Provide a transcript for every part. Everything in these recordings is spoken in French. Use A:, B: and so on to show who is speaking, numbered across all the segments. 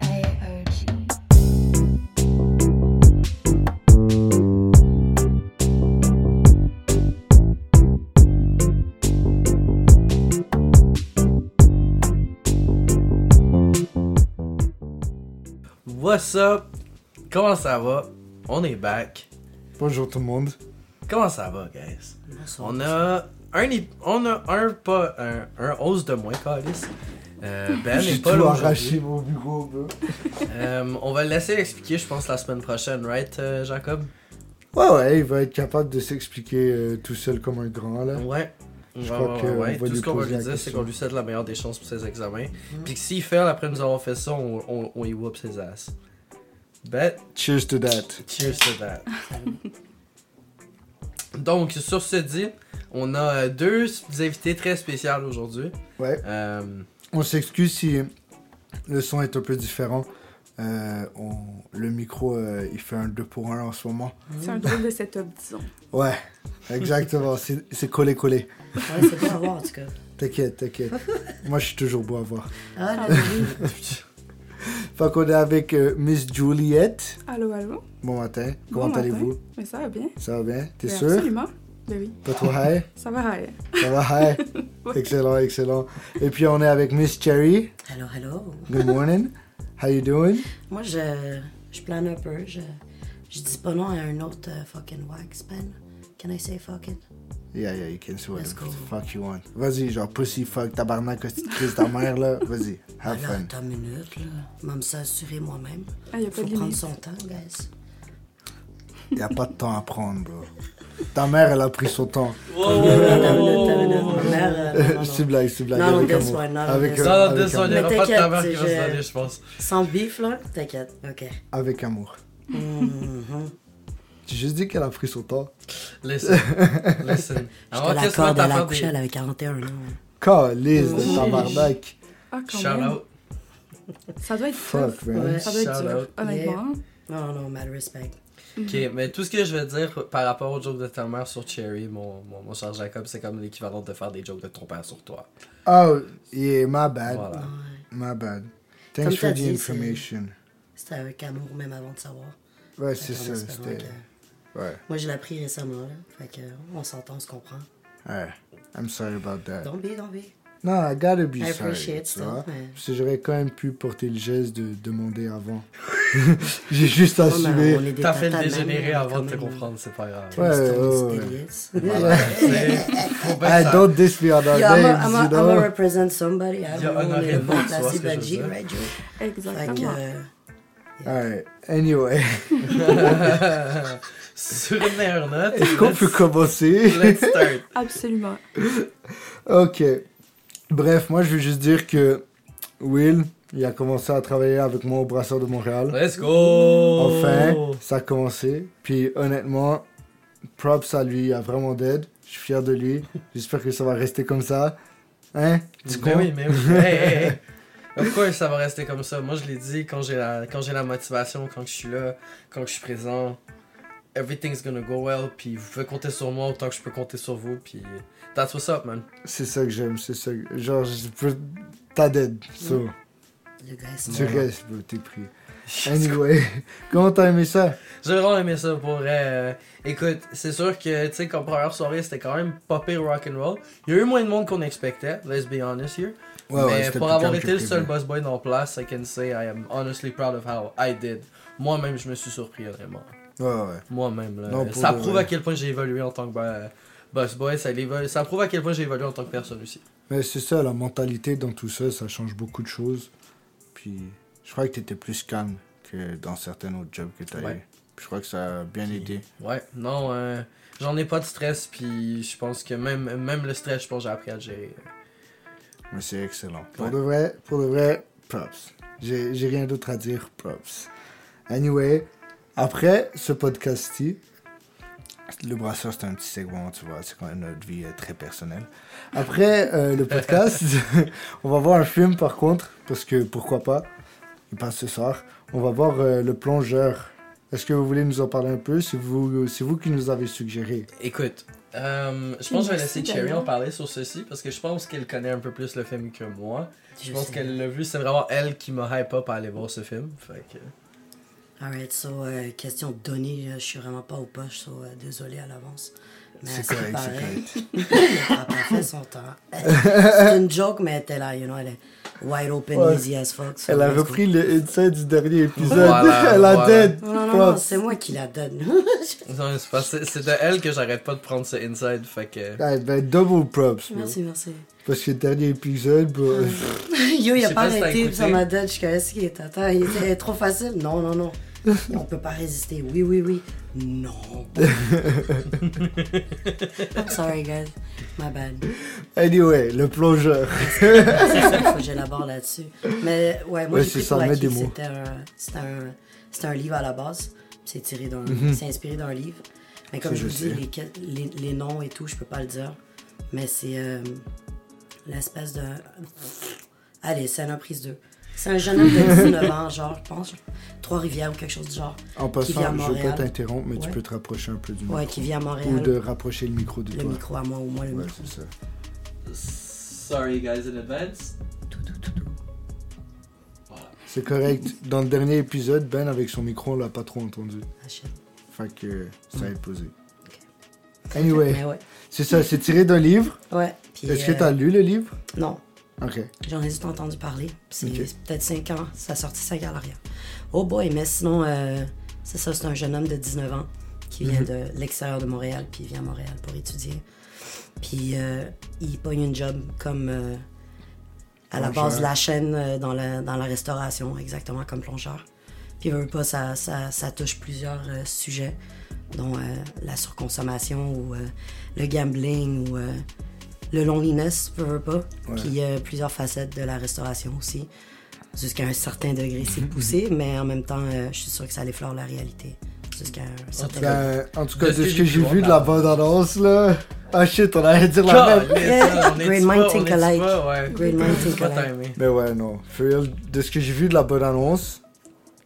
A: SAOG.
B: What's up? Comment ça va? On est back.
C: Bonjour tout le monde.
B: Comment ça va, guys? On a un ép- on a un pas un, un os de moins, Calis. Euh, ben
C: J'ai
B: n'est
C: tout
B: pas là
C: arraché
B: aujourd'hui.
C: mon bureau, bro.
B: Euh, on va le laisser expliquer, je pense, la semaine prochaine, right, euh, Jacob?
C: Ouais, ouais, il va être capable de s'expliquer euh, tout seul comme un grand, là.
B: Ouais.
C: Je
B: Ouais,
C: crois
B: ouais,
C: que
B: ouais.
C: on va
B: Tout
C: lui
B: ce qu'on va
C: poser
B: lui
C: la
B: dire, c'est
C: question. Mm.
B: qu'on lui souhaite la meilleure des chances pour ses examens. Puis que s'il fait, après nous avons fait ça, on, on, on y whoop ses asses. Ben, Bet.
C: Cheers to that.
B: Cheers to that. Donc, sur ce dit, on a euh, deux invités très spéciales aujourd'hui.
C: Ouais.
B: Euh,
C: On s'excuse si le son est un peu différent. Euh, on- Le micro, euh, il fait un 2 pour 1 en ce moment.
D: C'est un drôle de setup, disons.
C: Ouais, exactement. c'est c'est collé-collé.
E: Ouais, c'est pas à voir en tout cas.
C: T'inquiète, t'inquiète. Moi, je suis toujours beau à voir.
E: Ah, là, oui.
C: Fait qu'on est avec euh, Miss Juliette.
D: Allô, allô?
C: Bon matin. Comment
D: matin.
C: allez-vous?
D: Mais ça va bien?
C: Ça va bien? T'es
D: Ben,
C: sûr?
D: Absolument. Ben oui,
C: Pas trop high?
D: ça va Ah, aller.
C: Ça va, hi. Excellent, excellent. Et puis on est avec Miss Cherry.
E: Allô, allô.
C: Good morning. How you doing?
E: Moi, je, je plane un peu. Je, je dis pas non à un autre euh, fucking wax pen. Can I say fucking?
C: Yeah, yeah, you can say what
E: Let's
C: the
E: go.
C: fuck you want. Vas-y, genre pussy, fuck, tabarnak, hostie de crise ta mère, là. Vas-y, have
E: Alors,
C: fun.
E: attends une minute, là. Je vais me censurer moi-même.
D: Ah, y a pas
E: Faut
D: de
E: prendre
D: limite.
E: son temps, guys.
C: Y a pas de temps à prendre, bro. Ta mère, elle a pris son temps.
B: Oh,
E: Attends une minute, attends une minute. Ma mère, euh, non, non, non.
C: C'est blague, c'est blague.
E: Non, non,
C: avec
E: this
C: amour.
E: one, non,
C: Avec
E: this
C: euh,
E: one.
B: Ça,
C: avec
B: désolé, il n'y aura
C: amour.
E: Mais
B: pas de
E: t'inquiète,
B: taverne qui va se
E: je-
B: donner, je pense.
E: Sans beef, là. T'inquiète, ok.
C: Avec amour.
E: Mhm.
C: J'ai juste dit qu'elle a pris son temps.
B: Listen. Listen.
E: Je
B: Alors,
E: te
B: qu'est-ce qu'on
E: l'accorde,
B: t'a
E: elle
B: fait
E: a
B: des-
E: accouché, elle avait 41 ans.
C: Calice de tabarnak.
D: Ah, quand
B: Shout
D: même.
B: out.
D: Ça doit être
C: Fuck,
D: tough.
C: man.
E: Ouais.
D: Ça doit être
B: Shout
D: dur,
B: out.
D: honnêtement.
E: Non, non, mal respect.
B: Ok, mais tout ce que je vais dire par rapport aux jokes de ta mère sur Cherry, mon, mon, mon cher Jacob, c'est comme l'équivalent de faire des jokes de ton père sur toi.
C: Oh, yeah, my bad.
B: Voilà.
C: My bad. Thanks
E: t'as
C: for the
E: dit, c'est-
C: information.
E: C'était avec amour, même avant de savoir.
C: Ouais, c'est
E: En
C: ça,
E: espérant
C: c'était...
E: que-
C: Ouais.
E: Moi, je l'ai appris récemment, là. Fait que, euh, on s'entend, on se comprend.
C: Ouais. I'm sorry about that.
E: Don't be, don't be.
C: Non, I gotta be sorry.
E: I appreciate
C: tu
E: ça,
C: vois.
E: mais-
C: Parce que j'aurais quand même pu porter le geste de demander avant. J'ai juste
E: On a- Ah, on
C: assumé.
E: est des
B: T'as fait le
E: tatanes,
B: dégénéré
E: hein,
B: avant de te
E: quand même.
B: comprendre, c'est pas grave.
C: Ouais,
E: Mr.
C: ouais, ben,
E: Mysterious.
B: C'est- faut bien
E: Ah,
C: Hey,
B: ça-
C: don't diss me on our
E: Yeah, I'm a-
C: names,
E: I'm a-
C: you
E: I'm a
C: know?
E: represent somebody. I
B: Il
E: don't
B: y a
E: know, on est
B: honoré
E: bon
B: Mott, tu vois
E: placé
B: ce que je veux
E: G,
B: dire.
E: right, Joe? Fait que,
D: Exactement.
E: euh,
C: Alright, anyway.
B: Sur une meilleure note,
C: Est-ce qu'on peut commencer?
B: let's start.
D: Absolument.
C: Ok. Bref, moi je veux juste dire que Will, il a commencé à travailler avec moi au Brasseur de Montréal.
B: Let's go!
C: Enfin,
B: Oh.
C: ça a commencé. Puis honnêtement, props à lui, il a vraiment d'aide. Je suis fier de lui. J'espère que ça va rester comme ça. Hein? Tu
B: Mais
C: comprends?
B: Ben oui, mais oui. Hey, hey, hey. Of course, ça va rester comme ça. Moi, je l'ai dit, quand j'ai la, quand j'ai la motivation, quand je suis là, quand je suis présent, everything's gonna go well. Puis vous pouvez compter sur moi autant que je peux compter sur vous. Puis that's what's up, man.
C: C'est ça que j'aime, c'est ça. que- Genre, je peux- t'as d'aide. So,
E: you guys
C: Tu
E: know.
C: restes, bro, t'es pris. Anyway, comment t'as aimé ça?
B: J'ai vraiment aimé ça pour vrai. Euh, écoute, c'est sûr que, tu sais, comme première soirée, c'était quand même pas pire rock'n'roll. Il y a eu moins de monde qu'on expectait, let's be honest here. Mais Ben,
C: c'était
B: pour
C: plus
B: avoir
C: calme que
B: été le seul
C: prévu.
B: boss boy dans place, I can say I am honestly proud of how I did. Moi-même, je me suis surpris, vraiment. bah.
C: Ouais, ouais.
B: Moi-même, là.
C: Non, pour
B: ça
C: de
B: prouve
C: vrai.
B: à quel point j'ai évolué en tant que euh, boss boy. Ça, évo- ça prouve à quel point j'ai évolué en tant que personne aussi.
C: Mais c'est ça, la mentalité dans tout ça, ça change beaucoup de choses. Puis, je crois que t'étais plus calme que dans certains autres jobs que t'as
B: Ouais.
C: eu. Puis je crois que ça a bien aidé.
B: Ouais, non, euh, j'en ai pas de stress, puis je pense que même, même le stress, je pense que j'ai appris à le gérer.
C: Mais c'est excellent. Pour
B: Ouais.
C: de vrai, pour de vrai, props. J'ai j'ai rien d'autre à dire, props. Anyway, après ce podcast-ci, le brasseur c'est un petit segment, tu vois, c'est quand même notre vie euh, très personnelle. Après euh, le podcast, on va voir un film par contre, parce que pourquoi pas, il passe ce soir. On va voir euh, Le Plongeur. Est-ce que vous voulez nous en parler un peu C'est vous, c'est vous qui nous avez suggéré.
B: Écoute, Euh, je pense que je vais
D: Merci,
B: laisser Cherry
D: d'ailleurs.
B: en parler sur ceci parce que je pense qu'elle connaît un peu plus le film que moi. Je pense
E: sais.
B: qu'elle l'a vu, c'est vraiment elle qui m'a hype up à aller voir ce film. Fait que...
E: Alright, so, euh, question de données, euh, je suis vraiment pas aux poches, so, euh, désolé à l'avance. Mais
C: C'est correct, c'est
E: pareil.
C: correct.
E: Elle a pas fait son temps. c'est une joke, mais elle était là, you know, elle est wide open,
C: Ouais.
E: easy as fuck. so
C: Elle a
E: let's go.
C: repris le headset du dernier épisode.
B: Voilà,
C: Elle a
B: voilà.
C: dead.
E: Non, non, non, non, c'est moi qui la donne.
B: Non, c'est pas- c'est c'est de elle que j'arrête pas de prendre ce inside. Fait que...
C: Ah, ben, double props, bro.
E: merci, merci.
C: Parce que le dernier épisode, bro.
E: Yo, il
B: Je
E: a
B: sais
E: pas
B: pas si t'as
E: arrêté, puis ça
B: écouté.
E: m'a donné jusqu'à est-ce qu'il est attends, il était trop facile. Non, non, non. On peut pas résister. Oui, oui, oui. Non. I'm sorry, guys. My bad.
C: Anyway, le plongeur.
E: C'est ça, faut que j'élabore là-dessus. Mais ouais, moi,
C: Ouais,
E: j'ai
C: c'est
E: pris
C: ça,
E: pour acquis
C: mettre des
E: que
C: mots.
E: c'était un, c'était un, c'était un livre à la base. C'est tiré d'un, c'est inspiré d'un livre. Mais comme
C: Mhm. Ça,
E: je
C: je
E: vous dis,
C: sais.
E: les, que- les, les noms et tout, je peux pas le dire. Mais c'est euh, l'espèce de... Allez, c'est un prise 2. C'est un jeune homme de 19 ans, genre, je pense, Trois-Rivières ou quelque chose du genre.
C: En
E: qui vit
C: passant, je
E: à
C: veux pas
E: Montréal.
C: t'interrompre, mais tu
E: Ouais.
C: peux te rapprocher un peu du micro.
E: Ouais, qui vit à
C: Ou
E: Montréal.
C: de rapprocher le micro de
E: Le
C: toi.
E: micro à moi ou moi le
C: Ouais,
E: micro.
C: c'est ça.
B: Sorry guys in advance.
C: C'est correct. Dans le dernier épisode, Ben, avec son micro, on l'a pas trop entendu.
E: Ah, shit.
C: Fait que ça a posé.
E: Mais
C: Anyway,
E: Hmm. ouais.
C: c'est ça, c'est tiré d'un livre.
E: Ouais. Puis,
C: Est-ce que
E: euh,
C: t'as lu le livre
E: Non.
C: Ok.
E: J'en ai juste entendu parler. Puis C'est
C: Ok.
E: c'est peut-être 5 ans. Ça a sorti 5 ans à l'arrière. Oh boy, mais sinon, euh, c'est ça, c'est un jeune homme de 19 ans qui vient
C: Mhm.
E: de l'extérieur de Montréal, puis il vient à Montréal pour étudier. Puis euh, il pogne une job comme euh, à la
C: Plongeur.
E: base de la chaîne euh, dans, la, dans la restauration, exactement comme plongeur. Puis veut pas, ça, ça, ça touche plusieurs euh, sujets, dont euh, la surconsommation ou euh, le gambling ou euh, le loneliness, veut, veut pas. Puis euh, plusieurs facettes de la restauration aussi. Jusqu'à un certain degré, c'est
B: Mhm.
E: poussé, mais en même temps, euh, je suis sûre que ça effleure la réalité. Jusqu'à un certain degré.
C: Ben, en tout cas,
B: Euh, De
C: de ce que j'ai vu de la
B: là.
C: bande-annonce, là. Ah shit, on allait dire la
B: God,
C: même.
B: mais ça, on est
E: Great
B: pas,
E: mind
B: on
E: think
B: est-tu
E: alike.
B: pas, ouais.
E: Great mind
B: C'est
E: think
B: pas
E: alike.
B: timé.
C: Mais ouais, non. For real, de ce que j'ai vu de la bande-annonce,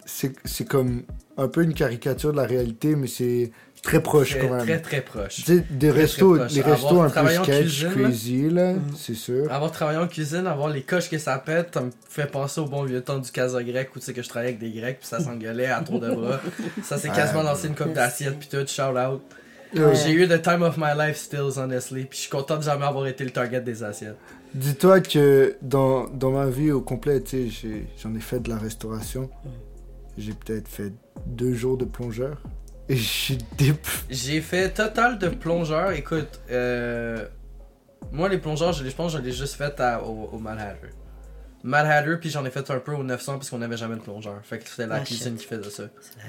C: c'est c'est comme un peu une caricature de la réalité, mais c'est très proche
B: C'est
C: quand même.
B: Très très proche.
C: Tu sais, des
B: très
C: restos,
B: proche.
C: les restos
B: Avoir
C: un peu
B: travaillé en
C: sketch,
B: cuisine, là. Mm. Ah.
C: crazy, là, c'est sûr.
B: Avoir travaillé en cuisine, avoir les coches que ça pète, ça me fait penser au bon vieux temps du casa grec où tu sais que je travaillais avec des grecs puis ça s'engueulait à trop de bras. Ça s'est quasiment lancé une coupe
E: Merci.
B: d'assiette puis tout, shout out.
E: Ouais.
B: J'ai eu the time of my life stills honestly, puis je suis content de jamais avoir été le target des assiettes.
C: Dis-toi que dans, dans ma vie au complet, tu sais, j'ai- j'en ai, fait de la restauration.
B: Mm.
C: J'ai peut-être fait deux jours de plongeur. Et je suis dép...
B: J'ai fait total de plongeurs, écoute, euh, moi les plongeurs, je, les- je pense que je l'ai juste fait à- au, au Mad Hatter. Mad Hatter, puis j'en ai fait un peu au 900 parce qu'on n'avait jamais de plongeur. Fait que c'était la
E: Ah,
B: cuisine
E: shit.
B: qui faisait ça.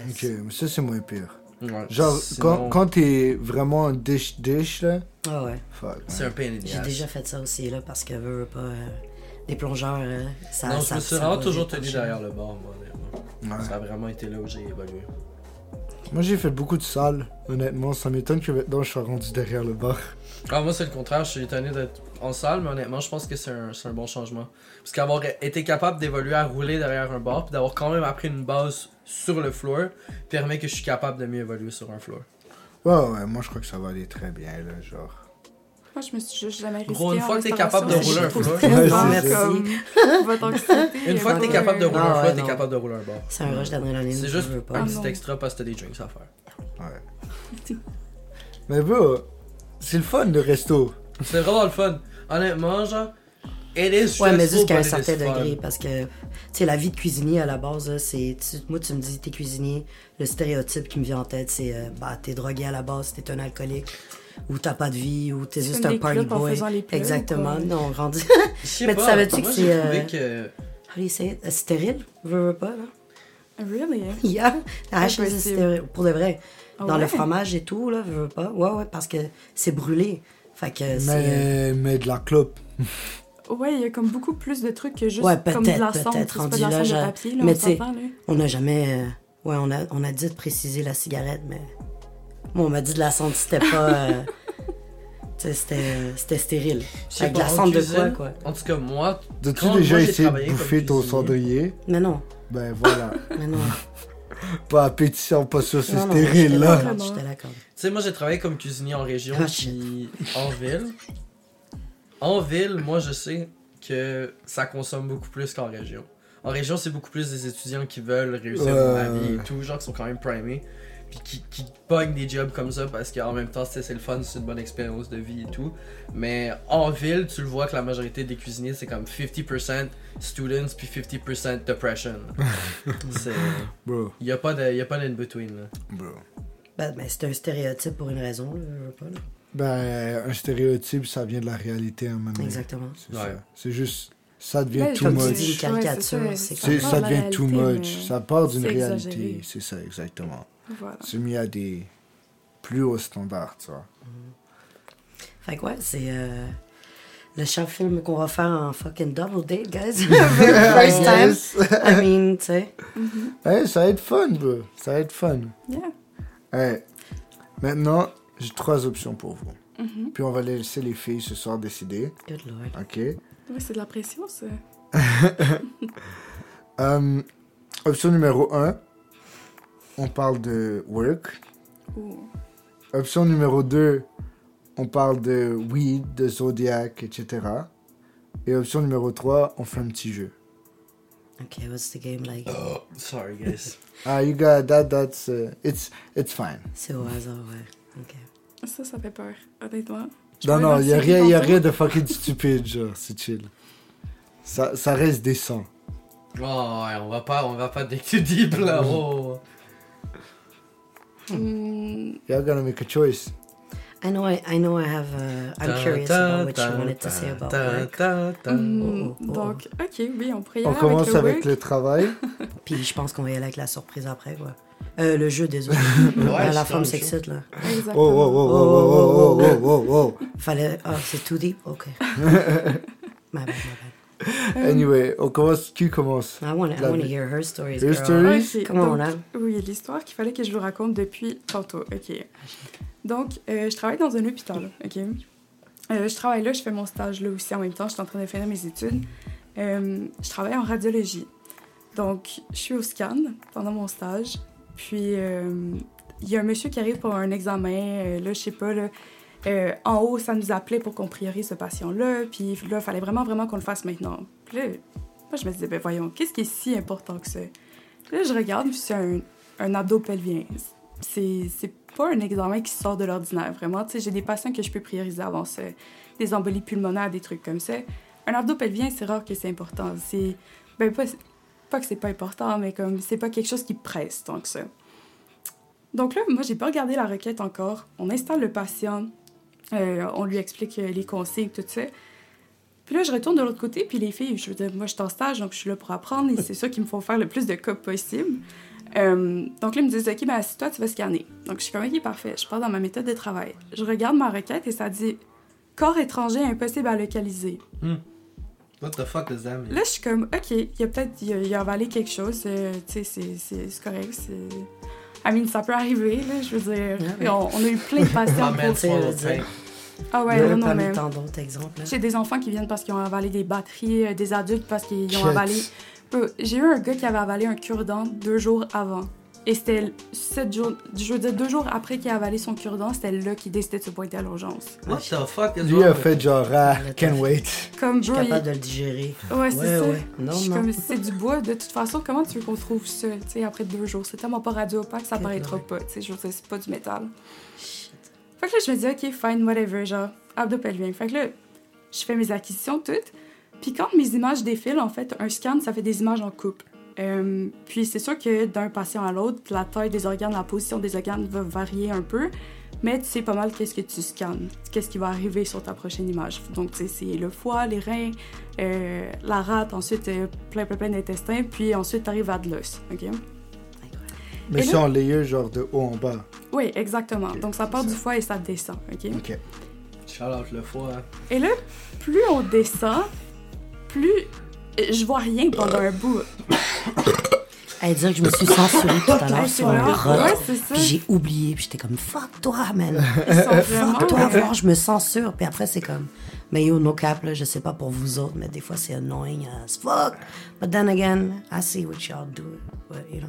C: Ok, mais ça c'est moins pire.
B: Ouais,
C: Genre,
B: sinon,
C: quand, quand t'es vraiment un dish-dish, là,
E: Ah ouais.
C: fuck. man.
B: C'est un pain in the
E: J'ai
B: ass.
E: déjà fait ça aussi, là, parce que veux, veux pas. euh, des plongeurs, euh, ça.
B: Non, je
E: ça-
B: me suis
E: ça
B: vraiment
E: va
B: toujours
E: vite,
B: tenu
E: hein.
B: derrière le bord, moi. honnêtement.
C: Ouais.
B: Ça a vraiment été là où j'ai évolué.
C: Moi j'ai fait beaucoup de salles, honnêtement. Ça m'étonne que maintenant je sois rendu derrière le bar.
B: Alors, Ah, moi, c'est le contraire. Je suis étonné d'être en salle, mais honnêtement, je pense que c'est un, c'est un bon changement. Parce qu'avoir été capable d'évoluer à rouler derrière un bord, puis d'avoir quand même appris une base sur le floor, permet que je suis capable de mieux évoluer sur un floor.
C: Ouais, ouais, moi je crois que ça va aller très bien, là, genre.
D: Moi, je me suis juste jamais risquée.
B: Gros, une
D: en
B: fois que t'es
D: restauration,
B: capable de
D: je suis
B: rouler un
D: trop
B: floor,
C: Ouais,
D: stressante,
C: c'est
E: ça.
D: comme, votre anxiété,
B: une fois que t'es
D: votre-
B: capable de rouler un
E: Ah,
B: floor,
E: ouais,
B: t'es
E: non.
B: capable de rouler un bord.
E: C'est un rush d'adrénaline.
B: C'est
E: je
B: juste
E: veux pas.
B: un
D: Ah,
B: petit
D: non.
B: extra parce que t'as des drinks à faire.
C: Ouais. Mais bon, c'est le fun le resto.
B: C'est vraiment le fun. Honnêtement, genre, it is
E: Ouais,
B: stressful,
E: mais jusqu'à un
B: but it is
E: certain
B: fun.
E: degré, parce que, tu sais, la vie de cuisinier à la base, là, c'est. tu- Moi, tu me dis, t'es cuisinier, le stéréotype qui me vient en tête, c'est, euh, bah, t'es drogué à la base, t'es un alcoolique, ou t'as pas de vie, ou t'es
D: Tu
E: juste
D: fumes
E: un
D: des
E: party
D: clopes en
E: boy.
D: faisant les plats,
E: Exactement,
D: ou quoi?
E: non, rendu.
B: Je sais
E: Mais tu
B: pas,
E: savais-tu
B: moi,
E: que
B: j'ai
E: c'est,
B: trouvé
E: euh,
B: que.
E: How do you say it? Euh, Stérile, veux, veux pas, là.
D: Really? hein?
E: Yeah, la hache,
D: Impossible.
E: c'est stérile, pour de vrai.
D: Ah
E: Dans le
D: ouais?
E: fromage et tout, là, veux, veux pas. Ouais, ouais, parce que c'est brûlé. Fait que c'est.
C: Mais,
E: euh,
C: mais de la clope.
D: Ouais, il y a comme beaucoup plus de trucs que juste
E: Ouais,
D: comme de
E: peut-être,
D: l'ensemble.
E: peut-être,
D: C'est pas de
E: rendu là,
D: l'ensemble de
E: je-
D: papier, là,
E: mais
D: on
E: tu sais-
D: s'entend, là.
E: On n'a jamais. euh, ouais, on a, on a dit de préciser la cigarette, mais. Moi, on m'a dit de la sonde, c'était pas. euh, tu sais, c'était, euh, c'était stérile.
B: Je sais
E: Avec de
B: pas,
E: la
B: en
E: sonde de quoi,
B: cuisine,
E: quoi.
B: En tout cas, moi,
C: As-tu
B: Quand
C: déjà
B: moi, j'ai
C: essayé de
B: travaillé comme
C: bouffer ton
B: cuisinier.
C: cendrier
E: Mais non,
C: Ben voilà.
E: mais non.
C: pas appétissant, pas sur ce
E: Non, non,
C: stérile-là.
E: Je te l'accorde.
B: Tu sais, moi j'ai travaillé comme cuisinier en région,
E: Ah,
B: puis en ville. En ville, moi je sais que ça consomme beaucoup plus qu'en région. En région, c'est beaucoup plus des étudiants qui veulent réussir dans la
C: Ouais.
B: vie et tout, genre qui sont quand même primés, puis qui, qui pognent des jobs comme ça parce qu'en même temps, tu sais, c'est le fun, c'est une bonne expérience de vie et tout. Mais en ville, tu le vois que la majorité des cuisiniers, c'est comme 50% students puis 50% depression. Il
C: Bro,
B: n'y a pas de- y a pas d'in-between. là.
C: bro.
E: Ben, ben, c'est un stéréotype pour une raison, là, je veux pas, là.
C: Ben, un stéréotype, ça vient de la réalité à un moment donné.
E: Exactement.
C: C'est
B: Ouais.
C: ça. C'est juste, ça devient
D: Ouais,
C: too
E: comme tu
C: much.
E: dis, une caricature,
D: Ouais, c'est
E: c'est
C: C'est-
E: comme-
D: part
C: ça
D: de la
C: devient too
D: réalité,
C: much.
D: mais-
C: Ça part d'une
D: c'est
C: réalité.
D: exagéré.
C: C'est ça, exactement.
D: Voilà.
C: C'est mis à des plus hauts standards, tu vois.
E: Fait que ouais, c'est euh, le chef film qu'on va faire en fucking double date, guys. First time.
C: Yes.
E: I mean, tu sais.
C: Hey, ça va être fun, bro. Ça va être fun.
D: Yeah.
C: Hey, maintenant, j'ai trois options pour vous.
D: Mhm.
C: Puis on va laisser les filles ce soir décider.
E: Good lord.
C: OK?
D: Ouais, c'est de la pression, ça.
C: Hum, option numéro un, on parle de work.
D: Ou-
C: Option numéro 2, on parle de weed, de zodiac, etc. Et option numéro 3, on fait un petit jeu.
E: Ok, what's the game like?
B: Oh. Sorry, guys.
C: Ah, you got that, that's... uh, it's, it's fine.
E: C'est au hasard, ouais. Ok.
D: Ça, ça fait peur, honnêtement. Je
C: non,
D: peux
C: non,
D: être
C: y a
D: assez
C: rien, y a
D: contente.
C: rien de fucking stupide, genre, c'est chill. Ça, ça reste décent.
B: Oh, ouais, on va pas, on va pas deep too deep là. Oh.
D: Hmm,
C: You're gonna make a choice.
E: I know I, I know I have uh, I'm curious about what you wanted to say about work.
D: hmm,
B: Mm.
E: Oh, oh, oh.
D: Donc, ok, oui, on pourrait y
C: On
D: aller
C: commence avec
D: avec le work.
C: le travail.
E: Puis je pense qu'on va y aller avec la surprise après quoi. Euh, le jeu désolé.
B: Ouais,
E: la
B: c'est
E: femme
B: un jeu.
E: s'excite là.
C: Oh, oh,
D: Exactement.
C: oh, oh, oh, oh, oh, oh, oh, oh.
E: Fallait oh, c'est too deep. OK. my bad, my bad.
D: Euh.
C: Anyway, on commence, qui commence
E: I want to I
C: La
E: want to
C: vie.
E: hear her stories.
C: Her
E: girl.
C: story?
D: Ok,
E: Comment
D: donc,
E: on hein. a?
D: Oui, l'histoire qu'il fallait que je vous raconte depuis tantôt. OK. Donc, euh, je travaille dans un hôpital, OK? Euh, je travaille là, je fais mon stage là aussi en même temps. Je suis en train de finir mes études. Euh, je travaille en radiologie. Donc, je suis au scan pendant mon stage. Puis, euh, il y a un monsieur qui arrive pour un examen. euh, là, je sais pas, là, euh, en haut, ça nous appelait pour qu'on priorise ce patient-là. Puis là, il fallait vraiment, vraiment qu'on le fasse maintenant. Puis là, moi, je me disais, ben voyons, qu'est-ce qui est si important que ça? Puis là, je regarde, puis c'est un, un abdo pelvien. C'est c'est pas un examen qui sort de l'ordinaire, vraiment. Tu sais, j'ai des patients que je peux prioriser avant ça. Des embolies pulmonaires, des trucs comme ça. Un abdo pelvien, c'est rare que c'est important. C'est... Ben, pas, pas que c'est pas important, mais comme c'est pas quelque chose qui presse tant que ça. Donc là, moi, j'ai pas regardé la requête encore. On installe le patient, euh, on lui explique euh, les consignes, tout ça. Puis là, je retourne de l'autre côté, puis les filles, je veux dire, moi, je suis en stage, donc je suis là pour apprendre, et c'est ça qui me font faire le plus de cas possible. Euh, donc là, ils me disent, OK, ben, assis-toi, tu vas scanner. Donc, je suis comme, OK, parfait. Je pars dans ma méthode de travail. Je regarde ma requête et ça dit corps étranger impossible à localiser.
B: What the fuck does that mean?
D: Là, je suis comme, OK, il y a peut-être, il y a, il y a avalé quelque chose, euh, tu sais, c'est- c'est c'est correct, c'est. I mean, ça peut arriver, là, je veux dire.
E: Ah ouais.
D: on, on a eu plein de patients
B: My
D: pour.
B: man swallowed
E: c'est-
B: pain.
D: Ah
E: Il y
D: ouais,
E: aurait
D: non,
E: pas
D: non,
E: mis
D: mais.
E: tant d'autres exemples. là.
D: J'ai des enfants qui viennent parce qu'ils ont avalé des batteries, euh, des adultes parce qu'ils ont
C: Shit.
D: avalé. Peu- J'ai eu un gars qui avait avalé un cure-dent deux jours avant. Et c'était le- sept jours, je veux dire deux jours après qu'il a avalé son cure-dent, c'était là qu'il décidait de se pointer à l'urgence.
B: What the fuck is
C: Lui
B: wrong
C: a
B: with-
C: fait genre, ah,
E: Le
C: can't
E: temps.
C: wait.
D: Comme
E: Je suis
D: bro, il-
E: capable de le digérer.
D: Ouais, c'est
E: Ouais,
D: ça.
E: ouais. Non,
D: Je suis
E: non.
D: comme, c'est du bois. De toute façon, comment tu veux qu'on trouve ça, tu sais, après deux jours? C'est tellement pas radio opaque, ça
E: Quel
D: paraîtra
E: horreur.
D: pas, tu sais, je veux dire, c'est pas du métal. Fait que là, je me dis, OK, fine, whatever, genre, abdo pelvien. Fait que là, je fais mes acquisitions toutes. Puis quand mes images défilent, en fait, un scan, ça fait des images en couple. Euh, puis c'est sûr que d'un patient à l'autre, la taille des organes, la position des organes va varier un peu, mais tu sais pas mal qu'est-ce que tu scannes, qu'est-ce qui va arriver sur ta prochaine image. Donc, tu sais, c'est le foie, les reins, euh, la rate, ensuite euh, plein, plein, plein d'intestins, puis ensuite t'arrives à de l'os, OK?
C: Mais
D: Et
C: c'est
D: là-
C: en layer, genre de haut en bas.
D: Oui, exactement. Donc, ça part
C: c'est
D: du
C: ça.
D: foie et ça descend, OK?
C: OK.
B: Shout out le foie.
D: Et là, plus on descend, plus euh, je vois rien pendant un bout.
E: Elle dire que je me suis censurée tout à l'heure
D: Ouais, c'est
E: sur un
D: vraiment-
E: rock.
D: Ouais, c'est ça.
E: Puis j'ai oublié, puis j'étais comme fuck toi, man.
D: Ils sont
E: Fuck
D: vraiment...
E: toi, genre, je me censure. Puis après, c'est comme Mais yo, no cap, là, je sais pas pour vous autres, mais des fois, c'est annoying as fuck. But then again, I see what y'all do. but, you know.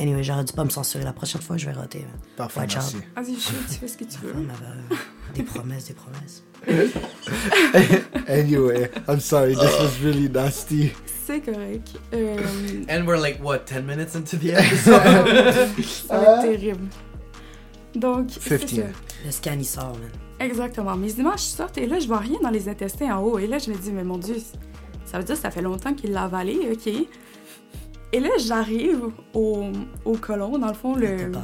E: Anyway, j'aurais dû pas me censurer. La prochaine fois, je vais roter. man.
C: Parfait,
E: Watch out.
C: merci.
D: Vas-y, chou, tu fais ce que tu veux.
E: On avait, euh, des promesses, des promesses.
C: Anyway, I'm sorry, this was really nasty.
D: C'est correct. Euh,
B: And we're like, what, 10 minutes into the episode?
D: ça va être terrible. Donc, c'est
C: 15.
D: ça.
E: Le scan, il sort, man.
D: Exactement. Mes images sortent et là, je vois rien dans les intestins en haut. Et là, je me dis, mais mon Dieu, ça veut dire que ça fait longtemps qu'il l'a avalé, OK. Et là, j'arrive au, au colon, dans le fond, le,
E: At the bottom.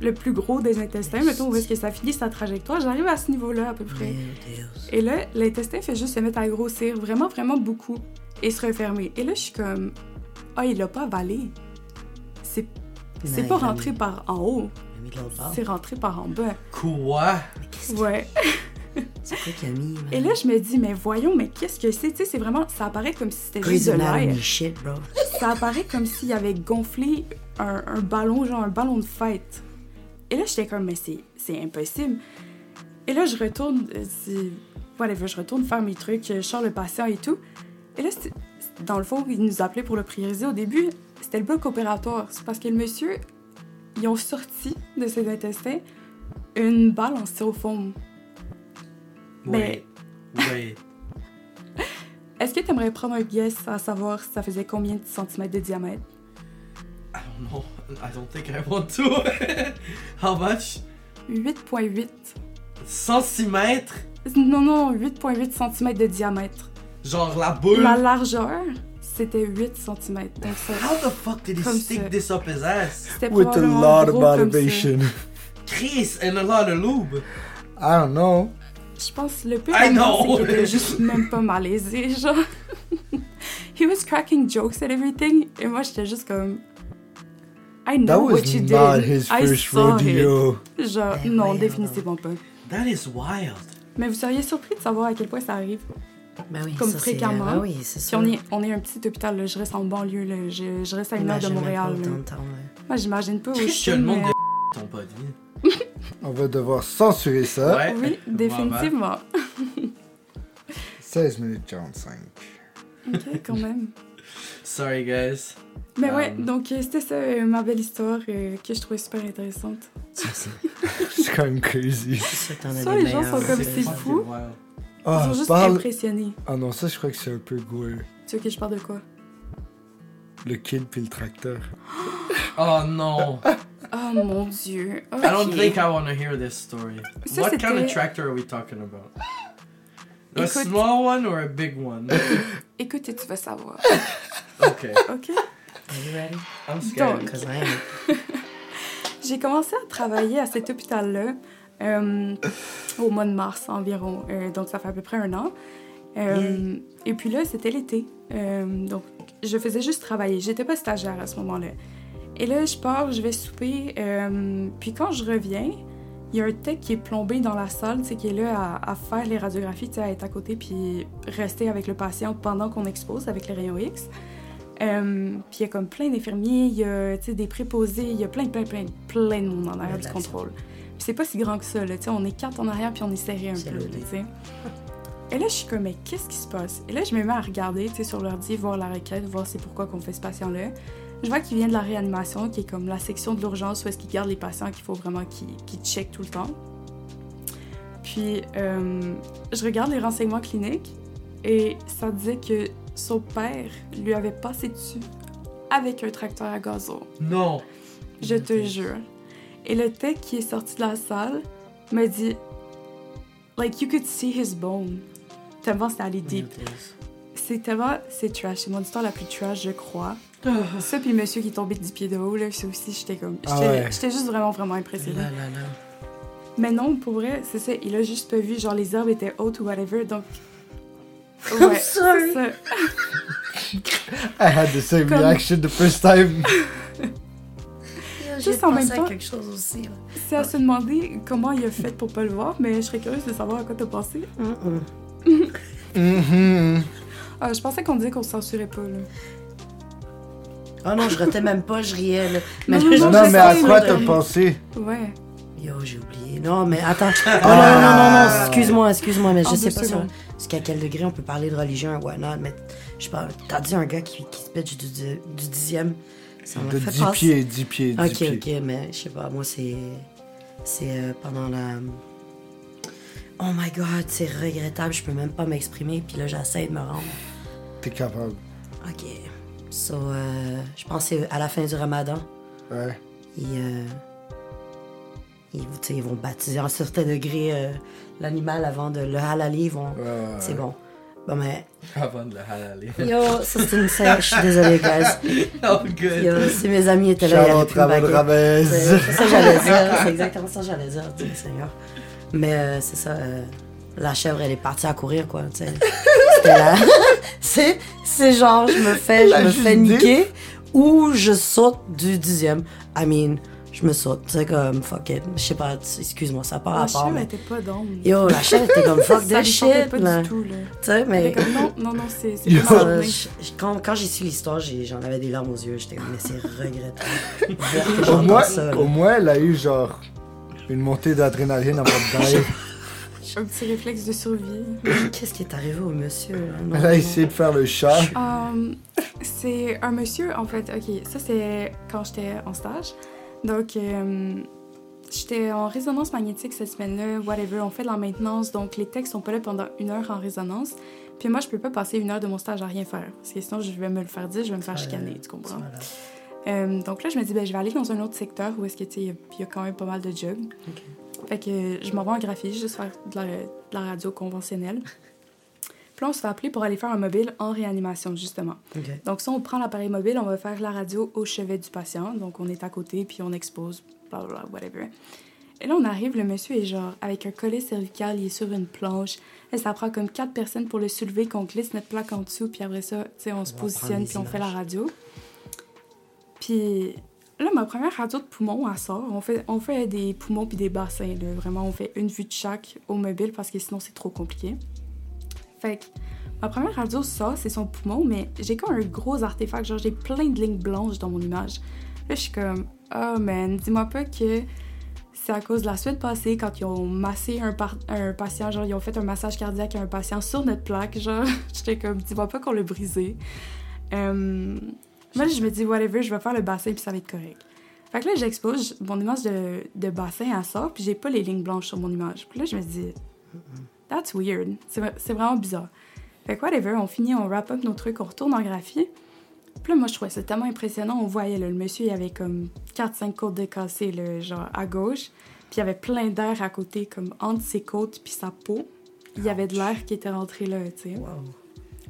D: le, le plus gros des intestins, mettons, où est-ce que ça finit sa trajectoire. J'arrive à ce niveau-là, à peu près.
E: Deus.
D: Et là, l'intestin fait juste se mettre à grossir vraiment, vraiment beaucoup et se refermer. Et là, je suis comme, ah, il l'a pas avalé. C'est c'est
E: Non,
D: pas
E: il l'a
D: rentré
E: mis-
D: par en haut,
E: il l'a mis de l'autre bord.
D: c'est rentré par en bas.
B: Quoi?
E: Mais Ah. qu'est-ce que
D: Ouais.
E: c'est quoi qu'il a mis, man?
D: Et là, je me dis, mais voyons, mais qu'est-ce que c'est? Tu sais, c'est vraiment, ça apparaît comme si c'était juste
E: Grey's
D: de l'air.
E: Anatomy shit, bro.
D: Ça apparaît comme s'il avait gonflé un, un ballon, genre un ballon de fête. Et là, j'étais comme, mais c'est c'est impossible. Et là, je retourne, euh, c'est- whatever, je retourne faire mes trucs, euh, je sors le patient et tout. Et là, c'est- c'est- dans le fond, ils nous appelaient pour le prioriser. Au début, c'était le bloc opératoire. C'est parce que le monsieur, ils ont sorti de ses intestins une balle en styrofoam. Ben-
B: Wait. Wait.
D: Est-ce que tu aimerais prendre un guess à savoir si ça faisait combien de centimètres de diamètre?
B: I don't know. I don't think I want to. How much?
D: 8,8.
B: Centimètres?
D: Non, non, 8,8 centimètres de diamètre.
B: Genre la boule?
D: La largeur, c'était 8 centimètres. Donc ça,
B: How the fuck did he
D: Comme
B: stick
D: ça.
B: this up his ass?
D: c'était
C: With a
D: probablement
C: lot of
D: gros comme ça.
C: motivation.
B: Chris, and a lot of lube.
C: I don't know.
D: Je pense que le pire,
B: I
D: là-dedans,
B: know.
D: c'est qu'il était juste même pas malaisé, genre. He was cracking jokes and everything, et moi, j'étais juste comme... I know
C: That
D: what
C: was
D: you did.
C: not his
D: I
C: first
D: saw it.
C: rodeo.
D: Genre,
E: Ben
D: non,
E: voyons
D: définitivement pas.
B: That is wild.
D: Mais vous seriez surpris de savoir à quel point ça arrive.
E: Ben oui,
D: Comme
E: ça, c'est-
D: fréquemment.
E: Ben oui, c'est
D: Puis
E: sûr.
D: on est, on est un petit hôpital, là. je reste en banlieue, là. Je, je reste à une heure de
E: Imagine un peu
D: Montréal. là.
E: autant de temps, ouais.
D: Moi, j'imagine pas où je
B: Chris,
D: suis,
B: que le monde
D: mais-
B: de ton pote. lui.
C: On va devoir censurer ça.
B: Ouais.
D: Oui, définitivement.
C: 16 minutes 45.
D: ok, quand même.
B: Sorry, guys.
D: Mais
B: Um.
D: ouais, donc euh, c'était ça, euh, ma belle histoire euh, que je trouvais super intéressante.
E: Ça, c'est-
C: C'est quand même crazy.
E: c'est sûr que t'en as
D: Ça,
E: des
D: les gens
E: meilleurs,
D: sont comme
E: hein.
D: c'est
B: fucking
D: fou.
B: wild.
C: Ah,
D: Ils sont juste
C: parle.
D: impressionnés.
C: Ah non, ça, je crois que c'est un peu gore.
D: Tu veux que je parle de quoi?
C: Le kid puis le tracteur.
B: Oh non.
D: Oh mon dieu.
B: I don't
D: Ok.
B: think I want to hear this story.
D: Ça,
B: What kind of
D: c'était-
B: tractor are we talking about? A
D: Écoute-
B: small one or a big one?
D: Écoute et tu vas savoir.
B: Okay,
D: Ok?
E: Are you ready?
B: I'm scared.
D: Don't.
E: Cause I am.
D: J'ai commencé à travailler à cet hôpital-là euh, au mois de mars environ, Euh, donc ça fait à peu près un an. Euh, Et puis là, c'était l'été, Euh, donc je faisais juste travailler. J'étais pas stagiaire à ce moment-là. Et là, je pars, je vais souper, euh, puis quand je reviens, il y a un tech qui est plombé dans la salle, tu sais, qui est là à, à faire les radiographies, tu sais, à être à côté, puis rester avec le patient pendant qu'on expose avec les rayons X. Euh, puis il y a comme plein d'infirmiers, il y a tu sais, des préposés, il y a plein, plein, plein, plein de monde en arrière
E: Il y
D: du
E: a de l'action.
D: contrôle. Puis c'est pas si grand que ça, là, tu sais, on est quatre en arrière, puis on est serré un
E: C'est
D: peu, là,
E: loadé.
D: tu sais. Et là, je suis comme, mais qu'est-ce qui se passe? Et là, je me mets à regarder, tu sais, sur l'ordi, voir la requête, voir c'est pourquoi qu'on fait ce patient-là. Je vois qu'il vient de la réanimation, qui est comme la section de l'urgence où est-ce qu'ils gardent les patients qu'il faut vraiment qu'ils qu'ils checkent tout le temps. Puis, euh, je regarde les renseignements cliniques et ça disait que son père lui avait passé dessus avec un tracteur à gazon.
B: Non.
D: Je te jure. Et le tech qui est sorti de la salle me dit Like, you could see his bone. Tellement c'est allé deep. C'est tellement. C'est trash. C'est mon histoire la plus trash, je crois. Ça, puis le monsieur qui est tombé de 10 pieds de haut, là, ça aussi, j'étais comme. J'étais
C: Ah ouais.
D: j'étais juste vraiment, vraiment impressionnée.
E: Là, là, là.
D: Mais non, pour vrai, c'est ça. Il a juste pas vu, genre, les herbes étaient hautes ou whatever, donc. Ouais,
E: sorry.
D: c'est ça.
C: I had the same
D: Comme-
C: reaction the first time.
D: Juste en même
E: pensé à
D: temps.
E: quelque chose aussi. là.
D: C'est à se demander comment il a fait pour pas le voir, mais je serais curieuse de savoir à quoi t'as pensé.
C: Mhm.
D: Ah, je pensais qu'on disait qu'on se censurait pas, là.
E: Oh non, je rotais même pas, je riais. Là.
D: Non, non,
E: je-
D: non,
C: Non,
D: je
C: mais à
D: sais,
C: quoi
D: mais-
C: t'as pensé?
D: Ouais.
E: Yo, Yo, j'ai oublié. Non, mais attends. Oh non, non, non, non,
C: Ah.
E: excuse-moi, excuse-moi, mais
D: En
E: je sais
D: deux
E: pas sur-
D: secondes.
E: jusqu'à quel degré on peut parler de religion ou whatnot, mais je parle. T'as dit un gars qui, qui se pète du, du, du dixième. Ça m'a
C: De
E: fait
C: 10
E: penser-
C: pieds, 10 pieds, 10
E: Ok,
C: pieds.
E: ok, mais je sais pas, moi c'est. C'est euh, pendant la. Oh my god, c'est regrettable, je peux même pas m'exprimer, puis là j'essaie de me rendre.
C: T'es capable.
E: Ok. So, euh, je pense que c'est à la fin du ramadan,
C: Ouais.
E: ils. euh, ils, tu sais, ils vont baptiser en certain degré euh, l'animal avant de le halaler, ils vont.
C: Ouais, ouais,
E: C'est
C: ouais.
E: bon. Bon, mais.
B: Avant de le halaler.
E: Yo, ça c'est une scène, je suis désolée, guys.
B: Oh, good.
E: Yo, si mes amis étaient là, il y
C: Charlotte
E: avait plus de
C: Ravel Ravez.
E: baguette. C'est c'est ça que j'allais dire, c'est exactement ça que j'allais dire, tu sais, Seigneur. Mais euh, c'est ça, euh, la chèvre, elle est partie à courir, quoi, tu sais. C'était la- c'est, c'est genre, je me fais,
C: La
E: je me fais
C: Judith.
E: niquer ou je saute du dixième. I mean, je me saute, tu sais, comme, fuck it. Je sais pas, tu- excuse-moi, ça part
D: La
E: à part,
D: chèvre
E: mais...
D: était pas d'ombre.
E: Yo, la chèvre, t'es comme, fuck
D: Ah, Ça
E: this
D: lui tentait
E: shit,
D: pas
E: là.
D: du tout, là.
E: Tu sais,
D: Elle était
E: mais...
D: comme, non, non, non, c'est c'est
C: Yo.
D: pas ma
E: Euh,
D: journée.
E: je- je- quand quand j'ai su l'histoire, j'ai- j'en avais des larmes aux yeux. J'étais comme, mais c'est regrettable.
C: Au moins,
E: J'entends ça, là.
C: au moins, elle a eu genre une montée d'adrénaline avant de dingue.
D: Un petit réflexe de survie.
E: Qu'est-ce qui est arrivé au monsieur? là? Non,
C: Elle a
E: non.
C: essayé de faire le chat.
D: Um, c'est un monsieur, en fait. OK, ça, c'est quand j'étais en stage. Donc, euh, j'étais en résonance magnétique cette semaine-là, whatever. On fait de la maintenance, donc les textes sont pas là pendant une heure en résonance. Puis moi, je peux pas passer une heure de mon stage à rien faire. Parce que sinon, je vais me le faire dire, je vais me faire
E: Ouais.
D: chicaner, tu comprends?
E: Voilà.
D: Euh, donc là, je me dis, ben, je vais aller dans un autre secteur où est-ce que, tu sais, il y a- il y, a quand même pas mal de jobs.
E: Ok.
D: Fait que euh, je m'en vais en graphie, juste faire de la, de la radio conventionnelle. Puis là, on se fait appeler pour aller faire un mobile en réanimation, justement.
E: Ok.
D: Donc ça, on prend l'appareil mobile, on va faire la radio au chevet du patient. Donc on est à côté, puis on expose, blablabla, whatever. Et là, on arrive, le monsieur est genre avec un collet cervical, il est sur une planche. Et ça prend comme quatre personnes pour le soulever, qu'on glisse notre plaque en dessous, puis après ça, tu sais, on se
E: va prendre
D: positionne,
E: des
D: puis on fait la
E: images.
D: radio. Puis là, ma première radio de poumon, elle sort. On fait, on fait des poumons puis des bassins, là. Vraiment, on fait une vue de chaque au mobile parce que sinon, c'est trop compliqué. Fait que ma première radio sort, c'est son poumon, mais j'ai comme un gros artefact. Genre, j'ai plein de lignes blanches dans mon image. Là, je suis comme, oh man, dis-moi pas que c'est à cause de la suite passée quand ils ont massé un, par- un patient, genre, ils ont fait un massage cardiaque à un patient sur notre plaque. Genre, j'étais comme, dis-moi pas qu'on l'a brisé. Euh, moi, je me dis, whatever, je vais faire le bassin puis ça va être correct. Fait que là, j'expose mon image de, de bassin à ça, puis j'ai pas les lignes blanches sur mon image. Puis là, je me dis, that's weird. C'est vra- c'est vraiment bizarre. Fait que whatever, on finit, on wrap up nos trucs, on retourne en graphie. Puis là, moi, je trouvais ça tellement impressionnant. On voyait, là, le monsieur, il avait comme 4-5 côtes de cassé, là, genre à gauche. Puis il y avait plein d'air à côté, comme entre ses côtes puis sa peau. Il y avait de l'air qui était rentré là, tu sais.
E: Wow.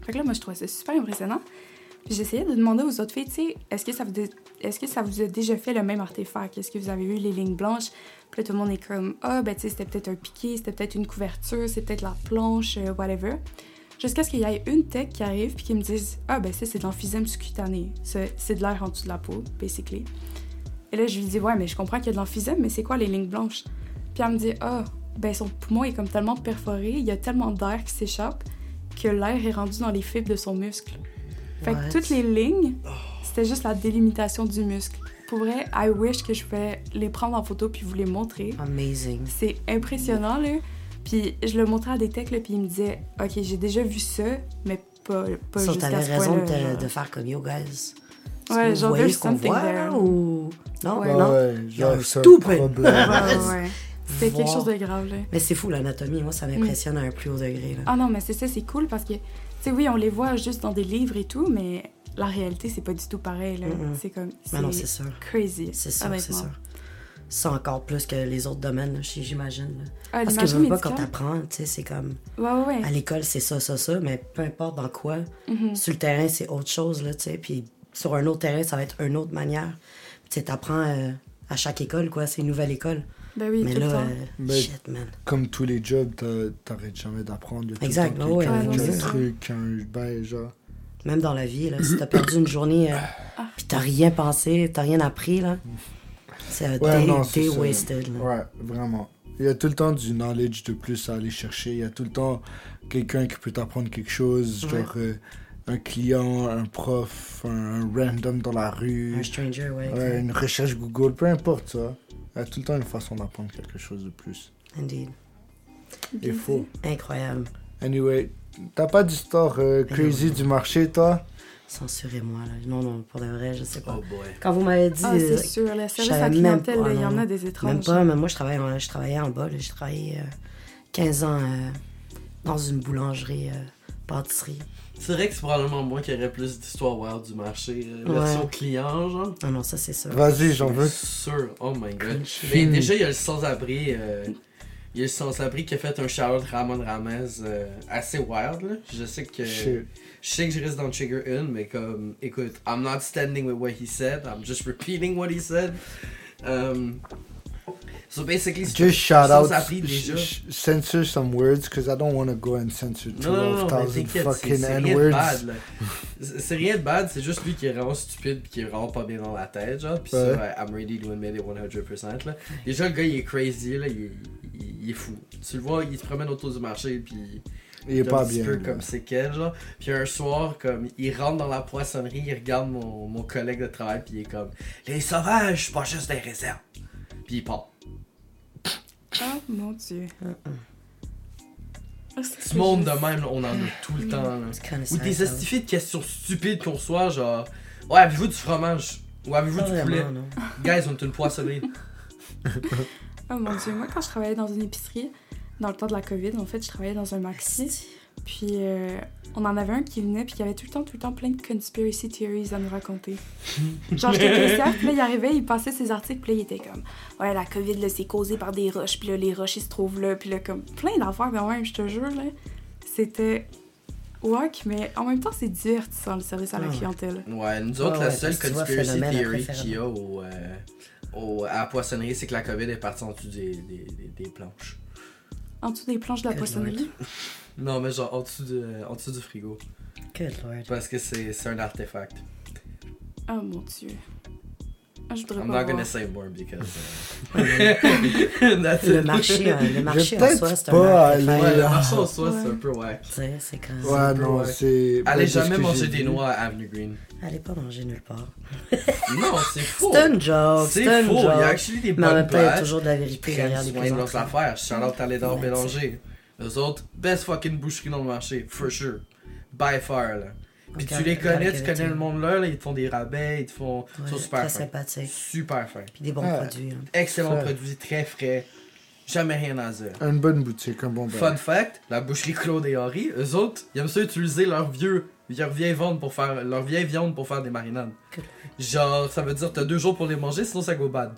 D: Fait que là, moi, je trouvais ça super impressionnant. Puis j'essayais de demander aux autres filles, tu sais, est-ce que, ça vous dé- est-ce que ça vous a déjà fait le même artefact? Est-ce que vous avez eu les lignes blanches? Puis là, tout le monde est comme, ah, ben, tu sais, c'était peut-être un piqué, c'était peut-être une couverture, c'est peut-être la planche, euh, whatever. Jusqu'à ce qu'il y ait une tech qui arrive puis qui me dise, ah, ben, ça, c'est de l'emphysème sous-cutané. Ça, C'est de l'air en dessous de la peau, basically. Et là, je lui dis, ouais, mais je comprends qu'il y a de l'emphysème, mais c'est quoi les lignes blanches? Puis elle me dit, ah, ben, son poumon est comme tellement perforé, il y a tellement d'air qui s'échappe que l'air est rendu dans les fibres de son muscle. Fait
E: What?
D: que toutes les lignes, c'était juste la délimitation du muscle. Pour vrai, I wish que je pouvais les prendre en photo puis vous les montrer.
E: Amazing.
D: C'est impressionnant, là. Puis je le montrais à des techs, là, puis ils me disaient « Ok, j'ai déjà vu ça, mais pas, pas
E: Ça,
D: jusqu'à
E: t'avais
D: ce
E: raison de,
D: point-là.
E: te-
D: genre.
E: de faire comme yo, guys.
D: Ouais,
E: Vous
D: genre,
E: voyez
D: there's
E: ce qu'on
D: something
E: voit,
D: there.
E: là, ou. Non,
D: Ouais.
E: non.
C: Ah Ouais, genre,
E: Yo,
C: c'est un
E: stupid.
C: problème.
D: Ouais, ouais, ouais. C'était quelque
E: Voir.
D: chose de grave, là.
E: Mais c'est fou, l'anatomie. Moi, ça m'impressionne à un plus haut degré. Là.
D: Ah non, mais c'est ça, c'est cool parce que, tu sais, oui, on les voit juste dans des livres et tout, mais la réalité, c'est pas du tout pareil, là.
E: Mm-mm.
D: C'est comme...
E: Mais non, c'est sûr.
D: crazy,
E: C'est sûr, c'est
D: honnêtement.
E: sûr. C'est encore plus que les autres domaines, là, j'imagine. là.
D: Ah,
E: Parce que je
D: l'imagine
E: veux pas
D: médicale.
E: quand t'apprends, tu sais, c'est comme.
D: Ouais, ouais, ouais. Mm-hmm.
E: À l'école, c'est ça, ça, ça, mais peu importe dans quoi. Sur le terrain, c'est autre chose, là, tu sais. Puis sur un autre terrain, ça va être une autre manière. Puis tu sais, t'apprends euh, à chaque école, quoi. C'est une nouvelle école.
D: Ben oui,
E: mais
D: tout
E: là,
D: le temps.
E: euh,
C: Mais-
E: shit, man.
C: Comme tous les jobs, t'a- t'arrêtes jamais d'apprendre. Il y a tout le
E: Exact, bah
C: temps
E: ouais,
C: quelqu'un
D: ouais,
C: qui a
D: c'est
C: un
D: ça.
C: truc, un ben, genre.
E: Même dans la vie, là, si t'as perdu une journée, euh,
D: Ah.
E: puis t'as rien pensé, t'as rien appris, là, c'est
C: Ouais,
E: euh, t'es-
C: non, c'est
E: t'es
C: ça.
E: wasted. là.
C: Ouais, vraiment. Il y a tout le temps du knowledge de plus à aller chercher. Il y a tout le temps quelqu'un qui peut t'apprendre quelque chose,
E: Ouais.
C: genre euh, un client, un prof, un, un random dans la rue,
E: Un stranger, ouais.
C: ouais, une recherche Google, peu importe ça. Il y a tout le temps une façon d'apprendre quelque chose de plus.
E: Indeed.
C: Il faut.
E: Incroyable.
C: Anyway, t'as pas d'histoire euh, crazy du marché, toi
E: Censurez-moi, là. Non, non, pour de vrai, je sais pas.
B: Oh boy.
E: Quand vous m'avez dit.
D: Ah,
E: euh,
D: c'est sûr, le service à
E: savais même
D: clientèle,
E: pas,
D: là, il y en
E: non.
D: a des étranges. hein.
E: Même pas, mais moi je, travaille en- je travaillais en bas. là. J'ai travaillé euh, 15 ans euh, dans une boulangerie, euh, pâtisserie.
B: C'est vrai que c'est probablement moi qui aurais plus d'histoires wild du marché. euh,
E: Ouais.
B: Version client, genre.
E: Non, non, ça c'est sûr.
C: Vas-y, j'en veux.
B: Sûr. Oh my god.
E: Crunchy.
B: Mais déjà, il y a le sans-abri. euh, Il y a le sans-abri qui a fait un shout Ramon Ramez euh, assez wild, là. Je sais que.
C: Shit.
B: Je sais que je risque d'en trigger une, mais comme, écoute, I'm not standing with what he said, I'm just repeating what he said. Um, so basically, c'est
C: Just shout out.
B: sans-abri déjà.
C: sh- sh- Censor some words, because I don't want to go and censor
B: Non, non, non, mais
C: 12,000
B: t'inquiète, c'est
C: fucking
B: c'est rien de
C: N-words.
B: bad, là. C'est c'est rien de bad, c'est juste lui qui est vraiment stupide pis qui est vraiment pas bien dans la tête, genre. Pis ça,
C: Ouais.
B: ouais, I'm ready to admit it 100%, là. Déjà, le gars, il est crazy, là, il, il- il est fou. Tu le vois, il se promène autour du marché pis...
C: Il est
B: un
C: pas
B: petit
C: bien.
B: peu
C: là.
B: comme c'est quel, genre. Puis un soir, comme, il rentre dans la poissonnerie, il regarde mon, mon collègue de travail, puis il est comme Les sauvages, pas juste des réserves. Puis il part.
D: Ah, mon Dieu. Ah, c'est
B: Ce monde de
D: juste-
B: même, là, on en a tout le temps, là.
E: C'est kind of
B: Ou
E: sad,
B: des
E: ça.
B: astifies de questions stupides qu'on soit, genre Ouais, avez-vous du fromage Ou avez-vous
E: Pas
B: du poulet
E: vraiment, non.
B: Guys, on est une poissonnerie.
D: Ah, mon Dieu. Moi, quand je travaillais dans une épicerie, dans le temps de la COVID, en fait, je travaillais dans un maxi. Puis euh, on en avait un qui venait, puis qui avait tout le temps, tout le temps plein de conspiracy theories à nous raconter. Genre, j'étais caissière, puis là, il arrivait, il passait ses articles, puis là, il était comme Ouais, la COVID, là, c'est causé par des roches, puis là, les roches, ils se trouvent là, puis là, comme plein d'affaires, quand même, je te jure, là. C'était wack, mais en même temps, c'est divertissant, le service à la
E: Ah ouais.
D: clientèle.
B: Ouais, nous autres,
E: Ouais,
B: la
E: ouais,
B: seule
E: parce que tu vois,
B: conspiracy
E: phénomène après
B: theory qu'il y a au, euh, au- à la poissonnerie, c'est que la COVID est partie en dessous des- des- des- des planches.
D: En dessous des planches de la
E: Good
D: poissonnerie.
B: Non, mais genre en dessous, de, en dessous du frigo.
E: Good lord.
B: Parce que c'est c'est un artefact.
D: Oh mon dieu. Ah, je
E: Oh,
D: voudrais
B: I'm
D: pas.
B: not gonna
D: voir.
B: say more because.
E: Ouais,
B: uh, that's
E: le
B: it.
E: marché, hein, le marché en
C: peut-être
E: soi, c'est
C: pas
E: un artefact.
C: aller-
B: Ouais,
C: Ouais.
B: la marche en soi, c'est
D: Ouais.
B: un peu ouais.
E: Tu sais, C'est quand même-
C: Ouais,
B: peu,
C: non,
B: ouais.
C: c'est.
B: Allez
C: ben, c'est ce
B: jamais
C: que
B: manger
C: j'ai
B: des
C: vu.
B: noix à Avenue Green.
E: Allez pas manger nulle part.
B: Non, c'est faux.
E: C'est un joke.
B: C'est
E: Oh, C'est un
B: faux.
E: joke.
B: Il y a actually des
E: Mais en
B: bonnes
E: même temps, il y a
B: places
E: toujours de la
B: qui
E: vérité
B: prennent
E: derrière les
B: soin de leurs
E: plaisanteries.
B: affaires. Charlotte Talédor
E: Ouais,
B: Bélanger. Eux autres, best fucking boucherie dans le marché. For sure. By far, là. Puis tu
E: Regarde-
B: les
E: regarde
B: connais,
E: la
B: tu
E: vérité.
B: connais le monde là, là, ils te font des rabais, ils te font. Ils sont
E: Ouais,
B: super
E: Très
B: fins.
E: sympathique.
B: Super fins.
E: Puis des bons
C: Ah.
E: produits. hein.
B: Excellent
C: Frais.
B: produit, très frais. Jamais rien à dire.
C: Une bonne boutique, un bon
B: Fun
C: bar.
B: fact, la boucherie Claude et Henri, eux autres, ils aiment ça utiliser leur vieux, leur vieille viande pour faire, leur vieille viande pour faire des marinades.
E: Cool.
B: Genre, ça veut dire t'as deux jours pour les manger, sinon ça go bad.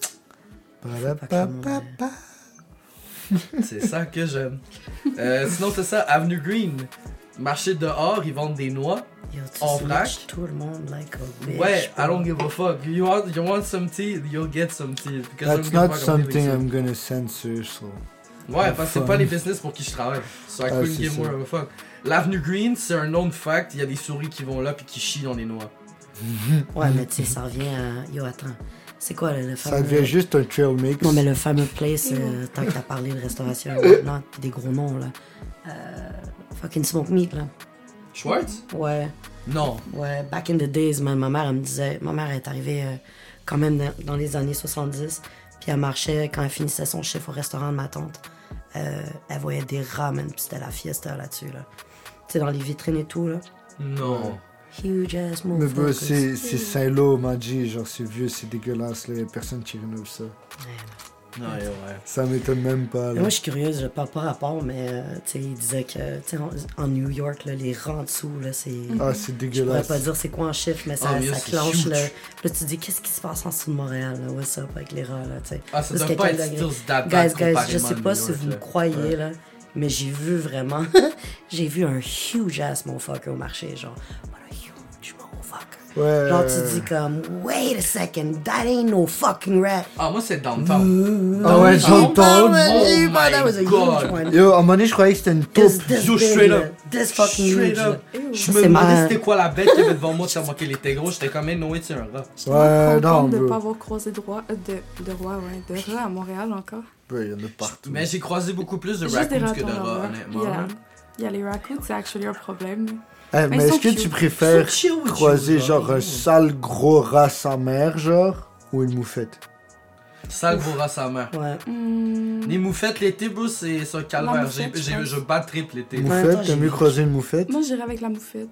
C: Ba-
E: Faut pas
C: ba-
E: que le
C: ba-
E: monde-
C: ba-
B: C'est ça que j'aime. Euh, sinon c'est ça, Avenue Green, marché dehors, ils vendent des noix.
E: Yo, tu
B: En vrac.
E: snitches tout le monde, like a bitch,
B: Ouais,
E: bro.
B: I don't give a fuck. You want, you want some tea, you'll get some tea. Because I
C: That's
B: don't give
C: not
B: a fuck, I'm
C: something
B: doing
C: I'm gonna censor, so.
B: ça. Ouais, parce que c'est
C: fun.
B: pas les business pour qui je travaille. So I
C: Ah,
B: couldn't
C: c'est
B: give
C: ça.
B: more of a fuck. L'avenue Green, c'est un known fact, il y a des souris qui vont là puis qui chient dans les noix.
E: Ouais, mais tu sais, ça revient à. Yo, attends. C'est quoi le, le
C: Ça
E: fameux.
C: devient juste un trail mix.
E: Non, mais le fameux place, euh, tant que t'as parlé de restauration et whatnot, pis des gros noms, là. Euh, fucking Smoke Meat, là.
B: Schwartz?
E: Ouais,
B: Non.
E: ouais. Back in the days, man, ma mère, elle me disait. Ma mère est arrivée euh, quand même dans, dans les années 70, puis elle marchait quand elle finissait son chiffre au restaurant de ma tante. euh, elle voyait des ramen, puis c'était la fiesta là-dessus, là. Tu sais, dans les vitrines et tout, là.
B: Non.
E: Huge ass
C: Mais bro,
E: motherfuckers.
C: c'est c'est Silo, Maji, genre c'est vieux, c'est dégueulasse, là, y a personne qui rénove ça.
B: Non, et ouais.
C: Ça m'étonne même pas,
E: Mais
C: là.
E: Moi, je suis curieuse, je parle pas rapport, mais euh, tu sais, il disait que tu sais, en, en New York, là, les rangs en dessous, là, c'est.
C: Ah, c'est
E: Je pourrais
C: dégueulasse.
E: pas dire c'est quoi en chiffre, mais ça,
B: Ah, mais
E: ça
B: c'est
E: clenche.
B: huge.
E: Là, là, tu dis qu'est-ce qui se passe en dessous de Montréal, là, what's up avec les rangs, là, tu sais.
B: Ah, ça
E: Juste
B: doit pas
E: quelqu'un
B: être
E: de-
B: still that bad
E: Guys, guys, je
B: comparément
E: sais
B: à New
E: pas si
B: York,
E: vous me
B: là.
E: croyez, là, mais j'ai vu vraiment, j'ai vu un huge ass motherfucker au marché, genre, what a huge motherfucker.
C: Ouais.
E: Genre, tu dis comme, wait a second, that ain't no fucking rat.
B: Ah, moi, c'est downtown.
C: Ah ouais,
E: Oh,
C: j'entends.
E: my
B: my
E: God, that was a
B: God.
E: huge one.
C: Yo, à un moment donné, je croyais que c'était une taupe.
E: Is this
B: Yo,
E: big,
B: straight
E: là.
B: up.
E: This fucking
B: Straight
E: huge,
B: up.
E: là.
B: Je
E: C'est
B: me demandais
E: ma-
B: c'était quoi la bête qui avait devant moi, ça moi qu'elle était gros. J'étais comme, mais Noé, c'est un rat.
C: Ouais,
D: Contente
C: non,
D: de
C: bro.
D: pas avoir croisé droit euh, de, de roi, ouais, de roi à Montréal encore.
C: Bro, y en a partout.
B: Mais j'ai croisé beaucoup plus de
D: Juste des
B: raccoons que
D: ratons
B: de rats,
D: là-bas.
B: honnêtement.
D: Yeah. Yeah, les raccoons, c'est actually un problème.
C: Eh,
D: Mais
C: mais
D: ils sont
C: est-ce que
D: cute.
C: tu préfères
E: So chill with you,
C: croiser
E: bro.
C: genre un sale gros rat sans mère, genre, ou une moufette
B: Sale bourra sa mère.
E: Ouais.
D: Hmm.
B: Les moufettes l'été, bro, c'est c'est un
D: La
B: calvaire. J'ai
D: moufette, je
B: j'ai-
D: pense.
B: je bats triple l'été.
E: Ouais.
C: Moufette,
E: temps,
C: t'as
E: j'ai-
C: mieux croisé une moufette.
D: Moi, j'irais avec la moufette.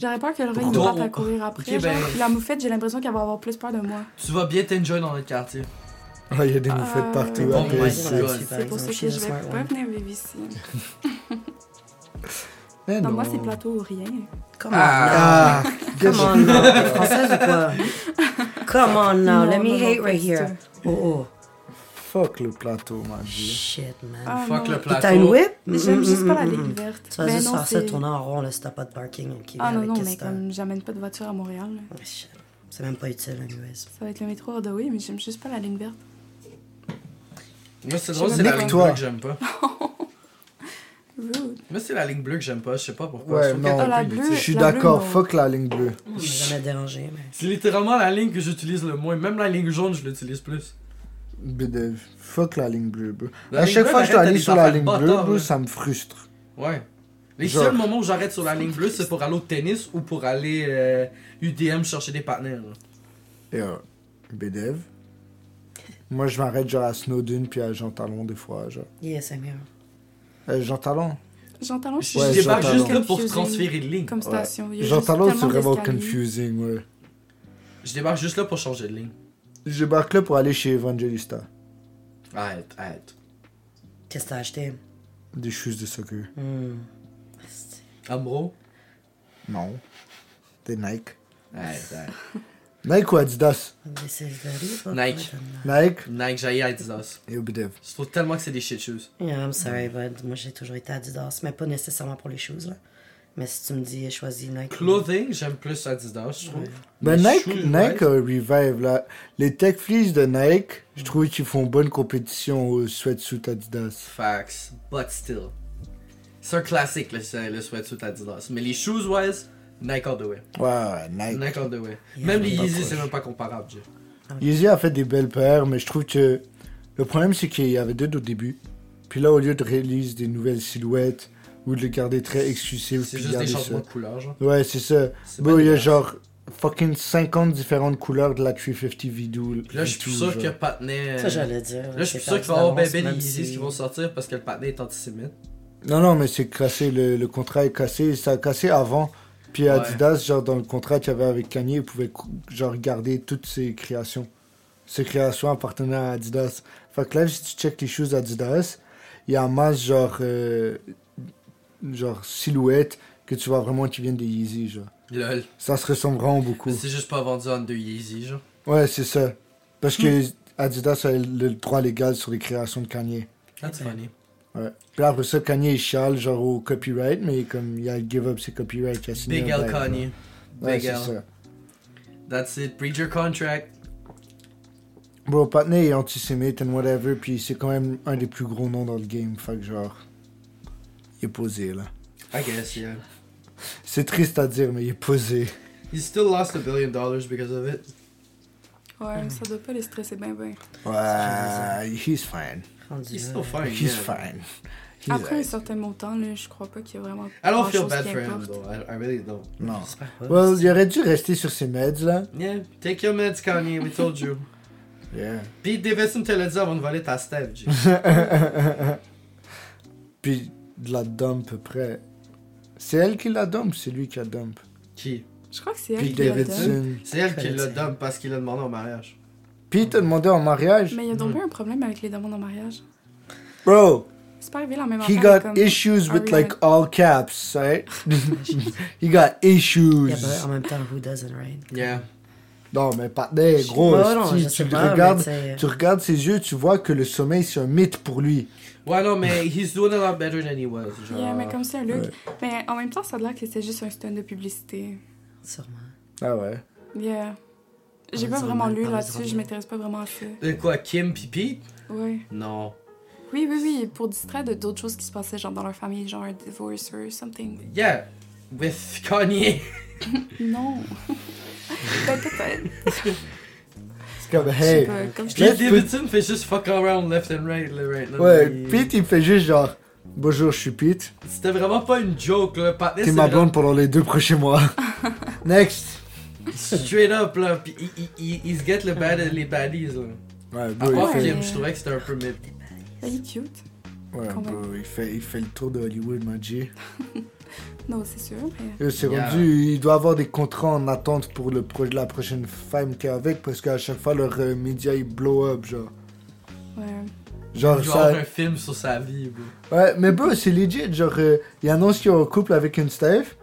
D: J'aurais peur que le règne
B: Pourquoi?
D: parte à courir après.
B: Ok, ben-
D: genre, puis la moufette, j'ai l'impression qu'elle va avoir plus peur de moi.
B: Tu vas bien t'enjoy dans notre quartier.
C: Ah, il y a des
D: Ah,
C: moufettes partout. hein,
D: bon,
C: à
E: euh, Bon,
B: ouais,
E: ouais,
C: PSC.
B: c'est-
E: là-dessus, par
D: C'est pour ça
E: exemple.
D: que
E: Je suis
D: je vais
E: smart,
D: pas
E: ouais.
D: venir vivre ici.
C: Eh
D: Non,
C: non.
D: moi, c'est plateau ou rien.
E: Come on, now.
C: Ah,
E: Come on, now. T'es française ou quoi? Come on,
D: Non,
E: now. Let me
D: non, non,
E: hate
D: pas
E: right
D: du
E: here. Oh, oh.
C: fuck le plateau, ma vie.
E: Shit, man.
D: Ah,
B: Fuck le
D: non.
E: Et t'as
B: plateau.
E: une whip?
D: Mais J'aime juste pas la
E: Mm, mm, mm,
D: ligne
E: mm.
D: verte.
E: Tu vas
D: Ben
E: juste
D: non,
E: faire ça,
D: c'est-
E: tourner en rond, là, si t'as pas de parking. ok,
D: Ah
E: viens
D: non,
E: avec
D: non,
E: qu'est-ce
D: mais
E: que t'as.
D: comme j'amène pas de voiture à Montréal, là.
E: Ah, shit. C'est même pas utile, anyways.
D: ça va être le métro Hardaway, mais j'aime juste pas la ligne verte.
B: Moi, c'est drôle,
D: Je
B: c'est la
C: me
B: ligne
C: toi.
B: bleue que j'aime pas.
D: Rude.
B: Moi, c'est la ligne bleue que j'aime pas. Je sais pas pourquoi.
C: Ouais,
B: Je trouve qu'elle
C: non.
B: est un
D: Ah, la
B: peu
D: bleue.
C: Je
B: inutile.
C: suis
D: La bleue,
C: d'accord,
D: non.
C: fuck la ligne bleue.
D: Oh,
E: On m'a jamais dérangé, mais.
B: C'est littéralement la ligne que j'utilise le moins. Même la ligne jaune, je l'utilise plus.
C: Bédev, fuck la ligne bleue, bro.
B: La
C: à
B: ligne
C: chaque
B: bleue,
C: fois que je dois
B: arrête
C: aller
B: des
C: sur la
B: affaires
C: ligne bleue,
B: bâtards,
C: bro,
B: là.
C: ça me frustre.
B: Ouais. Les
C: Genre.
B: seuls moments où j'arrête sur la ligne bleue, c'est pour aller au tennis ou pour aller euh, UDM chercher des partenaires. là.
C: Et euh, Bédev. Moi, je m'arrête genre à Snowden puis à Jean Talon des fois, genre.
E: Yeah, c'est mieux.
C: Euh, Jean Talon
D: Jean Talon, je
B: Je
D: suis
C: Ouais,
B: je débarque
C: Jean
B: juste là
D: Talon.
B: pour
D: Confusing.
B: transférer de ligne.
D: comme station. Il y a
C: Jean
D: juste
C: Talon, c'est
D: tellement
C: vraiment
D: d'escaliers.
C: confusing, ouais.
B: Je débarque juste là pour changer de ligne.
C: Je débarque là pour aller chez Evangelista.
B: Arrête, arrête.
E: Qu'est-ce que t'as acheté?
C: Des choses de soccer.
B: Mm.
E: Hmm. Asti.
B: Ambro?
C: Non. Des Nike.
B: Arrête, arrête.
C: Nike ou Adidas
E: This is the Reebok
B: Nike.
E: Madonna.
C: Nike
B: Nike, j'aille Adidas.
C: et Obedev.
B: Je trouve tellement que c'est des shit shoes.
E: Yeah, I'm sorry, but moi j'ai toujours été Adidas, mais pas nécessairement pour les choses, là. Mais si tu me dis, choisis Nike.
B: Clothing, j'aime plus Adidas, je trouve.
C: Ben
B: Les
C: Nike,
B: shoes,
C: Nike
B: ouais.
C: euh, revive là. Les tech fleece de Nike,
B: Mm.
C: je trouve qu'ils font bonne compétition aux sweatsuits Adidas.
B: Facts, but still. C'est un classique, le, le sweatsuit Adidas. Mais les shoes, ouais, Nike all the way.
C: Ouais, ouais, Nike.
B: Nike all the way.
E: Yeah.
B: Même les
C: Pas
B: Yeezy,
C: proche.
B: c'est même pas comparable, Jay.
C: Yeezy a fait des belles paires, mais je trouve que le problème c'est qu'il y avait deux au début. Puis là, au lieu de réaliser des nouvelles silhouettes ou de les garder très exclusives,
B: C'est
C: puis
B: juste
C: garder
B: des
C: ça.
B: changements de couleur, genre.
C: Ouais, c'est ça.
B: C'est
C: Bon,
B: pas
C: il y a
B: dégueulasse.
C: genre fucking 50 différentes couleurs de la 350 V2.
B: Puis là, je suis sûr que Patney.
E: Ça, j'allais dire.
B: Là, je suis
E: c'est
B: sûr qu'il va y
E: perdu
B: avoir bien
E: d'avance,
B: ben les
E: même
B: Yeezys
E: si-
B: qui vont sortir parce que le Patney est antisémite.
C: Non, non, mais c'est cassé, le, le contrat est cassé, ça a cassé avant. Puis Adidas, genre dans le contrat qu'il y avait avec Kanye, il pouvait cou- genre garder toutes ses créations. Ses créations appartenaient à Adidas. Fait que là, si tu check les choses Adidas, il y a un masse genre, euh, genre silhouette que tu vois vraiment qui viennent des Yeezy, genre.
B: Lol.
C: Ça se ressemble vraiment
B: Mais
C: beaucoup.
B: c'est juste pas vendu en deux Yeezy, genre.
C: Ouais, c'est ça. Parce que Adidas a le droit légal sur les créations de Kanye.
B: That's funny.
C: Ouais. Puis après ça, Kanye il chiale genre au copyright, mais comme il a give up ses copyrights, il a signé
B: Big
C: un
B: L
C: bail, genre.
B: Kanye.
C: Ouais,
B: Big
C: c'est
B: L.
C: ça.
B: That's it. Read your contract.
C: Bro, Patney est antisémite and whatever, puis c'est quand même un des plus gros noms dans le game, fait que genre. Il est posé là.
B: I guess, yeah.
C: C'est triste à dire, mais il est posé.
B: He still lost a billion dollars because of it. Mm.
D: Ouais, mais ça doit pas les stresser ben ben.
C: Ouais, he's fine.
E: Rendu
B: He's
E: là,
B: still fine.
C: He's
B: yeah.
C: fine. He's
D: Après un
C: right.
D: certain montant, là, je crois pas qu'il y a vraiment.
B: I don't feel
D: grand-chose
B: bad
D: qui
B: for him
D: importe.
B: though. I, I really don't.
C: Non.
E: j'espère pas.
C: Well, il aurait dû rester sur ses meds là.
B: Yeah, take your meds, Kanye. We told you.
C: Yeah.
B: Pete Davidson te l'a dit avant de voler ta step, G.
C: Puis de la dump après. C'est elle qui la dump, c'est lui qui la dump.
B: Qui
D: Je crois que c'est elle
C: Pete
D: qui l'a donne.
C: Davidson.
B: C'est elle qui
E: Très
B: l'a
E: bien.
B: dump parce qu'il l'a demandé en mariage.
C: Pete a demandé en mariage.
D: Mais il y a
B: Mm.
D: donc bien un problème avec les demandes en mariage.
C: Bro,
D: C'est pas arrivé la même
C: he
D: affaire,
C: got
D: comme-
C: issues
D: Are
C: with
D: we
C: like all caps, right? he got
E: Yeah, but um,
C: issues.
E: en même temps, who doesn't, right?
B: Yeah.
C: Non, mais pas des gros.
E: Ouais, non,
C: si
E: je sais
C: tu,
E: pas, mais
C: regardes,
E: t'sais-
C: tu regardes ses yeux, tu vois que le sommeil c'est un mythe pour lui.
B: Ouais, non, mais he's doing a lot better than he was. Genre.
D: Yeah, mais comme ça, Luc. Mais en même temps, ça a l'air que c'était juste un stun de publicité.
E: Sûrement.
C: Ah ouais.
D: Yeah. J'ai
E: Parlez-en
D: pas vraiment
E: bien,
D: lu
E: parlez-en
D: là-dessus, je
E: bien.
D: m'intéresse pas vraiment à ça.
B: De Euh, quoi, Kim pis Pete
D: Ouais.
B: Non.
D: Oui, oui, oui, pour distraire de d'autres choses qui se passaient, genre dans leur famille, genre un divorce or something.
B: Yeah. With Kanye.
D: Non. ben, peut-être.
C: C'est comme,
D: Je sais
C: hey.
D: pas, comme je dis.
C: Let's
B: Pete
C: put-
B: Davidson fait juste fuck around left and right, là, right now.
C: Ouais,
B: Il-
C: Pete il fait juste genre, bonjour, je suis Pete.
B: C'était vraiment pas une joke, là. Patney,
C: T'es
B: c'est
C: ma
B: vraiment-
C: blonde pendant les deux prochains mois. Next.
B: Straight up, là. Puis ils il, il, il se guettent le bad, les baddies, là.
C: Ouais,
B: À
C: bro,
B: part
C: il fait,
D: Ah ouais.
B: Kim, je trouvais que c'était un peu mid.
D: Elle est cute.
C: ouais,
D: quand
C: bro, il fait, il fait le tour de Hollywood, man. G.
D: Non, c'est sûr. mais-
C: Euh, C'est
B: Yeah.
C: rendu, il doit avoir des contrats en attente pour le pro- la prochaine femme qui est avec parce qu'à chaque fois leur euh, média il blow up genre.
D: Ouais.
C: Genre
B: Il doit
C: Ah, ça.
B: avoir un film sur sa vie, bro.
C: Ouais, mais bro, c'est legit, genre euh, ils annoncent qu'ils sont en couple avec une staff,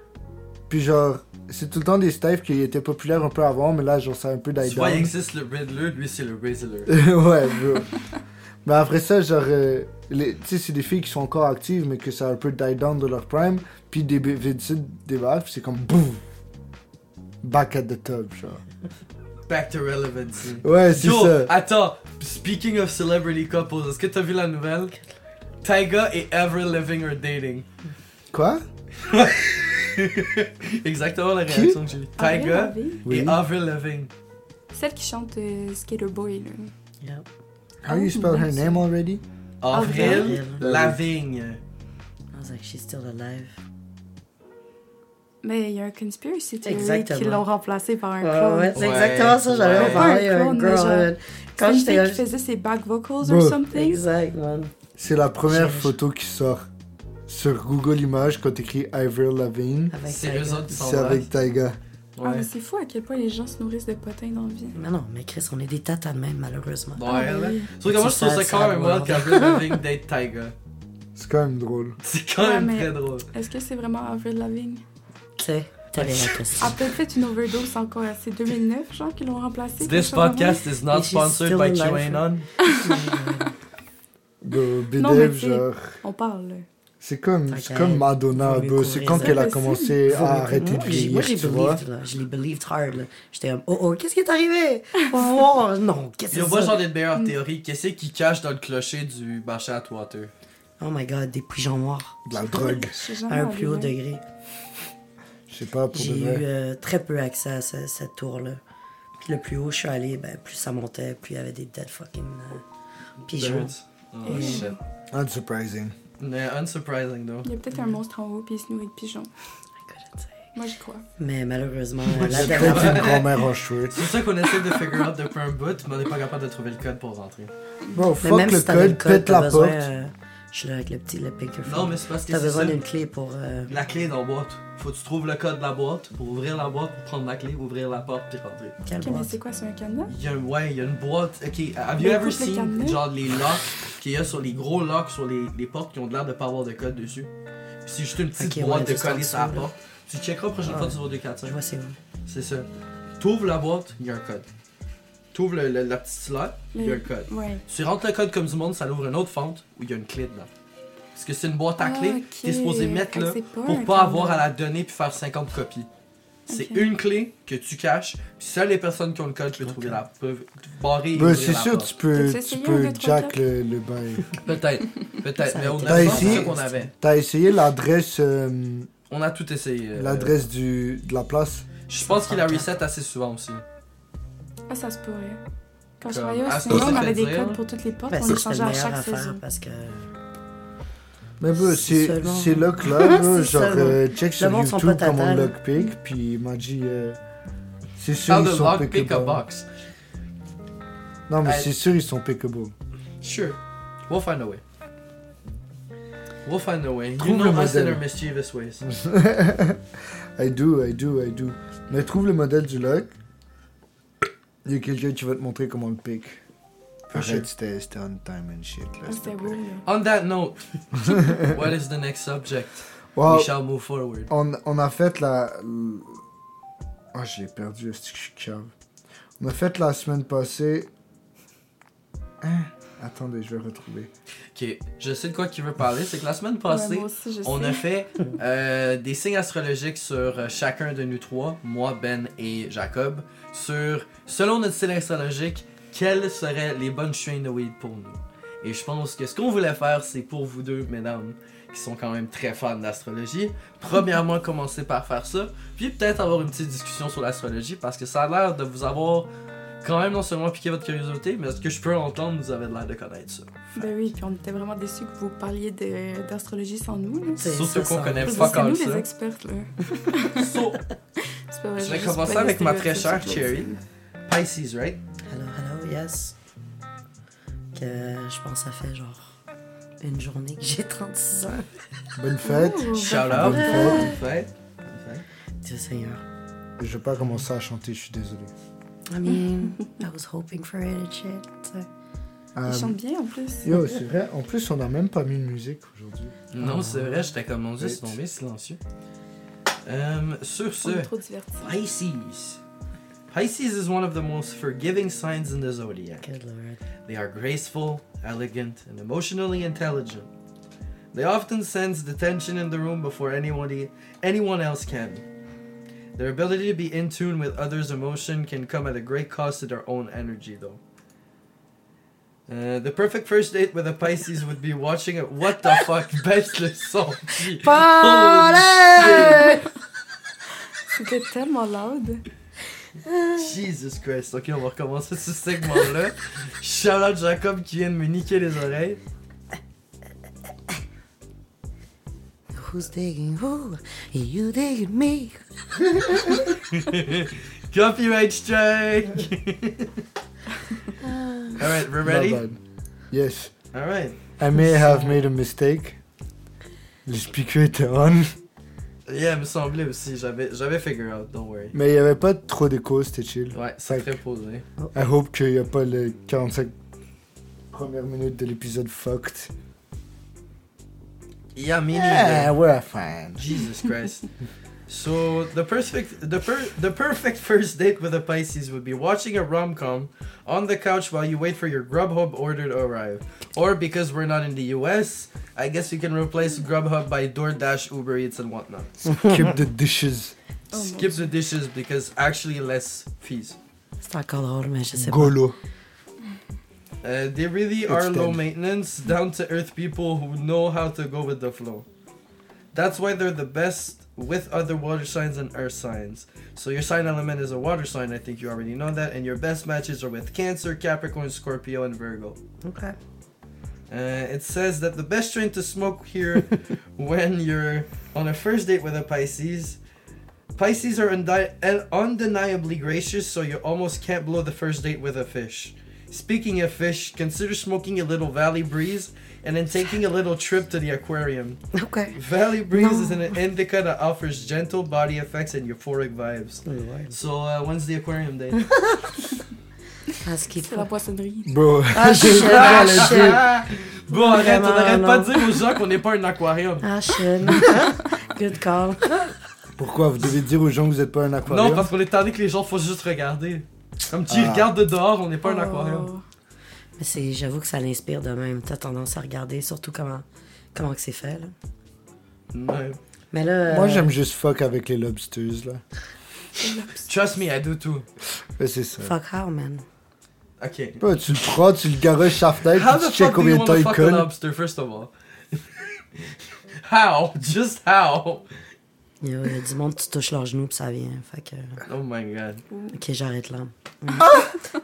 C: puis genre c'est tout le temps des staffs qui étaient populaires un peu avant, mais là genre c'est un peu die
B: Tu vois, il
C: down.
B: existe le Riddler, lui c'est le Rizzler.
C: ouais, bro. mais après ça, genre, euh, les- tu sais, c'est des filles qui sont encore actives, mais que ça a un peu die down de leur prime, puis des décident des barres, puis c'est comme boum, back at the top, genre.
B: Back to relevancy.
C: Ouais, c'est
B: Yo,
E: Ah.
C: ça.
B: attends, speaking of celebrity couples, est-ce que t'as vu la nouvelle? Tyga et Ever Living or Dating.
C: Quoi?
B: Exactement la
C: Qui?
B: réaction que j'ai eue.
D: Avril
B: Tyga
D: Lavigne.
B: et Avril Living.
D: Celle qui chante euh, Skater Boy, là.
E: Yeah.
C: How you spell her name already?
B: Avril
E: Avril.
B: Lavigne.
E: I was like, she's still alive.
D: Mais il y a un conspiracy theory
E: Exactement.
D: qui l'ont remplacé par un
E: Ah
D: clone.
E: ouais, c'est
B: Ouais.
E: exactement ça, j'avais
B: Ouais.
E: parlé à
D: Ouais,
E: un
D: mais genre,
E: girl. Quand
D: Quand
E: j'étais
D: je
E: là,
D: qui faisait ses back vocals
C: Bro.
D: or something.
E: Exact, man.
C: C'est la première
E: Je- je-
C: photo qui sort sur Google Images quand écrit Avril Lavigne.
E: Avec
B: C'est
E: Tiger.
B: eux autres qui sont
C: C'est
B: là.
C: avec Tyga.
D: Ah,
B: Ouais.
D: mais c'est fou à quel point les gens se nourrissent de potins dans la vie.
E: Mais non, mais Chris, on est des tatas de même, malheureusement.
D: Ah,
B: Ouais, là.
D: oui.
B: Sauf que moi je trouve ça
E: Sad,
B: quand même
E: sad
B: wild
E: world.
B: qu'Avril Lavigne date Tyga.
C: C'est quand même drôle.
B: C'est quand
D: Ouais,
B: même
D: mais-
B: très drôle.
D: Est-ce que c'est vraiment Avril Lavigne?
E: Tu sais, t'avais la question.
D: A peut-être fait une overdose encore. hein. C'est 2009, genre, qu'ils l'ont remplacé. quelque
B: This
D: chose de même.
B: podcast is
E: Et
B: not
E: she's
B: sponsored
E: still
B: by
E: alive.
B: QAnon.
C: Bro,
D: Non, mais
C: BDF,
D: tu sais-
C: genre.
D: On parle, là.
C: C'est comme, c'est
E: T'inquiète,
C: comme Madonna, bro.
E: faut
C: C'est
E: découvrir
C: quand
E: ça.
C: qu'elle a
D: C'est
C: commencé
E: Faut
C: à
E: mettre-
C: arrêter de
E: moi, j'ai- Moi,
C: vieillir,
E: j'ai
C: tu vois.
E: believed, là. Je l'ai believed hard, là. J'étais comme, oh, oh, qu'est-ce qui est arrivé? Faut voir. Non, qu'est-ce
B: Yo,
E: que
B: moi
E: c'est
B: j'en
E: ça?
B: ai de meilleures théories. Qu'est-ce qui cache dans le clocher du marché à Water?
E: Oh my god, des pigeons noirs.
C: De la drogue.
D: Je sais
E: À
D: jamais
E: un plus haut
D: allée, là.
E: degré.
C: Je sais pas, pour de
E: J'ai
C: vrai.
E: eu euh, très peu accès à ce- cette tour-là. Puis le plus haut, je suis allé, ben, plus ça montait, plus il y avait des dead fucking euh, pigeons.
B: Birds. Oh
D: Et-
B: shit.
C: Unsurprising.
B: Mais unsurprising though.
D: Il y a peut-être un monstre en haut, puis il se nourrit de pigeons. Moi, j'y crois.
E: Mais malheureusement, la
C: C'est
E: dernière
C: peut-être une grand-mère en chouette.
B: C'est ça qu'on essaie de figure out depuis un bout, mais on n'est pas capable de trouver le code pour rentrer.
C: Bro,
E: Mais
C: fuck
E: même
C: le
E: si t'avais
C: code, pète
E: t'as
C: la
E: besoin,
C: porte.
E: euh, je suis là avec le petit, le Pinkerfield.
B: Non, mais c'est parce que
E: T'as
B: c'est
E: besoin
B: ça.
E: d'une clé pour. euh,
B: La clé est dans la boîte. Faut que tu trouves le code de la boîte pour ouvrir la boîte, pour prendre la clé, ouvrir la porte, puis rentrer.
E: quelle
D: Ok, mais
E: boîte?
D: c'est quoi, c'est un cadenas?
B: Il y a, un- ouais, il y a une boîte. Ok, have you
D: Mais
B: ever
D: coupe le
B: seen
D: cadenas.
B: genre les locks qu'il y a sur les gros locks sur les, les portes qui ont de l'air de pas avoir de code dessus? Puis c'est juste une petite
E: Ok,
B: boîte
E: ouais,
B: de
E: juste en
B: coller sur la
E: dessous, là.
B: porte. Tu checkeras la prochaine
E: Ah
B: fois
E: ouais.
B: tu vas au
E: Je
B: 245.
E: vois c'est où.
B: C'est ça. T'ouvres la boîte, il y a un code. T'ouvres le- le- la petite slot, il y a
E: Mm.
D: Mais-
B: un code.
D: Ouais.
B: Tu rentres le code comme du monde, ça l'ouvre une autre fente où il y a une clé dedans. Parce que c'est une boîte à
D: Ah,
B: clé,
D: ok.
B: t'es supposé mettre
D: Fait que
B: là
D: c'est pas
B: pour
D: un
B: pas avoir à
D: cadenas.
B: la donner puis faire 50 copies. C'est
D: Ok.
B: une clé que tu caches, puis seules les personnes qui ont le code peuvent trouver la peuvent barrer et
C: Bro,
B: ouvrir
C: c'est
B: la
C: sûr,
B: porte.
C: tu peux,
D: T'as-tu
C: tu
D: essayé un,
C: peux
D: deux, trois,
C: jack
D: quatre?
C: le, le bail.
B: Peut-être, peut-être.
E: Ça
B: Mais on
E: aurait
B: a
C: été
B: pas
C: ici.
B: ça qu'on avait.
C: T'as essayé l'adresse euh,
B: On a tout essayé. euh,
C: l'adresse du de la place
B: Je pense qu'il a
E: 134.
B: reset assez souvent aussi.
D: Ah, ça se pourrait. Quand je
B: Comme,
D: travaillais au
B: à ce
D: cinéma,
B: qu'on
D: on
B: s'est
D: avait
B: fait
D: des
B: dire,
D: codes pour toutes les portes,
E: Ben,
D: on
E: c'est
D: les
E: que c'était
D: changeait
E: la
D: à
E: meilleure
D: chaque
E: affaire
D: saison.
E: parce que
C: Mais bro,
E: C'est
C: c'est
E: seulement- Ah,
C: c'est lock là, bro,
E: C'est
C: genre
E: seulement.
C: euh, check sur
E: monde sont
C: YouTube
E: pas
C: comment
E: tatales.
C: lockpick, puis il m'a dit euh, c'est sûr
B: Parle
C: ils
B: de
C: sont
B: lock, pick a
C: pickable.
B: box.
C: Non mais
B: Hey.
C: c'est sûr ils sont pickable.
B: Sure. We'll find a way. We'll find a way. You
C: Trouve le
B: know us and
C: modèle.
B: our mischievous ways.
C: I do, I do, I do. Mais trouve le modèle du lock. Il y a quelqu'un qui va te montrer comment le pick. Arrête, c'était c'était on time and shit là.
D: Ah,
C: s'il te
D: C'était
C: plaît.
D: weird.
B: On that note, what is the next subject?
C: Wow,
B: We shall move forward.
C: on, on a fait la. l- Ah, je l'ai perdu, est-ce que je suis cave? On a fait la semaine passée. Hein? Attendez, je vais retrouver.
B: Ok, je sais de quoi qu'il veut parler. C'est que la semaine
D: Ouais,
B: passée,
D: moi aussi, je
B: on
D: sais.
B: a fait euh, des signes astrologiques sur euh, chacun de nous trois, moi, Ben et Jacob, sur, selon notre signe astrologique, quelles seraient les bonnes chaînes de weed pour nous. Et je pense que ce qu'on voulait faire, c'est pour vous deux, mesdames, qui sont quand même très fans d'astrologie, premièrement, commencer par faire ça, puis peut-être avoir une petite discussion sur l'astrologie, parce que ça a l'air de vous avoir quand même non seulement piqué votre curiosité, mais ce que je peux entendre, vous avez l'air de connaître ça.
D: Ben oui, puis on était vraiment déçus que vous parliez de-
B: Ben,
D: d'astrologie sans nous. là.
E: C'est
B: Surtout
E: ça,
B: qu'on
E: ça.
B: connaît
D: Parce que
B: fuck
D: c'est nous
B: all
D: les
B: ça.
D: experts, là.
B: So,
D: C'est pas vrai.
B: Je vais
D: juste
B: commencer
D: pas
B: avec ma
D: laisser
B: très
D: votre
B: chère
D: surprise.
B: Cherry. Pisces, right?
E: Hello, hello, yes. Que je pense ça fait genre une journée que j'ai 36 ans.
C: Bonne fête.
D: Ouh,
B: Shout
D: ben,
B: out.
C: Ouais.
B: Bonne fête. Bonne fête.
E: Dieu Seigneur.
C: Je vais pas commencer à chanter, je suis désolé.
E: I mean, I was hoping for it and shit. tu sais.
C: Euh,
D: Il chante bien en plus.
C: yo, c'est vrai. En plus, on n'a même pas mis de musique aujourd'hui.
B: Non, c'est vrai, j'étais comme mon dieu,
C: Vite.
B: c'est tombé silencieux. Euh, sur ce,
D: On est trop divertis.
B: Pisces. Pisces is one of the most forgiving signs in the zodiac.
E: Good lord.
B: They are graceful, elegant, and emotionally intelligent. They often sense the tension in the room before anybody, anyone else can. Their ability to be in tune with others' emotion can come at a great cost to their own energy, though. Uh, the perfect first date with a Pisces would be watching a what the fuck best le son.
D: Party! C'était tellement loud.
B: Jesus Christ. Ok, on va recommencer ce segment-là. Shout out Jacob qui vient de me niquer les oreilles.
E: Who's digging who? You digging me?
B: Copyright strike! Alright, we're ready?
C: My bad. Yes.
B: Alright.
C: I may have made a mistake. Le speaker était on.
B: Yeah, me semblait aussi. J'avais, j'avais figure out, don't worry.
C: Mais il n'y avait pas trop d'écho, c'était chill.
B: Ouais, c'est
C: Fait que-
B: très posé.
C: I hope qu'il n'y a pas les 45 premières minutes de l'épisode fucked.
B: Yeah, me
C: Yeah,
B: neither.
C: we're Eh fine.
B: Jesus Christ. So the perfect, the per, the perfect first date with a Pisces would be watching a rom com on the couch while you wait for your Grubhub order to arrive, or because we're not in the U.S., I guess you can replace Grubhub by DoorDash, Uber Eats, and whatnot.
C: Keep the dishes.
D: Oh, mon
B: Skip the dishes because actually less fees.
E: C'est encore drôle, mais je sais pas.
C: Golo.
B: Uh, they really
C: It's
B: are low
C: dead.
B: maintenance, down to earth people who know how to go with the flow. That's why they're the best with other water signs and earth signs. So your sign element is a water sign, I think you already know that, and your best matches are with Cancer, Capricorn, Scorpio, and Virgo.
E: Okay.
B: Uh, it says that the best strain to smoke here when you're on a first date with a Pisces. Pisces are undi- un- undeniably gracious, so you almost can't blow the first date with a fish. Speaking of fish, consider smoking a little Valley Breeze and then taking a little trip to the aquarium.
E: Okay.
B: Valley Breeze
E: No.
B: is an indica that offers gentle body effects and euphoric vibes.
E: Good lord.
B: So, uh, when's the aquarium day?
E: Parce qu'il
D: Dieu. C'est la poissonnerie.
C: Bro,
E: Ah, shit, ah, shit.
B: bon, arrête, on
E: Vraiment,
B: arrête pas de
E: non.
B: dire aux gens qu'on n'est pas un aquarium.
E: Ah, shit. Good call.
C: pourquoi vous devez dire aux gens que vous n'êtes pas un aquarium
B: Non, parce qu'on est tanné que les gens faut juste regarder. Comme tu
C: Ah.
B: regardes de dehors, on n'est
D: Oh.
B: pas un aquarium.
E: Mais c'est, j'avoue que ça l'inspire de même. T'as tendance à regarder surtout comment, comment que c'est fait, là.
B: Ouais.
E: Mais là.
C: Moi,
E: euh,
C: j'aime juste fuck avec les lobsters, là.
B: Trust me, I do too.
C: Ouais, c'est ça.
E: Fuck how, man.
B: Ok.
C: Bro, tu le prends, tu le garoches sur la fenêtre,
B: How
C: puis
B: the
C: tu check
B: fuck do you
C: combien de temps
B: wanna
C: il
B: fuck a
C: colle.
B: lobster, first of all? how? Just how?
E: Il y, a, il y a du monde, tu touches leurs genoux, puis ça vient. Fait que.
B: Oh my god.
E: Ok, j'arrête là. Ah!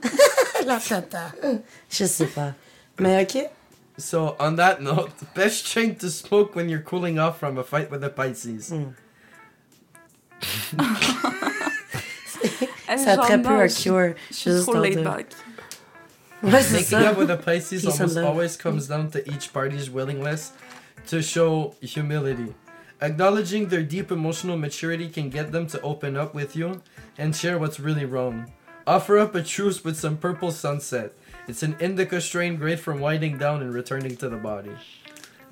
E: la tata. Je sais pas. Mais ok.
B: So, on that note, best drink to smoke when you're cooling off from a fight with a Pisces.
E: Ça a très peu un cure.
D: Je suis trop
E: en
D: laid
E: deux.
D: back.
E: Ouais, c'est
B: Making up
E: ça.
B: with a Pisces
E: Peace and
B: almost
E: love.
B: always comes down to each party's willingness to show humility. Acknowledging their deep emotional maturity can get them to open up with you and share what's really wrong. Offer up a truce with some purple sunset. It's an indica strain great for winding down and returning to the body.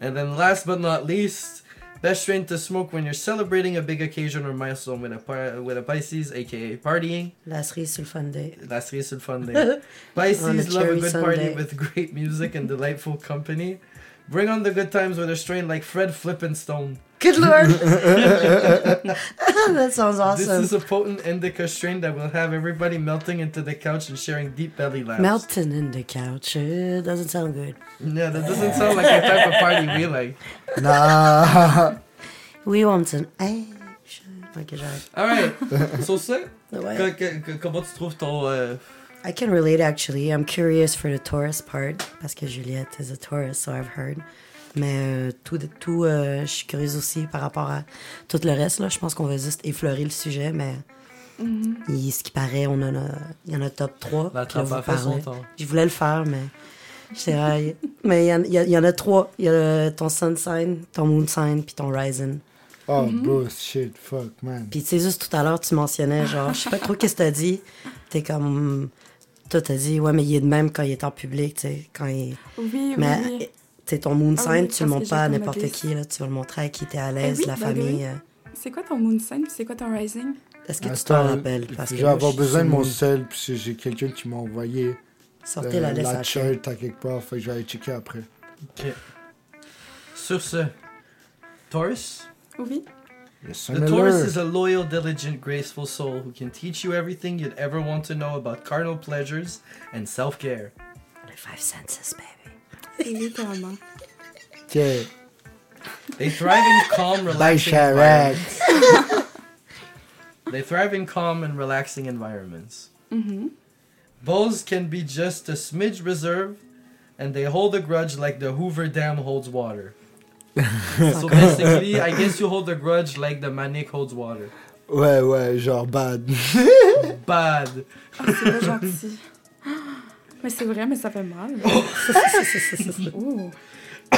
B: And then last but not least, best strain to smoke when you're celebrating a big occasion or milestone with a pi- with a Pisces, aka partying.
E: La cerise sur le Funday.
B: That's recent funding. Pisces
E: On a
B: love a
E: cherry
B: good party
E: sundae.
B: with great music and delightful company. Bring on the good times with a strain like Fred Flippin' Stone.
E: Good lord! That sounds
B: This
E: awesome.
B: is a potent indica strain that will have everybody melting into the couch and sharing deep belly laughs.
E: Melting in the couch. It doesn't sound good.
B: Yeah, that doesn't sound like the type of party we like.
C: Nah.
E: We want some action. Ok, j'arrête.
B: Alright, so ça,
E: Ouais.
B: que- que- que- comment tu trouves ton... euh,
E: I can relate actually. I'm curious for the Taurus part parce que Juliette is a Taurus, so I've heard. Mais euh, tout, de- tout euh, je suis curieuse aussi par rapport à tout le reste. Là. Je pense qu'on va juste effleurer le sujet, mais
D: Mhm.
E: Et ce qui paraît, on en a, il y en a top 3.
B: La
E: puis là,
B: trappe
E: vous
B: a fait son
E: parlez.
B: temps.
E: Je voulais le faire, mais j'étais raille. Mais il y en- il y, a- il y en a trois. Il y a le- ton sun sign, ton moon sign, puis ton rising.
C: Oh, bro, shit, fuck, man.
E: Mhm. Puis tu sais, juste tout à l'heure, tu mentionnais, genre, je sais pas trop qu'est-ce que t'as dit. T'es comme... Toi, t'as dit, ouais, mais il est de même quand il est en public, tu sais, quand il...
D: Oui,
E: Mais eh,
D: oui.
E: tu sais, ton moon
D: Ah
E: sign,
D: oui, parce
E: tu le
D: que
E: montres
D: j'ai
E: pas à
D: comme
E: n'importe
D: noté Eh
E: qui, là. Tu vas le montrer à qui t'es à l'aise,
D: oui,
E: la
D: by the way.
E: famille. euh.
D: C'est quoi ton moon sign puis c'est quoi ton rising?
E: Est-ce que tu
C: Attends,
E: t'en rappelles? Parce
C: Ah, Je
E: que
C: vais
E: moi,
C: avoir
E: je-
C: besoin de mon sel, puis si j'ai quelqu'un qui m'a envoyé
E: Sortez
C: euh,
E: la laisse à
C: la
E: la
C: chart à quelque part, fait que je vais aller checker après.
B: Ok. Sur ce, Taurus.
D: Oui.
C: Yes, son
B: The Taurus
C: alert.
B: is a loyal, diligent, graceful soul who can teach you everything you'd ever want to know about carnal pleasures and self care.
E: Le five senses, baby.
D: Littéralement.
C: Ok,
B: They thrive in calm,
C: bye
B: relaxing
C: Chirac.
B: environments. They thrive in calm and relaxing environments.
D: Mhm.
B: Bulls can be just a smidge reserved, and they hold a grudge like the Hoover Dam holds water. so basically, I guess you hold a grudge like the Manic holds water.
C: Ouais, ouais, genre bad.
B: Bad.
D: Ah, c'est pas gentil. Mais c'est vrai, mais ça fait mal. Oh.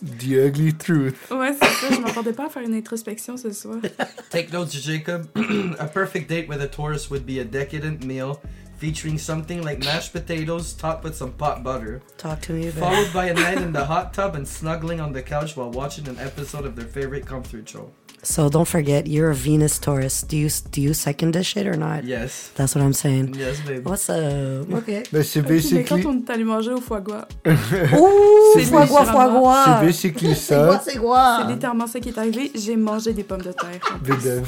C: The ugly truth.
D: Ouais, c'est ça. Je m'attendais pas à faire une introspection ce soir.
E: Ben,
B: Take notes, Jacob. a perfect date with a Taurus would be a decadent meal featuring something like mashed potatoes topped with some pot butter,
E: Talk to me, baby.
B: followed by a night in the hot tub and snuggling on the couch while watching an episode of their favorite comfort show.
E: So don't forget, you're a Venus Taurus. Do you do you second this shit or not?
B: Yes.
E: That's what I'm saying.
B: Yes, baby.
E: What's up? Okay.
C: Mais c'est
D: Mais quand
C: basically,
D: on est allé manger au foie gras,
E: Ouh,
D: C'est
E: foie gras, foie
D: littéralement-
E: gras.
C: c'est basically ça.
E: C'est
D: Ah. c'est
E: quoi?
D: littéralement ça qui est arrivé. J'ai mangé des pommes de terre.
C: Big Dev.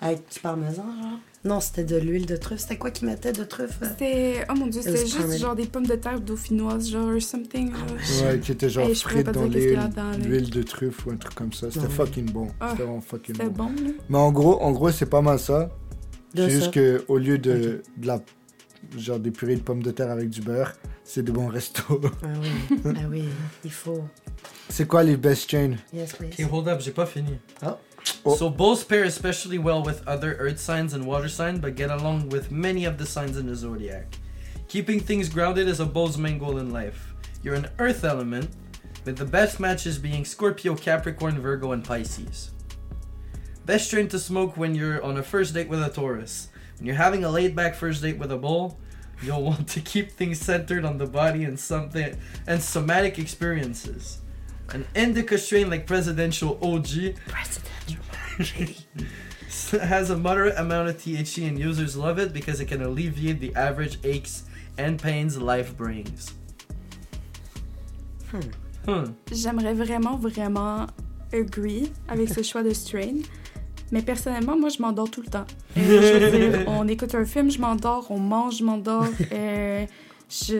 E: Avec du parmesan, genre? Non, c'était de l'huile de truffe. C'était quoi qui mettait de truffe? euh?
D: C'était. Oh mon dieu,
E: was Ah,
D: c'était juste
E: primary.
D: genre des pommes de terre dauphinoises, genre something. euh, genre.
C: Ouais, qui était genre
D: Hey, je pourrais
C: frites
D: pas
C: dans
D: dire qu'est-ce qu'il y a
C: l'huile
D: là-dedans, là.
C: l'huile de truffe ou un truc comme ça. C'était
E: Non.
C: fucking bon.
D: Ah,
C: C'était vraiment fucking
D: C'était
C: bon.
D: bon, là.
C: Mais en gros, en gros, c'est pas mal ça.
E: De
C: C'est
E: ça.
C: juste que au lieu de, de la genre des purées de pommes de terre avec du beurre, c'est des bons restos.
E: Ah oui, ah oui, il faut.
C: c'est quoi les best chains
E: Yes, please.
B: Okay, hold up, j'ai pas fini.
C: Ah. Oh.
B: So bulls pair especially well with other earth signs and water signs, but get along with many of the signs in the zodiac. Keeping things grounded is a bull's main goal in life. You're an earth element, with the best matches being Scorpio, Capricorn, Virgo, and Pisces. Best train to smoke when you're on a first date with a Taurus. When you're having a laid back first date with a bull, you'll want to keep things centered on the body and something and somatic experiences. An indica strain like presidential OG has a moderate amount of THC and users love it because it can alleviate the average aches and pains life brings.
E: Hmm.
B: Hmm.
D: J'aimerais vraiment, vraiment agree avec ce choix de strain. Mais personnellement, moi, je m'endors tout le temps. Euh, je veux dire, on écoute un film, je m'endors. On mange, je m'endors. Euh, je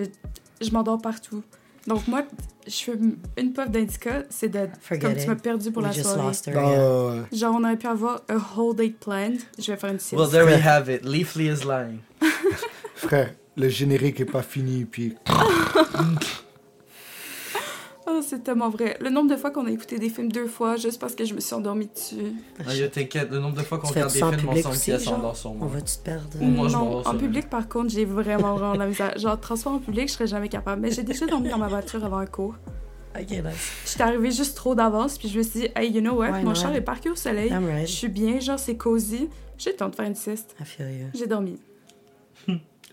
D: je m'endors partout. Donc, moi, je fume une puff d'indica, c'est de.
E: Forget
D: Comme tu m'as
E: it.
D: perdu pour
E: We
D: la
E: just
D: soirée.
E: lost her. yeah.
C: Oh,
D: Genre, on aurait pu avoir a whole date planned. Je vais faire une sieste.
B: Well, there we have it. Leafly is lying.
C: frère, le générique est pas fini puis
D: Oh, c'est tellement vrai. Le nombre de fois qu'on a écouté des films deux fois juste parce que je me suis endormie dessus.
B: Ah, je t'inquiète, le nombre de fois qu'on
E: Tu fais
B: regarde des
E: ça en
B: films
E: public
B: ensemble
E: aussi,
B: qui elle s'endort
E: genre?
B: sur
E: On
B: moi.
E: va-tu te perdre?
B: Mm. moi, je m'en
D: non,
B: ressors,
D: en
B: là.
D: public, par contre, j'ai vraiment, vraiment de la misère. Genre, transport en public, je serais jamais capable. Mais j'ai déjà dormi dans ma voiture avant un cours.
E: Ok, nice.
D: J'étais arrivée juste trop d'avance, puis je me suis dit, hey, you know what,
E: Ouais, Ah,
D: mon
E: non.
D: char est parqué au soleil.
E: I'm
D: Je
E: right.
D: suis bien, genre, c'est cosy. J'ai le temps de faire une sieste.
E: I feel you.
D: J'ai dormi.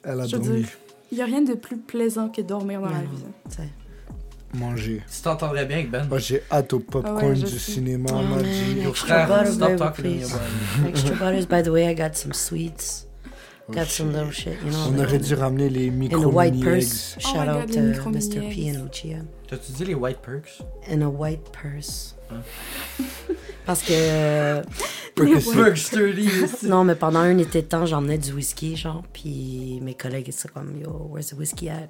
C: elle a
D: Je veux
C: dormi,
D: dire, il n'y a rien de plus plaisant que dormir dans la
E: Non.
D: vie.
E: Tu sais.
C: manger.
B: Tu t'entendrais bien avec Ben.
C: Moi, j'ai hâte au popcorn
D: Ah ouais, je
C: du
D: sais.
C: cinéma,
E: Oh,
C: m'a
E: man.
C: dit.
E: Yo,
B: Frère,
E: Extra butter,
B: stop
E: baby,
B: talking to me
E: please.
B: about it.
E: Extra butters, by the way, I got some sweets.
C: Oh,
E: Got some
C: shit.
E: little shit, you know.
C: On aurait dû ramener les
E: In a
C: micro
E: white
C: mini
E: purse.
C: eggs.
D: Oh my
E: Shout
D: God,
E: out
D: les
E: to
D: micro
E: Mr. P
D: mini-eggs.
E: and Lucia.
B: T'as-tu dit les white perks?
E: In a white purse.
B: Hein?
E: Parce que. euh,
C: Percocet.
D: Ouais.
B: Perks 30!
E: non, mais pendant un été de temps, j'emmenais du whisky, genre. Puis mes collègues, ils étaient comme, yo, where's the whisky at?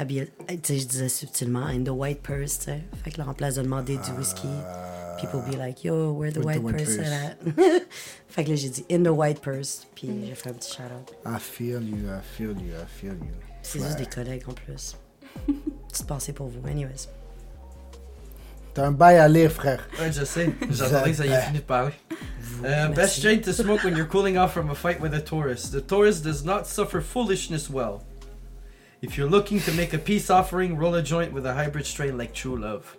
E: Ah, bien, Tu sais, je disais subtilement, in the white purse, tu sais. Fait que là, en place de demander du whisky, people be like, yo, where the
C: With
E: white, purse, at? fait que là, j'ai dit, in the white purse. Puis j'ai fait un petit shout out.
C: I feel you, I feel you, I feel you.
E: C'est
C: Ouais.
E: juste des collègues en plus. Petite pensée pour vous, anyways.
C: T'as un bail à lire, frère.
B: Ouais, je sais. J'attendais que ça y est fini de parler. Uh, best
E: Merci.
B: strain to smoke when you're cooling off from a fight with a Taurus. The Taurus does not suffer foolishness well. If you're looking to make a peace offering, roll a joint with a hybrid strain like True Love.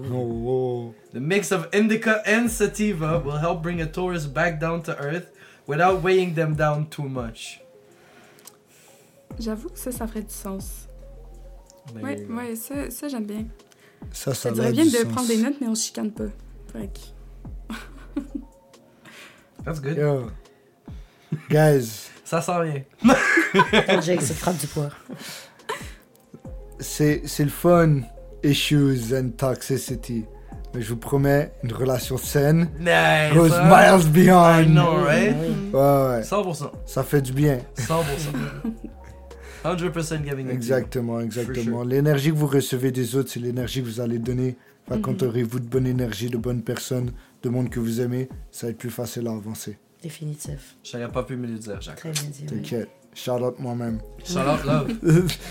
E: Ooh.
C: Oh,
B: The mix of indica and sativa will help bring a Taurus back down to earth without weighing them down too much.
D: J'avoue que ça, ça ferait du sens.
B: There
D: Ouais,
B: you go.
D: ouais, ça, ça j'aime bien.
C: Ça,
D: Ça
C: ça
D: dirait
C: a
D: bien
C: du
D: de
C: sens.
D: prendre des notes, mais on se chicane pas. Fait que-
B: That's good.
C: Yo. Guys,
B: Ça sent rien.
E: Jake, c'est frappe du poids.
C: c'est c'est le fun, issues and toxicity. Mais je vous promets, une relation saine
B: Nice.
C: goes
B: hein?
C: miles beyond.
B: I know, right?
E: Oui.
C: Ouais, ouais.
B: 100%.
C: Ça fait du bien.
B: 100%. 100% giving it to you.
C: Exactement, exactement.
B: sure.
C: L'énergie que vous recevez des autres, c'est l'énergie que vous allez donner. Enfin, Quand
D: Mhm.
C: aurez-vous de bonne énergie, de bonnes personnes, de monde que vous aimez, ça va être plus facile à avancer.
E: Définitif.
B: J'aurais pas pu me le dire, Jacques.
E: Très bien dit. oui.
C: T'inquiète. Shout out moi-même.
B: Shout out love,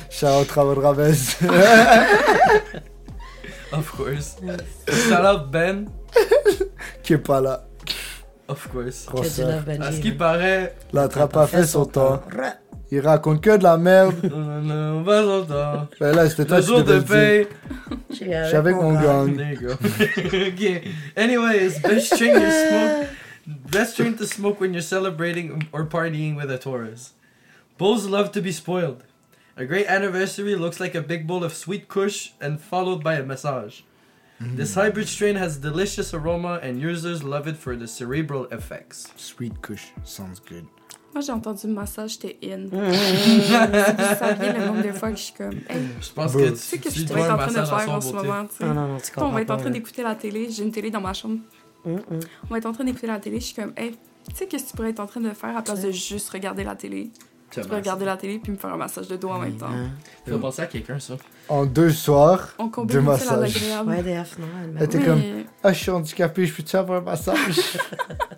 C: Shout out Travaux Ravez.
B: of course. Shout out Ben,
C: qui est pas là.
B: of course.
E: Que tu
C: Français.
E: love,
D: Ah,
E: Benji.
B: À ce qui paraît,
C: L'attrape a fait son temps. Il raconte que de la merde.
B: on n'a pas longtemps.
C: Ben là, c'était toi
B: Le
C: qui
B: jour de
C: devais le dire.
B: paix.
C: Je
E: euh,
C: suis avec mon gang.
B: There you go. okay. Anyways, best string to smoke. Best string to smoke when you're celebrating or partying with a Taurus. Bulls love to be spoiled. A great anniversary looks like a big bowl of sweet kush and followed by a massage. This
C: Mm.
B: hybrid strain has delicious aroma and users love it for the cerebral effects.
C: Sweet Kush. Sounds good.
D: Moi, j'ai entendu le massage, j'étais in. Vous saviez le nombre de fois que je suis comme, hey,
B: Je pense
C: Bro.
B: que
C: Tu
D: tu sais
B: tu,
D: que
B: tu
D: je
B: dois
D: pourrais être
B: un
D: en train de
B: massage à
D: faire en
B: son
D: ce
B: beauté.
D: moment, tu sais.
E: Ah non, non, tu comprends
D: on va être en
E: pas,
D: train
E: là.
D: d'écouter la télé, j'ai une télé dans ma chambre.
E: Hum, hum.
D: On va être en train d'écouter la télé, je suis comme, hey, tu sais qu'est-ce que tu pourrais être en train de faire à place de juste regarder la télé?
B: Tu
D: Je pourrais regarder la télé puis me faire un massage de dos en même temps.
E: Hein.
B: Fais penser à quelqu'un, ça.
C: En deux soirs,
D: On
C: deux
D: combine ça à
C: massages.
D: l'agréable.
E: Ouais, DF, non. elle m'a-
C: Elle était
D: Oui,
C: comme- Ah, je suis handicapé, je peux te faire un massage.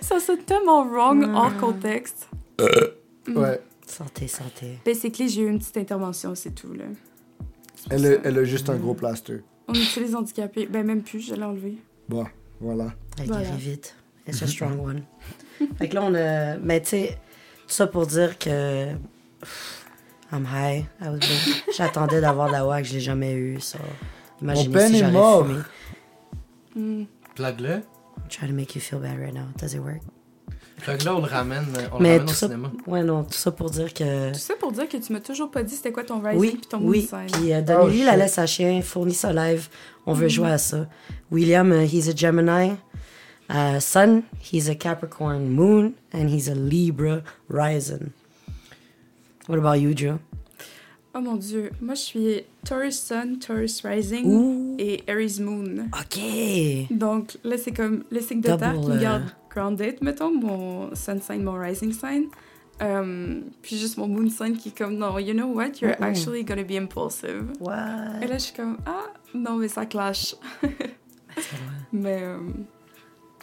D: Ça sonne tellement wrong
E: Mm.
D: hors contexte. Mm.
C: ouais.
E: Santé, santé.
D: Basically, j'ai eu une petite intervention, c'est tout, là. C'est pour
C: Elle a,
D: ça.
C: elle a juste un gros plaster.
D: On utilise handicapés. Ben, même plus, je l'ai enlevé.
C: Bon, voilà.
E: Elle
D: Voilà.
E: guérit vite.
B: Mhm.
E: It's a strong one. fait que là, on a. Mais tu sais, tout ça pour dire que. pff, I'm high. I was good. J'attendais d'avoir de la WAC, je l'ai jamais eu. So. Imaginez
C: pen
E: si
C: est
E: j'aurais
C: mort.
E: fumé.
D: Mm.
B: Plague-le.
E: I'm trying to make you feel bad right now. Does it work?
B: Plague-le, on le ramène, on le
E: Mais
B: ramène au
E: tout ça. Hein?
B: cinéma.
E: Ouais, non, tout ça pour dire que.
D: Tout ça pour dire que tu m'as toujours pas dit c'était quoi ton rising
E: Oui,
D: puis ton
E: oui.
D: moonshine.
E: Puis euh, donnez-lui
C: Oh,
E: la
C: shit.
E: laisse à chien, fournit ça live. On
D: Mm-hmm.
E: veut jouer à ça. William, uh, he's a Gemini. Uh, sun, he's a Capricorn moon. And he's a Libra rising. What about you, Joe?
D: Oh mon dieu, moi je suis Taurus Sun, Taurus Rising
E: Ouh.
D: et Aries Moon.
E: OK.
D: Donc là c'est comme le signe de
E: Double,
D: terre qui me
E: euh,
D: garde grounded, mettons, mon Sun sign, mon Rising sign. Euh, puis juste mon Moon sign qui est comme non, you know what, you're
E: Mm-mm.
D: actually gonna be impulsive. Et
E: What?
D: là je suis comme ah non mais ça clash. mais euh,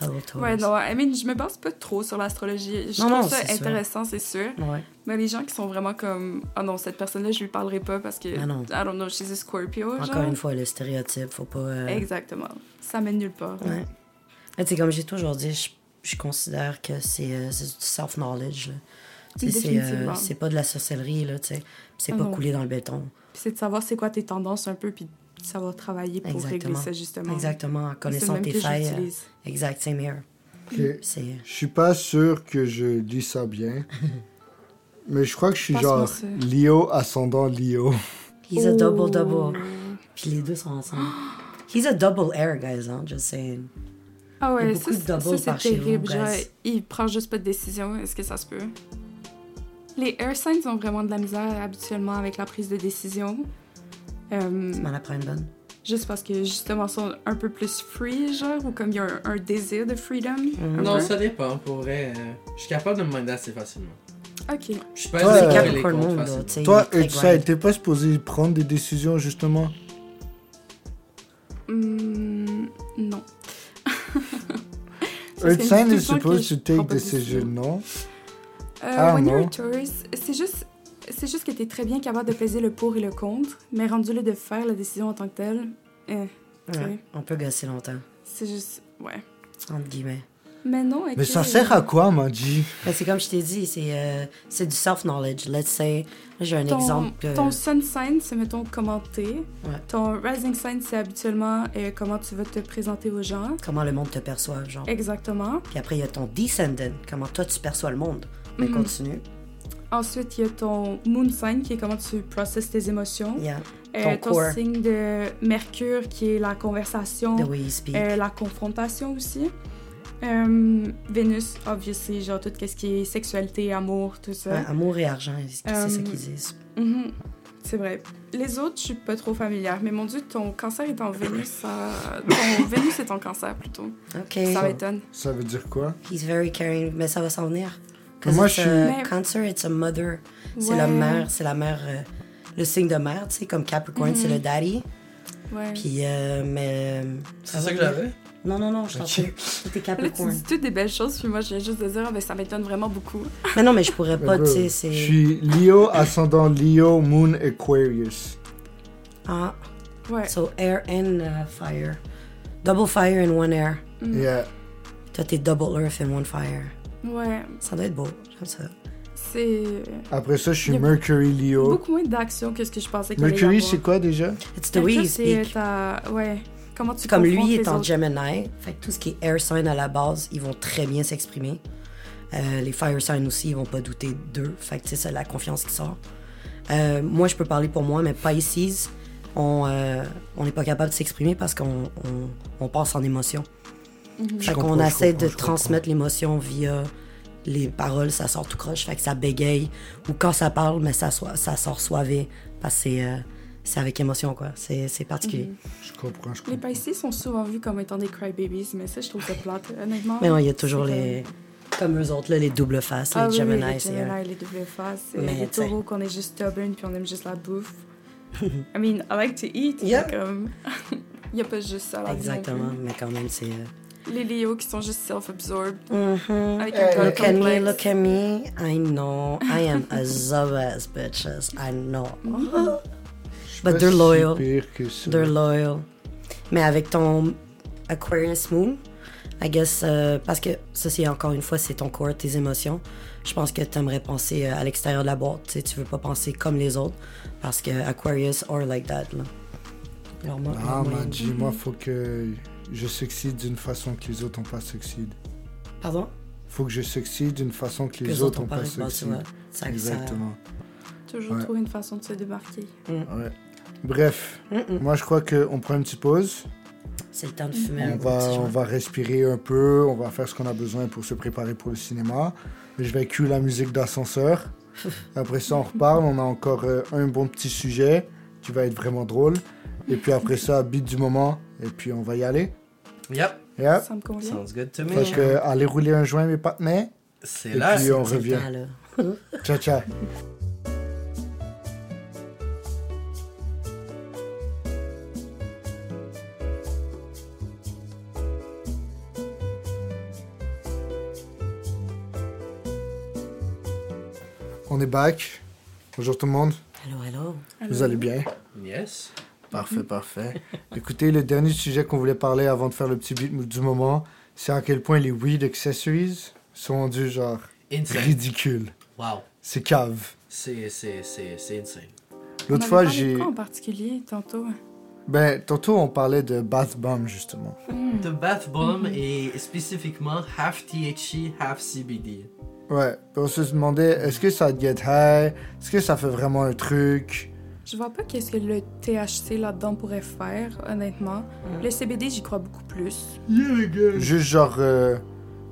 E: Double toes.
D: ouais non, I mean je me base pas trop sur l'astrologie. Je
E: Oh, Non,
D: trouve
E: non,
D: ça
E: c'est sûr.
D: intéressant, c'est sûr.
E: Ouais.
D: Mais les gens qui sont vraiment comme ah non cette personne là je lui parlerai pas parce que
E: Ah non.
D: I don't know she's a Scorpio
E: Encore
D: genre.
E: une fois, le stéréotype, faut pas... euh,
D: Exactement. Ça mène nulle part.
E: Ouais. Mais tu sais, comme j'ai toujours dit, je, je considère que c'est euh, c'est du self-knowledge. là. Tu sais, c'est euh,
D: Définitivement.
E: c'est pas de la sorcellerie, là, tu sais. C'est
D: Ah
E: pas
D: non.
E: coulé dans le béton.
D: Puis c'est de savoir c'est quoi tes tendances un peu, puis de savoir travailler pour
E: Exactement.
D: régler ça justement.
E: Exactement, en
D: C'est le
E: connaissant
D: même
E: tes
D: que
E: failles. euh,
D: j'utilise.
E: Exact, same here.
C: Ok.
E: C'est
C: Je suis pas sûr que je dis ça bien. Mais je crois que je suis
D: Passe-moi
C: genre
D: ça.
C: Lio ascendant Lio.
E: he's a double double.
D: Oh.
E: Puis les deux sont ensemble. He's a double air, guys, hein, just saying.
D: Ah
E: Il y a
D: ouais, ça,
E: beaucoup de
D: c'est-
E: doubles
D: ça c'est
E: par chez vous,
D: terrible.
E: guys.
D: Genre, il prend juste pas de décision. Est-ce que ça se peut? Les air signs ont vraiment de la misère habituellement avec la prise de décision. Euh,
E: Tu m'en apprends une bonne.
D: juste parce que justement, ils sont un peu plus free, genre, ou comme il y a un, un désir de freedom.
E: Mhm.
D: un
B: Non,
D: peu.
B: ça dépend. Pour vrai, euh, je suis capable de me minder assez facilement.
D: Ok.
B: Je suis pas
C: Toi,
B: assez
C: euh,
B: capable de les
E: Capricorn
B: comptes
E: Moon, là,
B: facilement.
E: tu sais. il
C: Toi,
E: est très
C: Utsa,
E: grind.
C: t'es pas supposé prendre des décisions justement
D: Hmm, non. Parce
C: Earth
D: que
C: sign
D: tout le
C: is
D: temps que
C: supposed
D: je
C: to take
D: prends pas de décision.
C: decision, non?
D: Euh,
C: Ah,
D: when you're
C: non.
D: a tourist, c'est juste, c'est juste que t'es très bien capable de peser le pour et le contre, mais rendu le de faire la décision en tant que telle, eh, tu sais.
E: Ouais, On peut gosser longtemps,
D: C'est juste. Ouais.
E: entre guillemets.
D: Mais non,
C: Mais ça sert à quoi, Manji?
E: Ben, c'est comme je t'ai dit, c'est euh, c'est du self-knowledge. Let's say, j'ai un
D: ton,
E: exemple que.
D: ton sun sign, c'est mettons commenter.
E: Ouais.
D: Ton rising sign, c'est habituellement euh, comment tu vas te présenter aux gens.
E: Comment le monde te perçoit, genre.
D: Exactement.
E: Puis après, il y a ton descendant, comment toi tu perçois le monde. Mais
D: Mhm.
E: continue.
D: Ensuite, il y a ton moon sign, qui est comment tu processes tes émotions.
E: Yeah.
D: Euh,
E: Ton
D: ton
E: core.
D: signe de Mercure, qui est la conversation,
E: The way you speak.
D: euh, la confrontation aussi. Euh, Vénus, obviously, genre tout ce qui est sexualité, amour, tout ça.
E: Ouais, amour et argent, c'est c'est ça
D: Euh,
E: qu'ils disent.
D: Mhm. C'est vrai. Les autres, je suis pas trop familière. Mais mon dieu, ton cancer est en Vénus. ça- Ton Vénus est en cancer plutôt.
E: OK.
D: Ça m'étonne.
C: Ça veut dire quoi?
E: He's very caring, mais ça va s'en venir.
C: Moi,
E: Moi,
C: je
E: je
C: suis-
D: Mais-
E: cancer, it's a mother. C'est
D: Ouais.
E: la mère, c'est la mère, euh, le signe de mère, tu sais, comme Capricorn, c'est
D: Mm-hmm.
E: le daddy.
D: Ouais.
E: Puis, euh, mais. euh,
B: C'est
E: va
B: ça que
E: venir.
B: j'avais?
E: Non, non, non, je t'en prie. T'es
D: Là, tu
E: Capricorn.
D: dis toutes des belles choses, puis moi, je viens juste de dire, ah, ben, ça m'étonne vraiment beaucoup.
E: mais non, mais je pourrais pas, Bah, tu sais,
C: Je
E: c'est.
C: suis Leo, ascendant Leo, Moon, Aquarius.
E: Ah,
D: Ouais.
E: so air and uh, fire. Double fire and one air.
C: Yeah.
E: Toi, t'es double earth and one fire.
D: Ouais.
E: Ça doit être beau, j'aime ça.
D: C'est
C: Après ça, je suis
D: Il y a
C: Mercury, Leo.
D: beaucoup moins d'action que ce que je pensais qu'il allait y
C: Mercury,
D: avoir.
C: c'est quoi déjà?
E: It's the way you
D: Mercure, c'est
E: speak.
D: ta- Ouais. Comment tu
E: Comme
D: confrontes
E: lui
D: les
E: est en
D: autres.
E: Gemini, fait que tout ce qui est air sign à la base, ils vont très bien s'exprimer. Euh, les fire sign aussi, ils vont pas douter d'eux. Fait que tu sais, c'est la confiance qui sort. Euh, moi, je peux parler pour moi, mais Pisces, on euh, on n'est pas capable de s'exprimer parce qu'on on, on passe en émotion.
D: Mhm.
C: Je
E: Fait qu'on
C: comprends, je
E: essaie
C: comprends,
E: de
C: je comprends.
E: transmettre l'émotion via les paroles, ça sort tout croche, fait que ça bégaye. Ou quand ça parle, mais ça, soi- ça sort soivé. Parce que c'est, euh, c'est avec émotion, quoi. C'est, c'est particulier.
D: Mhm.
C: Je comprends, je
D: Les
C: comprends.
D: Pisces sont souvent vus comme étant des crybabies, mais ça, je trouve ça plate, honnêtement.
E: Mais non, il y a toujours
D: C'est
E: les. Comme eux autres, là, les doubles faces,
D: Ah
E: les
D: oui,
E: Gemini,
D: oui, les
E: c'est. euh,
D: Gemini, les double faces, euh,
E: Mais,
D: les
E: t'sais.
D: taureaux qu'on est juste stubborn puis on aime juste la bouffe. I mean, I like to eat. mais
E: Yeah.
D: Comme... Il n'y a pas juste ça. la vie non
E: Exactement, mais quand même, c'est. euh,
D: plus. Les Léos qui sont juste self-absorbed.
E: mhm.
D: Avec
C: Hey,
D: un
E: Look at me,
D: complexe.
E: look at me. I know. I am a zobass, bitches. I know.
D: Mm-hmm.
C: Je suis
E: But
C: pas
E: they're
C: si
E: loyal.
C: pire que ça.
E: They're loyal. Mais avec ton Aquarius Moon, I guess, euh, parce que ça, c'est encore une fois, c'est ton corps, tes émotions. Je pense que tu aimerais penser euh, à l'extérieur de la boîte. Tu sais, tu veux pas penser comme les autres parce que Aquarius are like that. Là. Alors, moi,
C: Ah,
E: moi-
C: man, dis-moi, faut que je succède d'une façon que les autres n'ont pas succédé.
E: Pardon?
C: Faut que je succède d'une façon que les, autres n'ont pas
E: de moi, tu
C: succédé.
E: vois. Ça- ça-
C: Exactement.
D: Toujours
C: Ouais.
D: trouver une façon de se démarquer.
C: Ouais. Bref,
E: Mm-mm.
C: moi je crois qu'on prend une petite pause.
E: Mm, euh, C'est le temps de fumer. un
C: On
E: gros petit
C: va, on
E: joint.
C: va respirer un peu, on va faire ce qu'on a besoin pour se préparer pour le cinéma. Je vais cuire la musique d'ascenseur. Après ça, on reparle. On a encore euh, un bon petit sujet qui va être vraiment drôle. Et puis après ça, beat du moment. Et puis on va y aller.
B: Yep.
C: Yep.
D: Ça me convient.
B: Sounds good to me.
C: Fait que, euh, allez rouler un joint, mes partenaires.
B: C'est
C: Et
B: là.
C: puis on
E: C'est le
C: revient.
E: temps, là.
C: Ciao, ciao. On est back. Bonjour tout le monde.
E: Allô, allô.
C: Vous allez bien?
B: Yes.
C: Parfait, parfait. Écoutez, le dernier sujet qu'on voulait parler avant de faire le petit beat du moment, c'est à quel point les weed accessories sont rendus genre
B: Insane.
C: ridicules.
B: Wow.
C: C'est cave.
B: C'est, c'est, c'est, c'est insane.
D: On
C: L'autre
D: avait
C: fois,
D: parlé de
C: j'ai.
D: quoi en particulier, tantôt?
C: Ben, tantôt, on parlait de bath bomb, justement.
B: The bath bomb
E: Mm-hmm.
B: est spécifiquement half THC, half CBD.
C: Ouais, puis on se demandait, est-ce que ça te get high? Est-ce que ça fait vraiment un truc?
D: Je vois pas qu'est-ce que le THC là-dedans pourrait faire, honnêtement.
E: Mm.
D: Le CBD, j'y crois beaucoup plus.
C: Juste genre, euh,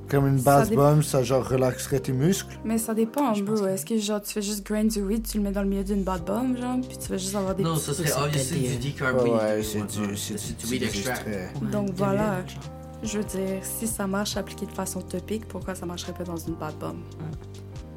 C: comme une
D: Ça
C: bath
D: dé-
C: bomb, ça genre relaxerait tes muscles?
D: Mais ça dépend,
E: Je pense
D: bro.
E: que-
D: Est-ce que genre tu fais juste grain du weed, tu le mets dans le milieu d'une bad bomb, genre, puis tu vas juste avoir des
B: Non,
D: petits-
B: ce serait
E: c'est
B: obviously
E: peut-être
B: du
E: des-
B: decarb
C: Ah Ouais,
B: weed.
C: ouais,
B: ou
C: c'est
B: whatnot.
C: du, c'est
B: C'est
C: du,
B: du weed
C: c'est des
B: extract.
C: extraits.
E: Ouais,
D: Donc
E: de
D: voilà.
E: l'huile, genre.
D: Je veux dire, si ça marche appliqué de façon topique, pourquoi ça marcherait pas dans une bad bomb?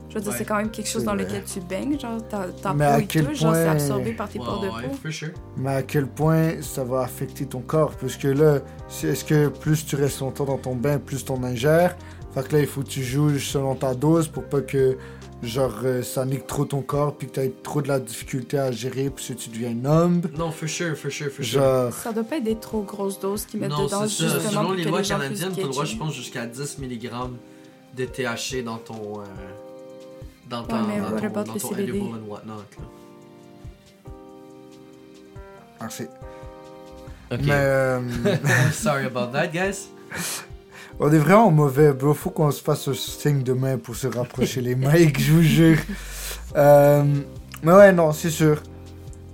D: Je veux dire,
B: Ouais.
D: c'est quand même quelque chose
C: C'est
D: dans
C: vrai.
D: lequel tu baignes, genre, ta, ta
C: Mais à
D: peau et
C: quel
D: tout, genre, c'est
C: point-
D: absorbé par tes
B: Ouais,
D: pores de
B: ouais,
D: peau.
B: for sure.
C: Mais à quel point ça va affecter ton corps? Parce que là, c'est- est-ce que plus tu restes longtemps dans ton bain, plus t'en ingères? Fait que là, il faut que tu joues selon ta dose pour pas que genre euh, ça nique trop ton corps, puis que t'as trop de la difficulté à gérer, puis que tu deviens numb.
B: Non, for sure, for sure, for sure.
C: Genre,
D: Ça doit pas être des trop grosses doses qu'ils mettent
B: Non,
D: dedans,
B: c'est ça.
D: justement.
B: Selon
D: pour
B: les
D: que
B: lois
D: gens puissent
B: canadiennes, t'as le droit,
D: catcher.
B: je pense, jusqu'à 10 mg de THC dans ton. euh, dans ton.
D: mais
B: dans
D: what
B: ton,
D: about
B: dans
D: le
B: ton
D: CBD?
B: edible and whatnot. là.
C: alors c'est-
A: Ok.
C: Mais euh,
B: Sorry about that, guys.
C: on est vraiment mauvais, bro. Faut qu'on se fasse un signe de main pour se rapprocher les mics, je vous jure. Euh, Mais ouais, non, c'est sûr.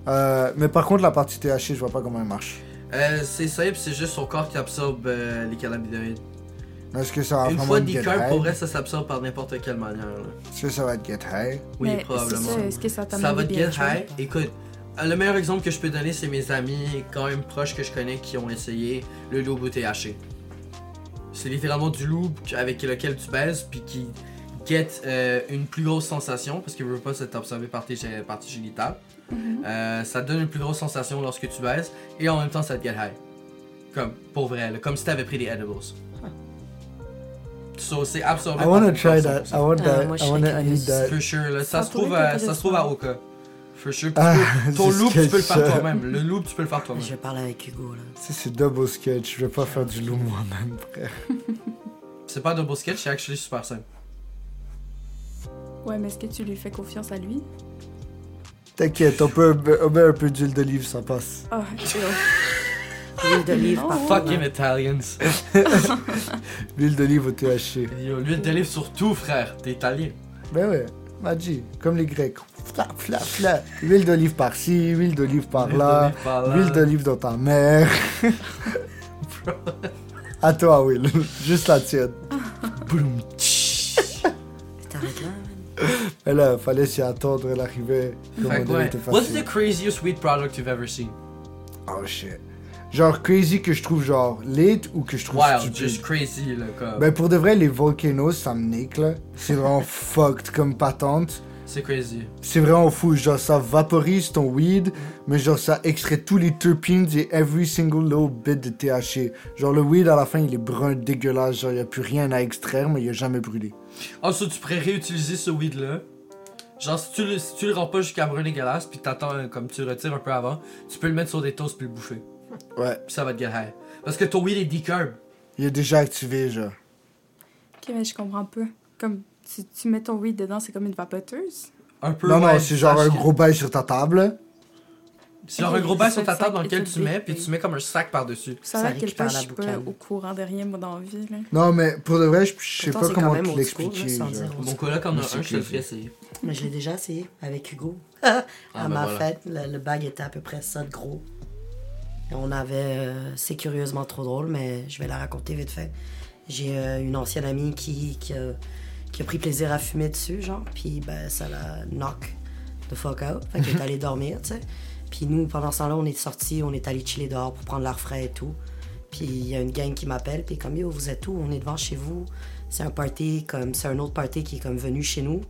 C: Euh, mais par contre, la partie THC, je vois pas comment elle marche.
B: Euh, c'est simple, c'est juste son corps qui absorbe euh, les cannabinoïdes.
C: Est-ce que ça va
B: Une
C: vraiment
B: fois
C: être get
B: liqueur,
C: high?
B: pour vrai, ça s'absorbe par n'importe quelle manière. là.
C: Est-ce que ça va être get high?
B: Oui,
D: Mais
B: probablement.
D: c'est ça, Est-ce que ça t'amène
B: Ça va te
D: des
B: get
D: bienfaits?
B: high. Écoute, euh, le meilleur exemple que je peux donner, c'est mes amis quand même proches que je connais qui ont essayé le loup au THC. C'est littéralement du loup avec lequel tu baises, puis qui get euh, une plus grosse sensation, parce qu'il veut pas s'être observé par tes gé- par tes génitales. Euh, ça te donne une plus grosse sensation lorsque tu baises, et en même temps, ça te get high. Comme, pour vrai, là, comme si t'avais pris des edibles. So, c'est absorbé.
C: I
B: par
C: wanna
B: ton corps
C: try that.
B: 100%.
C: I want
E: Ah,
C: that.
E: moi, je
C: I
E: serais
C: wanna, I need
E: curieuse.
C: that.
B: For sure, là, ça,
D: Ça
B: se trouve
D: pourrait être
B: à, ça se trouve à Oka. For sure. Puis
C: Ah,
B: tu peux- ton
C: c'est
B: loop, tu peux le faire
C: sketch, ça.
B: toi-même. Le loop, tu peux le faire toi-même.
E: Je parle avec Hugo, là.
C: Ça, c'est double sketch. Je vais pas faire du loup moi-même, frère.
B: C'est pas double sketch, c'est actually super simple.
D: Ouais, mais est-ce que tu lui fais confiance à lui?
C: T'inquiète, on peut on met un peu d'huile d'olive, ça passe.
D: Ah,
E: L'huile d'olive,
D: non.
E: par contre,
B: Fucking
E: là.
B: Italians.
C: L'huile d'olive au THC.
B: Yo, L'huile d'olive sur tout, frère. T'es italien.
C: Ben ouais, Magie, comme les Grecs. Fla, fla, fla. Huile d'olive par-ci, huile d'olive
B: L'huile
C: par-là,
B: d'olive par là.
C: huile Bah, d'olive dans ta mère. à toi, Will. Juste la tienne. Boum.
E: T'arrêtes là, man.
C: Mais là, fallait s'y attendre, elle arrivait. Le
B: Fait que
C: modèle
B: ouais.
C: était
B: What's
C: facile.
B: the craziest weed product you've ever seen?
C: Oh shit. Genre crazy que je trouve genre late ou que je trouve
B: Wild,
C: stupide.
B: just crazy, là, comme.
C: Ben pour de vrai, les volcanoes, ça me nique là. C'est vraiment fucked comme patente.
B: C'est crazy.
C: C'est vraiment fou, genre ça vaporise ton weed, mais genre ça extrait tous les terpenes et every single little bit de THC. Genre le weed à la fin il est brun dégueulasse, genre y a plus rien à extraire mais il a jamais brûlé.
B: Ensuite, tu pourrais réutiliser ce weed-là. Genre, si tu, le, si tu le rends pas jusqu'à brun dégueulasse, puis t'attends, euh, comme tu le retires un peu avant, tu peux le mettre sur des toasts puis le bouffer.
C: Ouais,
B: Puis ça va te get high. Parce que ton weed est decurb.
C: il est déjà activé genre.
D: ok, mais je comprends pas. Comme tu, tu mets ton weed dedans, c'est comme une vapoteuse.
B: Un peu.
C: non non,
B: ouais,
C: c'est genre un
B: sache que-
C: gros bail sur ta table.
B: C'est genre un gros bail sur ta table dans lequel tu
D: Et
B: mets,
D: tu
B: puis tu mets comme un sac par-dessus.
D: Vous savez à
E: Ça
D: quel point
E: récupère
D: je
E: la
D: suis pas
E: boucane.
D: au courant de rien, moi, dans la vie, là.
C: Non mais pour de vrai, je je sais
E: Pourtant,
C: pas
E: c'est quand
C: comment
E: même
C: te
E: old school,
C: l'expliquer. euh.
E: là, sans
C: genre.
E: dire.
B: Mon coloc en
C: Mais
B: a
C: c'est
B: un, je te le
C: crazy.
B: ferai essayer.
E: Mais je l'ai déjà essayé avec Hugo. à
B: ben
E: ma
B: voilà.
E: fête, le, le bag était à peu près ça de gros. Et on avait. euh, c'est curieusement trop drôle, mais je vais la raconter vite fait. J'ai euh, une ancienne amie qui, qui, a, qui a pris plaisir à fumer dessus, genre, puis ben, ça la knock the fuck out. Fait qu'elle est allée dormir, tu sais. Puis nous, pendant ce temps-là, on est sortis, on est allé chiller dehors pour prendre l'air frais et tout. Puis il y a une gang qui m'appelle, puis comme yo, vous êtes où? On est devant chez vous. C'est un party comme. C'est un autre party qui est comme venu chez nous.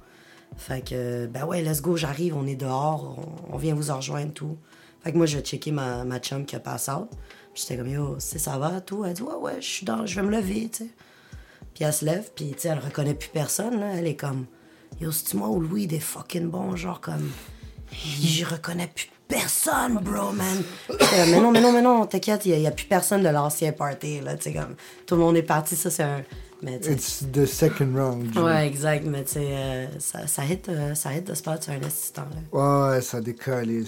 E: Fait que, ben ouais, let's go, j'arrive, on est dehors, on, on vient vous en rejoindre, tout. Fait que moi, je vais checker ma, ma chum qui a passé out. Puis J'étais comme, yo, tu sais, ça va, tout. Elle dit, ouais, ouais, je suis dans, je vais me lever, tu sais. Puis elle se lève, puis tu sais, elle reconnaît plus personne, là. Elle est comme, yo, c'est-tu moi ou Louis, des fucking bons, genre comme, j'y reconnais plus personne, bro, man. J'étais comme, mais non, mais non, mais non, t'inquiète, il n'y a, plus personne de l'ancien party, là, tu sais, comme, tout le monde est parti, ça, c'est un. Mais tu sais,
C: It's the second round. genre.
E: Ouais, exact, mais tu sais, euh, ça, ça, hit, euh, ça hit de se faire sur un assistant. Là.
C: Ouais, ouais, ça décolle.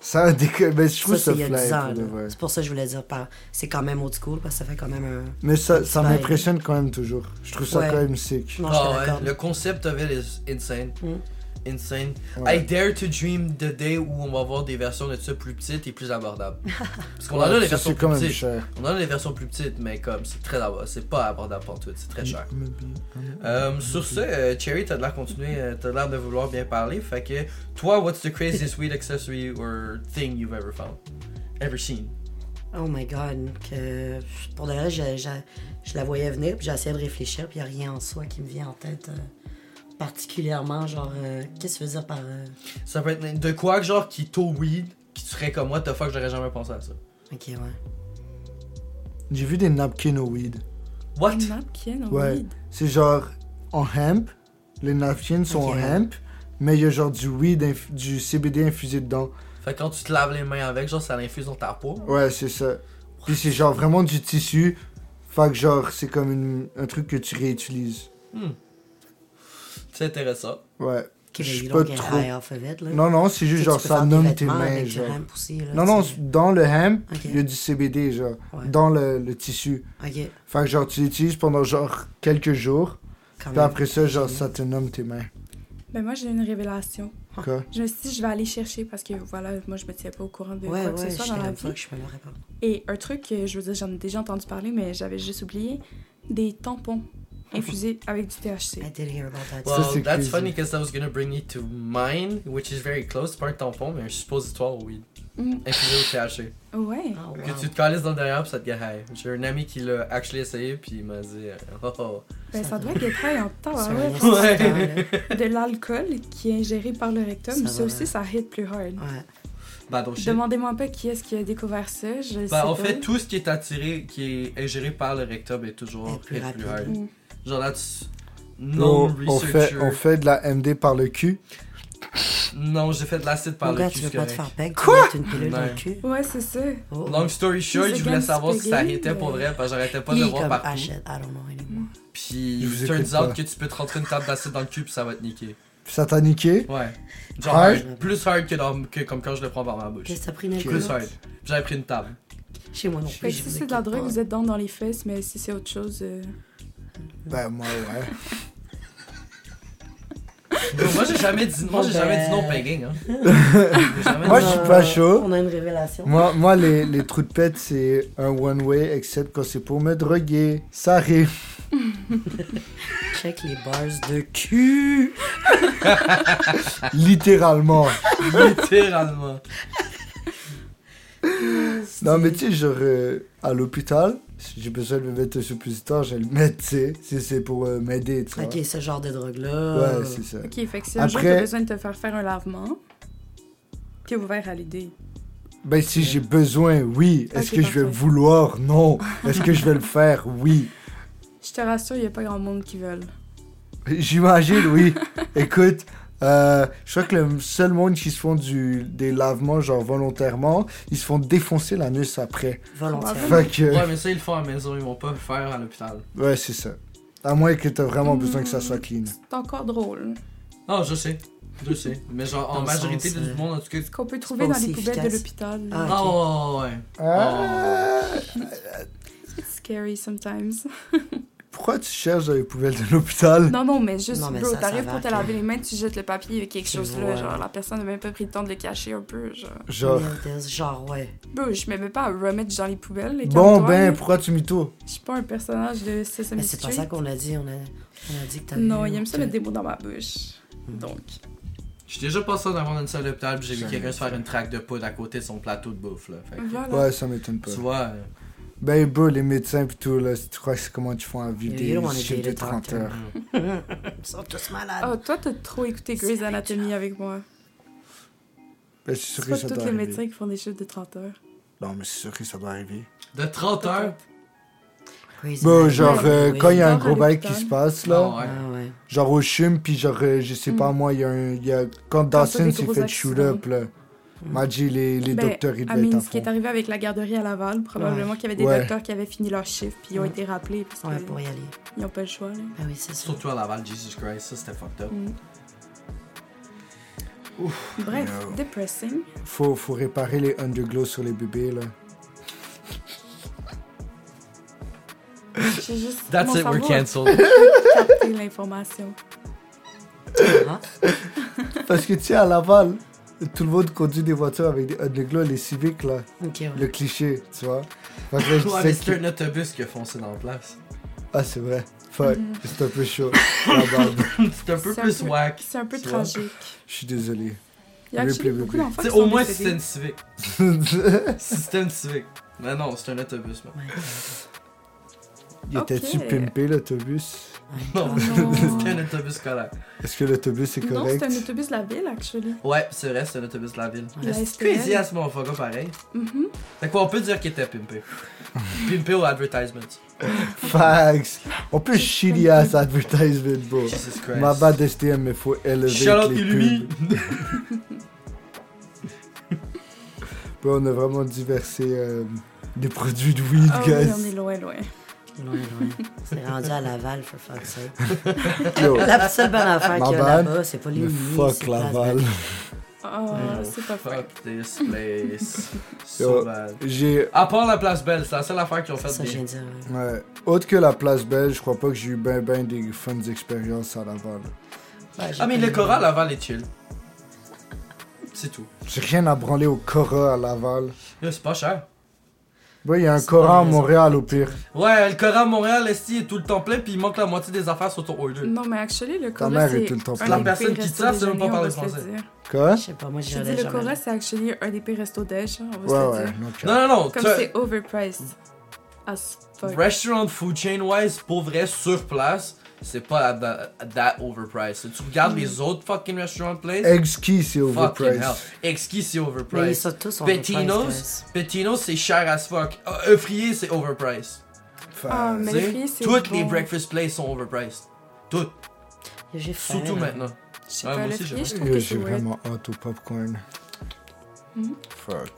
C: Ça décolle. Mais je trouve
E: Ça,
C: ça,
E: c'est il y
C: fly
E: a 10 ans.
C: pour de
E: là.
C: vrai.
E: C'est pour ça que je voulais dire, par... c'est quand même old school, parce que ça fait quand même un.
C: Mais ça, ça
E: Ouais.
C: m'impressionne quand même toujours. Je trouve ça
E: Ouais.
C: quand même sick.
E: Non, je
B: Ah
E: suis
B: ouais,
E: d'accord.
B: le concept of it is insane. Insane.
C: Mm. Ouais.
B: I dare to dream the day où on va avoir des versions de ça plus petites et plus abordables. Parce qu'on en a
C: Ouais,
B: des
C: ça,
B: versions
C: c'est quand
B: plus
C: même
B: petites.
C: cher.
B: On en a des versions plus petites, mais comme c'est très abordable, c'est pas abordable pour tout, c'est très cher. Euh, sur ce, euh, Cherry, t'as de l'air de continuer, euh, t'as de l'air de vouloir bien parler. Fait que toi, what's the craziest weed accessory or thing you've ever found, ever seen?
E: Oh my god, que pour de vrai, je, je, je la voyais venir, puis j'ai essayé de réfléchir, puis il n'y a rien en soi qui me vient en tête euh, particulièrement. Genre, euh, qu'est-ce que tu veux dire par. euh,
B: Ça peut être de quoi genre qui tôt weed, qui tu serais comme moi, the fuck, j'aurais jamais pensé à ça.
E: Ok, ouais.
C: J'ai vu des napkins au weed.
B: What?
D: Une napkin, au
C: Ouais.
D: weed.
C: C'est genre en hemp, Les napkins sont
E: Ok.
C: hemp, mais il y a genre du weed, inf- du CBD infusé dedans.
B: Fait que quand tu te laves les mains avec, genre, ça l'infuse dans ta peau.
C: Ouais, c'est ça. Puis c'est genre vraiment du tissu. Fait que genre, c'est comme une- un truc que tu réutilises.
B: C'est intéressant.
C: Ouais.
E: Okay,
C: Je suis
E: but ben, you
C: pas
E: don't get
C: trop-
E: high off of it, là.
C: Non, non, c'est
E: Tu
C: juste
E: sais,
C: genre
E: tu peux
C: ça
E: faire tes
C: nomme tes
E: vêtements
C: mains,
E: avec du
C: genre.
E: hemp aussi, là,
C: Non, non,
E: tu sais.
C: dans le hemp,
E: Ok.
C: il y a du CBD, genre,
E: Ouais.
C: dans le, le tissu.
E: Ok,
C: Fait que genre, tu l'utilises pendant genre quelques jours,
E: quand
C: puis
E: même.
C: après ça, genre, ça te nomme tes mains.
D: Ben moi, j'ai eu une révélation.
E: Ah.
C: Quoi?
D: Je me suis dit, je vais aller chercher parce que voilà, moi, je me tiens pas au courant de
E: Ouais,
D: quoi que
E: ouais,
D: ce
E: je
D: soit dans la
E: comme
D: vie.
E: fuck, je peux me répondre.
D: Et un truc que je veux dire, j'en ai déjà entendu parler, mais j'avais juste oublié des tampons infusés avec du THC.
E: I did hear about that.
B: Well,
C: c'est
B: that's
C: crazy.
B: funny because that was gonna bring me to mine, which is very close. C'est pas un tampon, mais un suppositoire, oui.
D: Mm.
B: Infusé au THC.
D: Ouais.
E: Oh, wow.
B: Ah, Que tu te calisses dans le derrière pis ça te get high. J'ai un ami qui l'a actually essayé pis il m'a dit euh, oh, oh.
D: Ben, ça doit être très en temps.
E: C'est
D: hein,
E: un
D: ouais.
E: instant,
B: Ouais.
E: là.
D: De l'alcool qui est ingéré par le rectum,
E: Ça
D: ça,
E: va. hein.
D: aussi, ça hit plus hard.
E: Ouais.
B: Bah donc shit.
D: Demandez-moi pas qui est-ce qui a découvert ça. Je sais
B: Bah en
D: pas.
B: fait tout ce qui est attiré, qui est ingéré par le rectum est toujours
E: Est plus
B: est
E: rapide.
B: hard.
D: Mm.
B: Genre that's
C: Bro,
B: non
C: on fait,
B: researcher.
C: on fait de la MD par le cul.
B: Non j'ai fait de l'acide par
E: Mon
B: le
E: gars,
B: cul.
E: tu
B: c'est
E: veux pas te
B: correct.
E: faire peg, tu veux mettre une pilule dans
B: Ouais.
E: le cul.
D: Ouais, c'est ça.
E: Oh,
B: Long story short,
D: He's
B: je voulais
D: against
B: savoir si ça
D: spaghetti,
B: arrêtait pour
D: mais-
B: vrai, parce que j'arrêtais pas
E: Il
B: de
E: est
B: le voir
E: comme, ah
B: partout.
E: shit, I don't know anymore.
B: Puis
C: Il vous
B: turns
C: écoute
B: out
C: pas.
B: que tu peux te rentrer une table d'acide dans le cul pis ça va te niquer.
C: Ça t'a niqué?
B: Ouais. Genre
C: Hard?
B: hard, plus hard que, dans- que comme quand je le prends par ma bouche.
E: Qu'est-ce que t'as pris une
B: Plus
E: alcool?
B: hard. J'avais pris une table.
E: Chez moi non plus.
D: Fait que
E: je
D: si
E: vous
D: c'est de la
E: écoute
D: drogue,
E: pas.
D: vous êtes dans dans les fesses, mais si c'est autre chose. euh,
C: Ben, moi, ouais.
B: Yo, moi j'ai jamais dit moi j'ai
E: Ben-
B: jamais dit non au pegging hein. J'ai jamais
C: Moi,
B: dit
C: je suis
E: On a-
C: pas chaud.
E: Euh, On a une révélation.
C: Moi, moi les, les trous de pète, c'est un one-way, except quand c'est pour me droguer. Ça arrive.
E: Check les bars de cul.
C: Littéralement.
B: non, littéralement.
C: Non, mais tu sais, genre, euh, à l'hôpital, si j'ai besoin de me mettre un suppositoire, je vais le mettre, tu sais, si c'est pour euh, m'aider, tu vois.
E: Ok, euh, ce genre de drogue-là.
C: Ouais, c'est ça.
D: Ok, fait que si un jour
C: Après-
D: t'as besoin de te faire faire un lavement, t'es ouvert à l'idée.
C: Ben, si j'ai besoin, oui. Est-ce
D: Ok,
C: que je vais
D: parfait.
C: vouloir? Non. Est-ce que je vais le faire? Oui.
D: Je te rassure, y a pas grand monde qui veulent.
C: J'imagine, oui. Écoute, euh, je crois que le seul monde qui se font du, des lavements, genre volontairement, ils se font défoncer l'anus après.
E: Volontairement.
C: Fait que,
B: Ouais mais ça ils le font à la maison, ils vont pas le faire à l'hôpital.
C: ouais, c'est ça. À moins que t'as vraiment besoin que ça soit clean.
D: C'est encore drôle.
B: Non Ah, je sais. Je sais. Mais genre en
E: Dans le
B: majorité
E: sens,
B: du
E: euh,
B: monde en tout cas.
D: Ce qu'on peut trouver
E: pas
D: dans les
E: aussi
D: poubelles
E: efficace.
D: de l'hôpital.
E: Ah.
B: Ah ouais, ouais, ouais.
C: Ah.
D: It's scary sometimes.
C: Pourquoi tu cherches dans les poubelles de l'hôpital?
D: Non, non, mais juste,
E: Non, mais
D: bro,
E: ça, ça
D: t'arrives
E: va,
D: pour te
E: ok.
D: laver les mains, tu jettes le papier, il y a quelque
E: Tu
D: chose
E: vois.
D: là. Genre, la personne n'a même pas pris le temps de le cacher un peu. Genre,
C: Genre.
E: Merde, Genre, ouais.
D: bro, je me mets pas à remettre dans les poubelles. les
C: Bon,
D: calme-toi,
C: ben,
D: là.
C: pourquoi tu mytho?
D: Je suis pas un personnage de Sesame
E: Mais c'est
D: Street.
E: pas ça qu'on a dit. On a, on a dit que t'as
D: Non,
E: vu,
D: il aime
E: on
D: ça
E: te-
D: mettre des mots dans ma bouche. Donc,
B: J'ai déjà passé en avant d'une salle d'hôpital pis j'ai vu
C: Jamais.
B: quelqu'un se faire une traque de poudre à côté de son plateau de bouffe là. Fait que,
D: voilà.
C: Ouais, ça m'étonne pas.
B: Tu vois. euh,
C: Ben, bro, les médecins pis tout, là, tu crois que c'est comment tu font à vivre
E: You don't
C: des
E: wanna
C: shifts de
E: date a
C: 30 heures?
E: Ils sont tous malades.
D: Oh, toi, t'as trop écouté Grey's Anatomy avec moi.
C: Ben, c'est sûr
D: C'est
C: que
D: pas
C: ça
D: tous
C: doit
D: les médecins
C: arriver.
D: qui font des chiffres de 30 heures.
C: Non, mais c'est sûr que ça doit arriver.
B: De 30 heures.
E: Crazy
C: Bon,
E: man.
C: genre,
E: Ouais,
C: euh,
E: oui.
C: quand il y a un
D: Dans
C: gros bail qui
D: l'hôpital.
C: se passe,
B: Non,
C: là,
B: ouais.
E: Ah, ouais.
C: genre au chum, puis genre, euh, je sais pas moi, il y a un. il Y a... Quand
D: Mm. t'as
C: Dawson
D: des
C: s'est
D: gros
C: fait shoot up, là,
B: Mm.
C: m'a dit les, les
D: Ben,
C: docteurs, ils
D: I
C: devaient être
D: mean,
C: à
D: ce qui est
C: fond.
D: arrivé avec la garderie à Laval, probablement qu'il y avait des
C: Ouais.
D: docteurs qui avaient fini leur chiffre puis ils ont
E: Ouais.
D: été rappelés parce
E: Ouais, pour
D: qu'ils
E: y aller.
D: n'ont pas le choix. là.
E: Ah oui, c'est ça.
B: Surtout à Laval, Jesus Christ, ça c'était fucked up.
D: Mm. Bref,
C: Yo.
D: depressing.
C: Faut, faut réparer les underglow sur les bébés, là.
D: J'ai juste
B: That's
D: mon
B: it, we're
D: cerveau a
B: cancelled.
D: capté l'information.
E: Ah,
C: Parce que tu sais, à Laval, tout le monde conduit des voitures avec des underglow, les civiques, là.
E: ok, ouais.
C: Le cliché, tu vois. Fait que là, je
B: Ouais,
C: sais
B: mais c'était
C: que-
B: un autobus qui a foncé dans la place.
C: Ah, c'est vrai.
D: Mm.
C: Fuck, c'est un peu chaud. La barbe.
B: C'était un peu
D: C'est un
B: plus
D: peu-
B: whack.
D: C'est un peu
B: Tu vois?
D: tragique.
C: Je suis désolé.
D: Il y a
C: Replay,
D: actually
C: replay.
D: beaucoup d'enfants
B: Tu sais,
D: qui
B: au
D: sont
B: moins c'était
D: décédés.
B: une civique. C'était une civique. Mais non, c'est un autobus, man.
E: Ouais.
C: Il
D: Ok.
C: était-tu pimpé l'autobus
B: Non,
D: Oh Non.
B: c'était un autobus scolaire.
C: Est-ce que l'autobus est
D: Non, c'est
C: correct
D: un autobus de la ville, actually.
B: Ouais, c'est vrai, c'est un autobus de la ville.
D: La
B: C'est
D: SPL.
B: crazy hein. à ce moment fuck pareil.
D: Mhm.
B: Fait quoi, on peut dire qu'il était pimpé. pimpé au advertisement.
C: Facts On peut shitty ass advertisement, bro.
B: Jesus Christ.
C: Ma bad STM, mais faut élever
B: Shout out
C: les
B: Illumi.
C: pubs. Bro, on a vraiment diversé euh, des produits de weed,
D: Ah oui, on est
C: guys.
D: loin, loin.
E: Loin, loin. C'est rendu à Laval, for fuck's sake.
C: Yo,
E: La seule bonne affaire qu'il y a
C: Laval,
E: là-bas, c'est pas les
C: le
E: nuits,
C: fuck
E: c'est place
C: Laval.
E: Belle.
D: Ah,
B: Oh,
D: c'est pas vrai.
B: Fuck this place. so
C: Yo.
B: bad.
C: J'ai.
B: À part la place belle, c'est la seule affaire qu'ils ont
E: C'est
B: faite
E: ça que je viens
B: bien.
E: de dire. euh, ouais.
C: Ouais. Autre que la place belle, je crois pas que j'ai eu ben ben des fun expériences à Laval.
E: Ouais, j'ai
B: Ah, mais
E: pas
B: le
E: eu-
B: Cora là-bas, les chill. C'est tout.
C: J'ai rien à branler au Cora à Laval.
B: Yo, C'est pas cher.
C: Ouais, il y a un
E: C'est pas
C: Cora à
E: raison.
C: Montréal au pire.
B: Ouais, le Cora à Montréal, Esti est tout le temps plein, puis il manque la moitié des affaires sur ton order.
D: Non, mais actually, le Cora,
C: mère est
D: c'est
C: tout le temps
D: un
C: pleine.
D: des
B: La personne
D: pires
B: qui
D: restos
B: te lave, c'est même pas
D: déjeuner, on
B: parler
D: va se le
B: français.
D: dire.
C: Quoi
E: Je sais pas, moi,
D: Je
E: j'irais
D: dis, le
E: jamais.
D: Cora,
E: là.
D: c'est actually un des pires restos déj, hein, on va
C: Ouais,
D: se
C: ouais,
D: le dire.
C: non,
B: Non, non, non.
D: Comme
B: tu-
D: c'est overpriced. As fuck.
B: Restaurant food chain wise, pour vrai, sur place, c'est pas that, that overpriced. Tu regardes
D: Mm.
B: les autres fucking restaurant places,
C: Exquis, c'est
B: fucking hell.
C: overpriced.
B: Exquis, c'est
E: Mais ils
B: overpriced.
E: sont tous en
B: Bettinos, Bettinos, c'est cher as fuck. Euh, Eufrier, c'est overpriced.
D: Ah, mais
B: Tu
D: les
B: sais,
D: filles, c'est.
B: Toutes
D: bon.
B: les breakfast places sont overpriced. Toutes,
E: J'ai faim.
B: surtout
E: là.
B: maintenant.
D: Je sais
B: Ouais,
D: pas,
B: moi
D: le
B: aussi,
D: frier, je
B: j'aime.
D: trouve
C: Yo,
D: que
C: j'ai
D: c'est weird.
C: vraiment hâte au popcorn.
D: Mhm.
C: Fuck.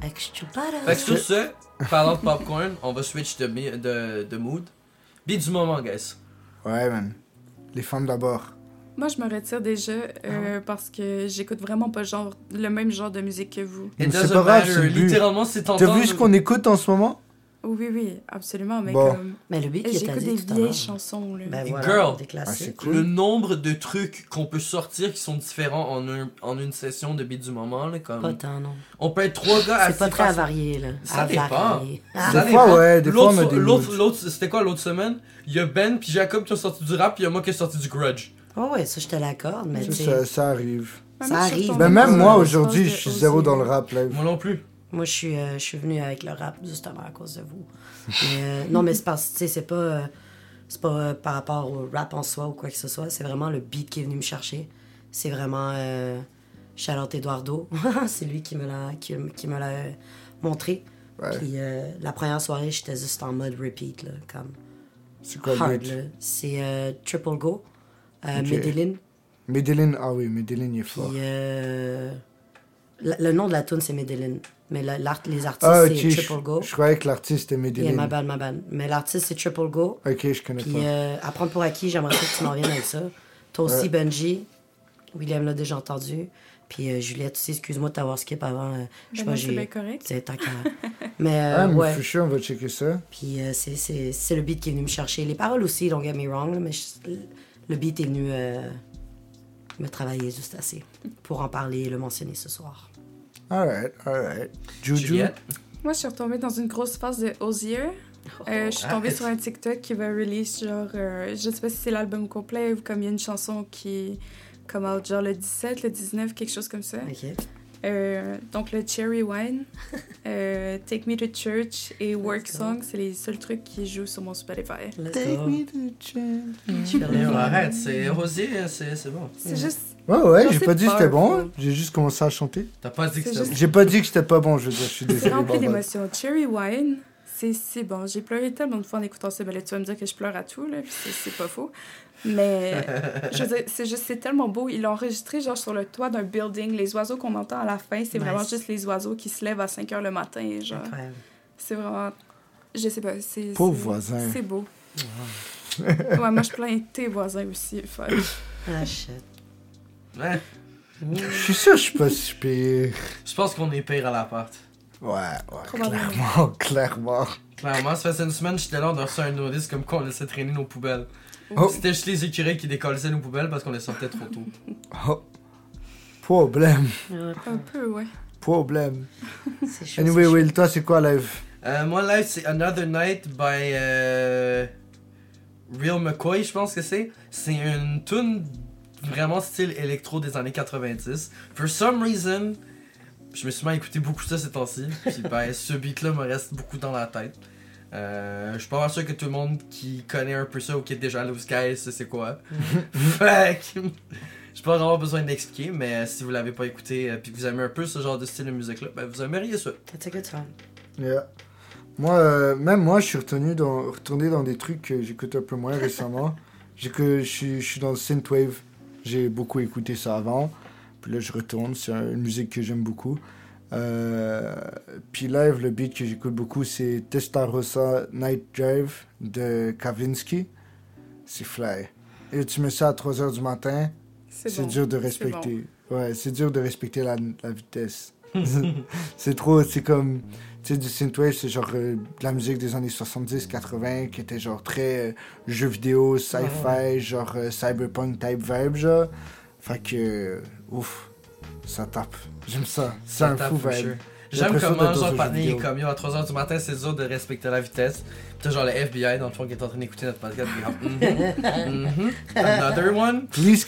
E: Avec Chupara.
B: Fait que sur ce, parlant de popcorn, on va switch de, mi- de, de mood. Beat du moment, guys.
C: Ouais, man. Les femmes d'abord.
D: Moi, je me retire déjà
C: Ah
D: euh, parce que j'écoute vraiment pas genre, le même genre de musique que vous.
C: Mais
B: It
C: c'est
B: doesn't
C: pas grave, c'est
B: matter.
C: le but.
B: Littéralement, c'est tentant.
C: T'as vu ce qu'on écoute en ce moment
D: Oui, oui, absolument, mais
C: Bon.
D: comme.
E: Mais le beat
D: Et
E: qui est à
D: J'écoute des
E: dire tout à l'heure.
D: vieilles chansons, là.
E: Ben
B: Et
E: voilà,
B: girl.
E: des
C: Ah, c'est
E: classiques.
B: le
C: cool.
B: nombre de trucs qu'on peut sortir qui sont différents en, un- en une session de beat du moment. Là, comme...
E: Pas tant, non.
B: On peut être trois gars assis
E: C'est pas très
B: face-
E: avarié, là.
B: Ah, Ça dépend.
E: Avarié. Ah,
B: Ça
C: Des fois,
B: dépend.
C: ouais, des fois,
B: L'autre
C: on a
B: so-
C: des
B: L'autre,
C: moods.
B: l'autre- c'était quoi l'autre semaine Il y a Ben puis Jacob qui ont sorti du rap, puis il y a moi qui ai sorti du grudge.
E: ouais, ouais, ça, je te l'accorde, mais tu
C: Ça,
E: sais,
C: ça, ça arrive.
D: Ouais,
E: Ça
D: moi, je suis
E: arrive.
D: retournée
C: Ben, même
D: dans
C: moi,
D: un
C: aujourd'hui, je
D: espace
C: suis
D: de
C: zéro
D: osé.
C: dans le rap, là.
B: Moi non plus.
E: moi, je suis, euh, je suis venue avec le rap justement à cause de vous. Mais, euh, non, mais c'est parce tu sais, c'est pas, euh, c'est pas euh, par rapport au rap en soi ou quoi que ce soit. C'est vraiment le beat qui est venu me chercher. C'est vraiment euh, Charlotte Eduardo. c'est lui qui me l'a, qui, qui me l'a euh, montré.
C: Ouais.
E: Puis euh, la première soirée, j'étais juste en mode repeat, là, comme
C: C'est quoi le
E: hard.
C: but
E: là. C'est euh, Triple Go, euh,
C: Ok.
E: Medellin,
C: Medellin, ah oui, Medellin, il est
E: Puis
C: fort.
E: euh, la- le nom de la tune c'est Medellin, mais la- l'art- les artistes
C: Ah,
E: euh, c'est
C: ok, je,
E: Triple Go.
C: je croyais que l'artiste est
E: Yeah,
C: Medellin.
E: ma bad, ma bad. Mais l'artiste c'est Triple Go.
C: Ok, je connais
E: Puis
C: pas.
E: euh, à prendre pour acquis, j'aimerais ça que tu m'en viennes avec ça. Toi aussi Benji, William l'a déjà entendu. Puis euh, Juliette aussi, excuse-moi de t'avoir skip avant. euh, je
D: Ben
E: sais pas,
D: non, c'est bien
E: j'ai.
D: correct.
E: C'est tant qu'à. Mais euh,
C: ah, mais
E: ouais.
C: Fuchsia, on va checker ça.
E: Puis euh, c'est- c'est c'est le beat qui est venu me chercher. Les paroles aussi, don't get me wrong, là, mais je- le beat est venu euh, me travailler juste assez pour en parler et le mentionner ce soir.
C: Alright, alright. Juju.
B: Juliette.
D: Moi, je suis retombée dans une grosse phase de Osier. Euh, je suis tombée
B: arrête.
D: sur un TikTok qui va release, genre, euh, je sais pas si c'est l'album complet ou comme il y a une chanson qui come out, genre le 17, le 19, quelque chose comme ça.
E: Ok.
D: Euh, donc le Cherry Wine, euh, Take Me to Church et Work
E: go.
D: Song, c'est les seuls trucs qui jouent sur mon Spotify.
E: Let's
C: Take
E: go.
C: me to church.
E: Je
D: Mmh.
E: vais
B: Yo,
E: le faire.
B: arrête, c'est Rosier, c'est c'est bon.
D: C'est juste.
C: Ouais, ouais,
D: Non,
C: j'ai
D: c'est
C: pas dit que c'était bon. hein.
D: powerful.
C: J'ai juste commencé à chanter.
B: T'as pas dit que
D: C'est
B: c'était
D: juste-
C: J'ai pas dit que c'était pas bon, je veux dire, je suis
D: C'est
C: désolé.
D: rempli
C: Barbara.
D: d'émotions. Cherry Wine, c'est si bon. J'ai pleuré tellement de fois en écoutant ça. Ben là, tu vas me dire que je pleure à tout, là, puis c'est- c'est pas faux. Mais je veux dire, c'est juste, c'est tellement beau. Ils l'ont enregistré, genre, sur le toit d'un building. Les oiseaux qu'on entend à la fin, c'est
E: Nice.
D: vraiment juste les oiseaux qui se lèvent à 5 h le matin, genre.
E: Incroyable.
D: C'est vraiment. Je sais pas, c'est.
C: Pauvre
D: c'est-
C: voisin.
D: C'est beau. ouais, moi, je plains tes voisins aussi. fuck.
E: Ah, shit.
B: Ouais,
C: Je suis sûr que je suis pas si pire.
B: Je pense qu'on est pire à l'appart.
C: Ouais, ouais,
D: Probablement.
C: clairement, clairement.
B: Clairement, ça faisait une semaine, j'étais là, on a reçu un notice comme quoi on laissait traîner nos poubelles.
C: Oh.
B: C'était juste les écureuils qui décollissaient nos poubelles parce qu'on les sortait trop tôt.
C: Oh. Problème,
D: Un peu, ouais.
C: problème.
E: C'est chaud.
C: Anyway,
E: c'est chaud.
C: Will, toi, c'est quoi live
B: Euh, moi, live, c'est Another Night by euh, Real McCoy, je pense que c'est. C'est une tune vraiment style électro des années 90. For some reason, je me suis mis à écouter beaucoup ça ces temps-ci. Puis, ben, ce beat-là me reste beaucoup dans la tête. Euh, je suis pas mal sûr que tout le monde qui connaît un peu ça ou qui est déjà allé au Sky sait c'est quoi. fait que j'ai pas vraiment besoin d'expliquer, mais si vous l'avez pas écouté et que vous aimez un peu ce genre de style de musique-là, ben vous aimeriez ça.
E: That's a good song.
C: Yeah. Moi, euh, même moi, je suis retenu dans, retourné dans des trucs que j'écoute un peu moins récemment. J'ai que- Je suis- je suis dans le synthwave. J'ai beaucoup écouté ça avant. Puis là, je retourne. C'est un- une musique que j'aime beaucoup. Euh, puis live, le beat que j'écoute beaucoup, c'est Testarossa Night Drive de Kavinsky. C'est fly. Et tu mets ça à 3 h du matin,
D: C'est
C: c'est
D: bon.
C: dur de
D: c'est
C: respecter. Ouais, c'est dur de respecter la, la vitesse. c'est trop, c'est comme. Tu sais, du synthwave, c'est genre euh, de la musique des années 70-80 qui était genre très euh, jeux vidéo, sci-fi, genre euh, cyberpunk type vibe, genre. Fait que. euh, ouf, ça tape. J'aime ça. C'est un
B: tape,
C: fou
B: for
C: vibe.
B: sure.
C: J'ai
B: J'aime
C: l'impression
B: comment
C: d'être dans un
B: Jean
C: jeu
B: Patney est
C: vidéo.
B: comme yo à 3h du matin, c'est dur de respecter la vitesse. Puis t'as genre le FBI dans le fond qui est en train d'écouter notre podcast. puis genre, Mhm, mhm, Another one.
C: Please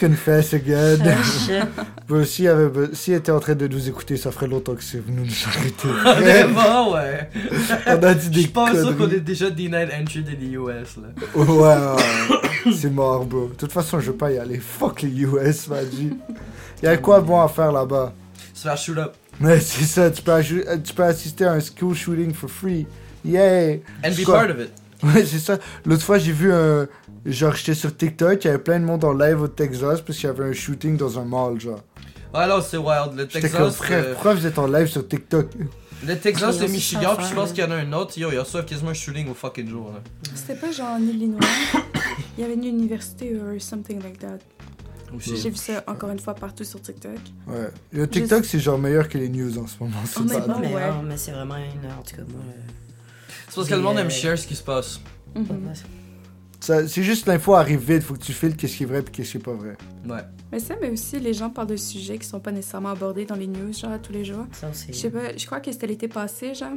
C: confess again.
E: Shit.
C: Bah, S'il avait be- s'il était en train de nous écouter, ça ferait longtemps que c'est venu nous arrêter.
B: Vraiment, ouais.
C: On a dit des
B: Je pense sûr qu'on
C: conneries.
B: est déjà denied entry des US là.
C: Ouais, ouais, ouais. c'est mort, bro. De toute façon, je veux pas y aller. Fuck les US, m'a dit. Y'a quoi bon à faire là-bas?
B: Se faire shoot up.
C: Mais c'est ça, tu peux, ajou- euh, tu peux assister à un school shooting for free. Yay!
B: And be
C: Quoi?
B: part of it.
C: Ouais, c'est ça. L'autre fois, j'ai vu un. Genre, j'étais sur TikTok, il y avait plein de monde en live au Texas parce qu'il y avait un shooting dans un mall, genre.
B: Ouais, non, c'est wild. Le
C: J'étais comme
B: Texas.
C: frère,
B: euh,
C: pourquoi vous êtes en live sur TikTok?
B: Le Texas,
E: Ils ont
B: le
E: aussi
B: Michigan,
E: ça à
B: puis je
E: faire,
B: pense
E: là.
B: qu'il y en a un autre. Yo, ils reçoivent quasiment un shooting au fucking jour là.
D: C'était pas genre en Illinois. Il y avait une université ou something like that.
B: Aussi.
D: J'ai vu ça encore une fois partout sur TikTok.
C: Ouais. Le TikTok, c'est genre meilleur que les news en ce moment. c'est
D: mais
C: pas-
E: Non, mais,
D: Ah, Ouais.
E: non, mais c'est vraiment une. En tout cas, moi. euh,
B: C'est parce que le monde
D: euh,
B: aime share ce qui se passe.
D: Mhm.
C: Ça- C'est juste l'info arrive vite, faut que tu files qu'est-ce qui est vrai et qu'est-ce qui est pas vrai.
B: Ouais.
D: Mais ça, mais aussi, les gens parlent de sujets qui sont pas nécessairement abordés dans les news, genre, tous les jours.
E: Ça aussi.
D: Je sais pas, je crois que c'était l'été passé, genre.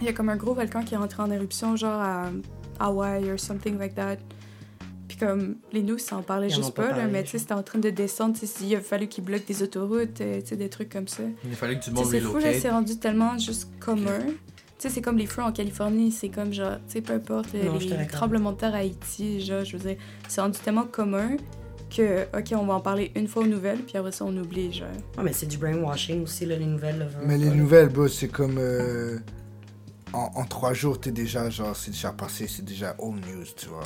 D: Il y a comme un gros volcan qui est rentré en éruption, genre à Hawaï or something like that. Puis comme, les news, ça en parlait
E: Ils en ont
D: juste
E: pas
D: pas, là,
E: parlé,
D: mais tu sais,
E: genre.
D: c'était en train de descendre, tu sais, il a fallu qu'ils bloquent des autoroutes, euh, tu sais, des trucs comme ça.
B: Il fallait que tout le
D: Tu sais,
B: monde
D: C'est fou, là, c'est
B: relocate.
D: rendu tellement juste commun. Tu sais, c'est comme les feux en Californie, c'est comme genre, tu sais, peu importe,
E: Non, je
D: les
E: te l'accorde.
D: tremblements de terre à Haïti, genre, je veux dire, c'est rendu tellement commun que, ok, on va en parler une fois aux nouvelles, puis après ça, on oublie, genre.
E: Ouais, mais c'est du brainwashing aussi, là, les nouvelles. là,
C: Mais les
E: voilà.
C: nouvelles, bro, c'est comme. euh, en, en trois jours, t'es déjà, genre, c'est déjà passé, c'est déjà all news, tu vois.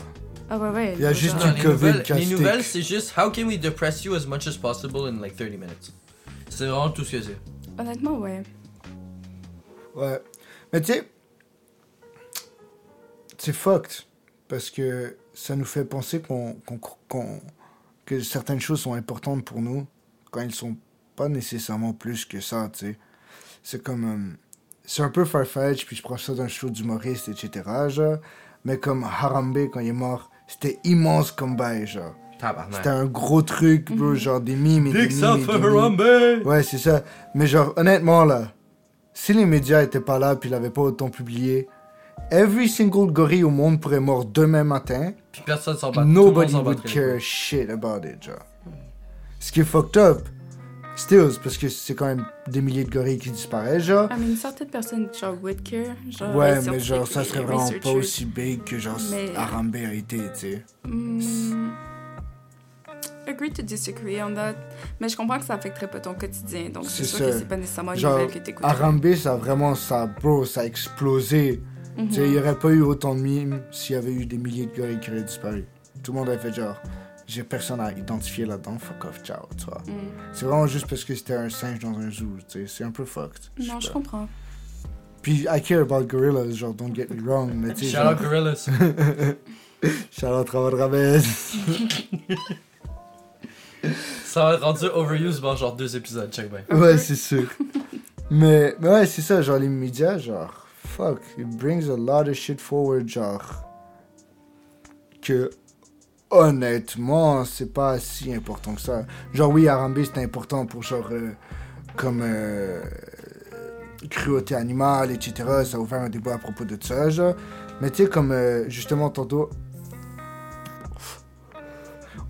D: Ah ouais, ouais.
C: Il y a
D: genre,
C: juste
B: Non,
C: du
B: les
C: COVID
B: nouvelles, les
C: castique.
B: nouvelles, c'est juste how can we depress you as much as possible in like 30 minutes. C'est vraiment tout ce que c'est.
D: Honnêtement, ouais.
C: Ouais. Mais tu sais, c'est fucked. Parce que ça nous fait penser qu'on, qu'on- qu'on- que certaines choses sont importantes pour nous quand elles sont pas nécessairement plus que ça, tu sais. C'est comme. euh, c'est un peu farfetch, puis je prends ça d'un show d'humoriste, etc. Genre. Mais comme Harambe, quand il est mort, c'était immense comme bail, genre. C'était
B: Tabarnak.
C: un gros truc, bro, genre des mimes et des
B: Big
C: mimes
B: South
C: et des
B: for
C: mimes.
B: Harambe!
C: Ouais, c'est ça. Mais genre, honnêtement, là, si les médias étaient pas là puis l'avaient pas autant publié, every single gorille au monde pourrait mort demain matin.
B: Puis personne s'en bat. Ah bah, tout le monde
C: Nobody
B: s'en bat
C: would
B: très bien.
C: care shit about it, genre. Ce qui est fucked up, still, c'est parce que c'est quand même des milliers de gorilles qui disparaissent, genre.
D: Ah, mais une certaine personne, genre Whitaker, genre.
C: Ouais,
D: les
C: mais genre, ça
D: scientifiques,
C: serait
D: les
C: vraiment pas
D: researchers.
C: aussi big que genre
D: Mais-
C: Harambe a été, tu sais.
D: Hmm. Agree to disagree on that. Mais je comprends que ça affecterait pas ton quotidien, donc c'est
C: C'est
D: sûr
C: ça.
D: que c'est pas nécessairement une
C: Genre,
D: nouvelle que t'écoutes.
C: Harambe, ça a vraiment, ça, bro, ça a explosé.
D: Mhm.
C: Tu sais, il n'y aurait pas eu autant de mimes s'il y avait eu des milliers de gorilles qui auraient disparu. Tout le monde aurait fait genre, j'ai personne à identifier là-dedans, fuck off, ciao, tu vois.
D: Hmm.
C: C'est vraiment juste parce que c'était un singe dans un zoo, tu sais, c'est un peu fucked. je sais
D: Non, je
C: pas.
D: comprends.
C: Puis, I care about gorillas, genre, don't get me wrong, mais tu sais,
B: Shout out
C: genre,
B: Gorillas.
C: Charlotte Rabat
B: Ça va être rendu overuse dans genre deux épisodes, check bien.
C: Ouais, c'est sûr. mais, mais ouais, c'est ça, genre les médias, genre, fuck, it brings a lot of shit forward, genre, que honnêtement, c'est pas si important que ça. Genre, oui, Harambe, c'est important pour genre, euh, comme euh, cruauté animale, etc. Ça a ouvert un débat à propos de ça, genre. Mais tu sais, comme euh, justement, tantôt,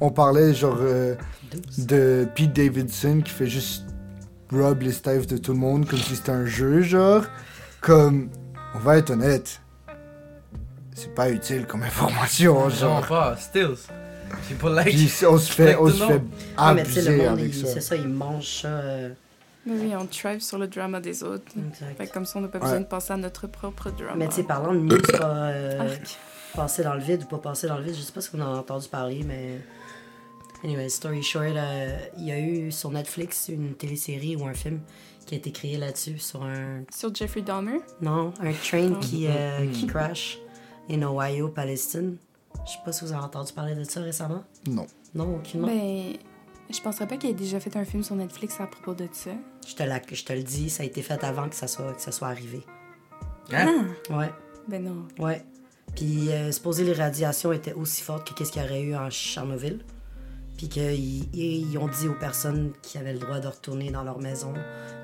C: on parlait, genre, euh,
E: Douce.
C: de Pete Davidson qui fait juste rub les staves de tout le monde comme si c'était un jeu, genre. Comme, on va être honnête, c'est pas utile comme information,
B: Genre,
C: genre.
B: pas, stills. People like.
C: Puis on se fait, on se fait
E: Ah, mais tu sais, le
C: abuser
E: monde,
C: avec
E: il- c'est
C: ça.
E: ça, il mange ça. euh,
D: Mais oui, on thrive sur le drama des autres.
E: exact.
D: Fait que comme ça, on n'a pas
C: Ouais.
D: besoin de penser à notre propre drama.
E: Mm. Mais tu sais, parlant de news, pas euh,
D: Arc.
E: passer dans le vide ou pas passer dans le vide, je sais pas si on en a entendu parler, mais. Anyway, story short, euh, il y a eu sur Netflix une télésérie ou un film qui a été créé là-dessus, sur un.
D: Sur Jeffrey Dahmer,
E: Non, un train qui, euh,
B: Mhm.
E: qui crash in Ohio, Palestine. Je sais pas si vous avez entendu parler de ça récemment.
C: Non.
E: Non, aucunement.
D: ben, je penserais pas qu'il ait déjà fait un film sur Netflix à propos de ça.
E: Je, te la- je te le dis, ça a été fait avant que ça soit, que ça soit arrivé.
B: Hein?
E: Ouais.
D: Ben non.
E: Ouais. Puis, euh, supposé les radiations étaient aussi fortes que qu'est-ce qu'il y aurait eu en Chernobyl. Puis qu'ils ils ont dit aux personnes qui avaient le droit de retourner dans leur maison,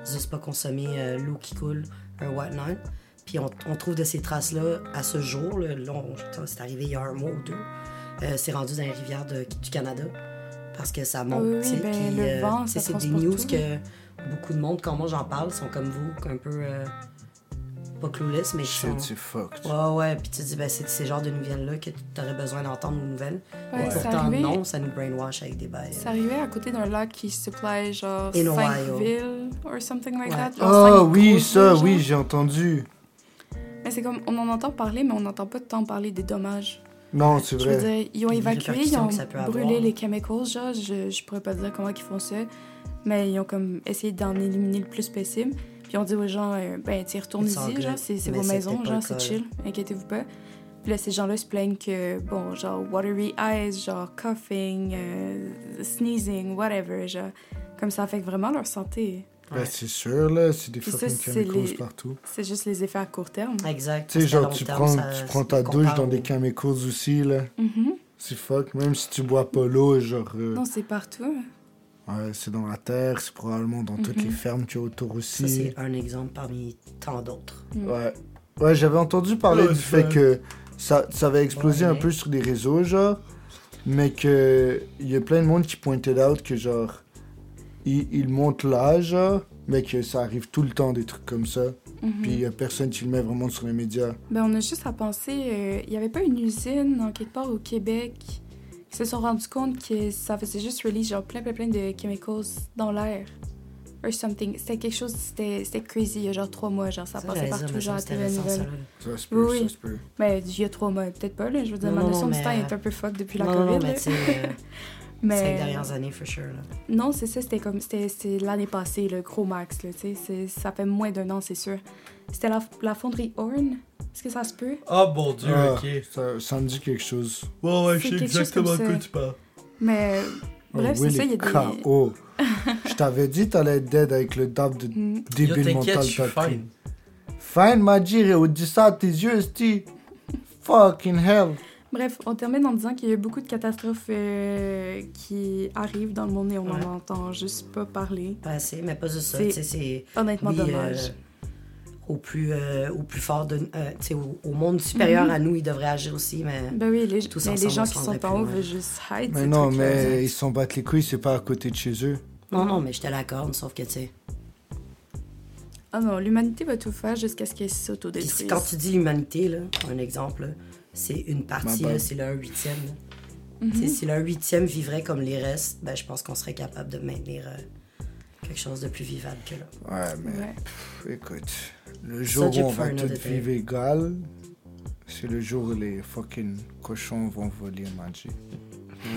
E: juste pas consommer euh, l'eau qui coule, un whatnot. Puis on, on trouve de ces traces-là à ce jour. Là, Là, on- ça, c'est arrivé il y a un mois ou deux. Euh, c'est rendu dans les rivières de- du Canada parce que ça monte.
D: Ah oui,
E: tu sais,
D: ben,
E: puis, euh,
D: le vent,
E: tu sais,
D: ça
E: c'est des
D: transporte
E: news
D: tout.
E: que beaucoup de monde, quand moi j'en parle, sont comme vous, un peu euh, pas clueless, mais qui
C: Shit,
E: sont.
C: c'est fucked.
E: Ouais, ouais, puis tu te dis, ben, c'est ces genres de nouvelles-là que t'aurais besoin d'entendre aux nouvelles.
D: Ouais, c'est
E: Pourtant,
D: arrivé.
E: non, ça nous brainwash avec des bails.
D: Ça arrivait à côté d'un lac qui supply genre
E: In
D: cinq
E: Ohio.
D: villes or something like
E: Ouais.
D: that. genre
C: Ah
D: cinq
C: oui,
D: grosses
C: ça,
D: villes, genre.
C: oui, j'ai entendu.
D: Mais c'est comme, on en entend parler, mais on n'entend pas tant parler des dommages.
C: Non, c'est
D: Je veux
C: vrai.
D: dire, ils ont
E: Les
D: évacué, ils
E: répercussions
D: ont
E: que ça peut avoir.
D: brûlé les chemicals, genre, je, je pourrais pas dire comment ils font ça, mais ils ont comme essayé d'en éliminer le plus possible. Puis on dit aux gens, euh, ben, t'y retourne
E: It's all
D: ici,
E: good.
D: genre, c'est c'est
E: Mais
D: vos
E: c'était
D: maisons,
E: pas
D: genre,
E: le
D: c'est
E: cas,
D: chill, inquiétez-vous pas. Puis là, ces gens-là se plaignent que, bon, genre, watery eyes, genre, coughing, euh, sneezing, whatever, genre, comme ça affecte vraiment leur santé.
C: Ben, c'est sûr, là, c'est des
D: Puis ça,
C: fucking
D: c'est
C: chemicals
D: les-
C: partout.
D: C'est juste les effets à court terme.
E: Exact.
C: Tu sais,
E: parce qu'à
C: genre,
E: long
C: tu
E: terme,
C: prends,
E: ça-
C: tu
E: ça
C: prends ta
E: nous
C: douche
E: compare
C: dans
E: au-
C: des chemicals aussi, là.
D: Mhm.
C: C'est fuck, même si tu bois pas l'eau, genre. euh,
D: Non, c'est partout.
C: ouais, c'est dans la terre, c'est probablement dans
D: Mhm.
C: toutes les fermes qu'il y a autour
E: Ça,
C: aussi.
E: c'est un exemple parmi tant d'autres.
C: ouais. Ouais, j'avais entendu parler
B: Ouais,
C: du
B: c'est
C: fait
B: vrai.
C: que ça, ça avait explosé
E: Ouais,
C: un
E: mais-
C: peu sur des réseaux, genre. Mais que. Il y a plein de monde qui pointed out que, genre. Ils, ils montent là, genre. Mais que ça arrive tout le temps, des trucs comme ça.
D: Mhm.
C: Puis il y a personne qui le met vraiment sur les médias.
D: Ben, on a juste à penser, euh, il y n'y avait pas une usine en quelque part au Québec qui se sont rendus compte que ça faisait juste release genre plein plein plein de chemicals dans l'air. Or something. C'était quelque chose, c'était c'était crazy il y a genre trois mois, genre ça,
E: Ça,
D: passait
E: j'allais
D: partout,
E: dire, mais
D: genre
E: ça,
D: à
E: c'était
D: télé
E: récent, ça,
D: nouvelle.
E: là.
C: Ça se
D: peut, Oui, ça oui.
C: se peut.
D: Ben il y a trois mois, peut-être pas là, je veux dire,
E: Non,
D: ma
E: non,
D: notion
E: non,
D: du temps
E: mais, euh,
D: est un peu fuck depuis la
E: Non,
D: COVID.
E: non, non,
D: là.
E: mais tu sais, euh, cinq dernières années, for sure. Là.
D: Non, c'est ça, c'était comme. C'était c'était l'année passée, le gros max, là, tu sais. c'est- Ça fait moins d'un an, c'est sûr. C'était la, la fonderie Horn. Est-ce que ça se peut?
B: Oh mon dieu,
C: Ah.
B: ok.
C: Ça, ça me dit quelque chose.
B: Ouais, ouais,
D: C'est
B: je sais
D: quelque chose
B: exactement de
D: comme
B: quoi
D: ça.
B: tu parles.
D: Mais. Bref,
C: Euh, Oh, oui,
D: c'est ça, il y
C: les
D: a des.
C: KO. Je t'avais dit t'allais être dead avec le dab de
D: Mm.
B: Yo,
C: débile
B: t'inquiète,
C: mental
B: je suis
C: t'as pris.
B: fine.
C: Fine, Majir, et on dit ça à tes yeux, sti. Fucking hell.
D: Bref, on termine en disant qu'il y a beaucoup de catastrophes euh, qui arrivent dans le monde et on
E: Ouais.
D: n'en entend juste pas parler.
E: Pas assez, mais pas juste ça.
D: C'est-
E: Tu sais, c'est.
D: Honnêtement,
E: Oui,
D: dommage.
E: euh, au, plus, euh, au plus fort, de, euh, tu sais, au, au monde
D: Mm-hmm.
E: supérieur à nous, il devrait agir aussi, mais.
D: Ben oui, les,
E: tous
D: mais les
E: ensemble,
D: gens
E: on
D: qui
E: se
D: sont
E: rendrait
D: en haut
E: plus loin.
D: veulent juste hide.
C: Mais
D: ces
C: non,
D: trucs-là.
C: mais ils s'en battent les couilles, c'est pas à côté de chez eux.
E: Non, non, mais je te l'accorde, sauf que, tu sais.
D: Ah non, l'humanité va tout faire jusqu'à ce qu'elle
E: Puis
D: s'autodétruise.
E: si- quand tu dis l'humanité, là, un exemple, là, c'est une partie,
C: Ma
E: là,
C: bad.
E: c'est leur huitième. là. Tu sais, Si leur huitième vivrait comme les restes, ben, je pense qu'on serait capable de maintenir euh, quelque chose de plus vivable que là.
C: Ouais, mais
D: Ouais.
C: pff, écoute, le jour où
E: Subject
C: on
E: for
C: va
E: another
C: tous
E: day.
C: vivre égal, c'est le jour où les fucking cochons vont voler Majir.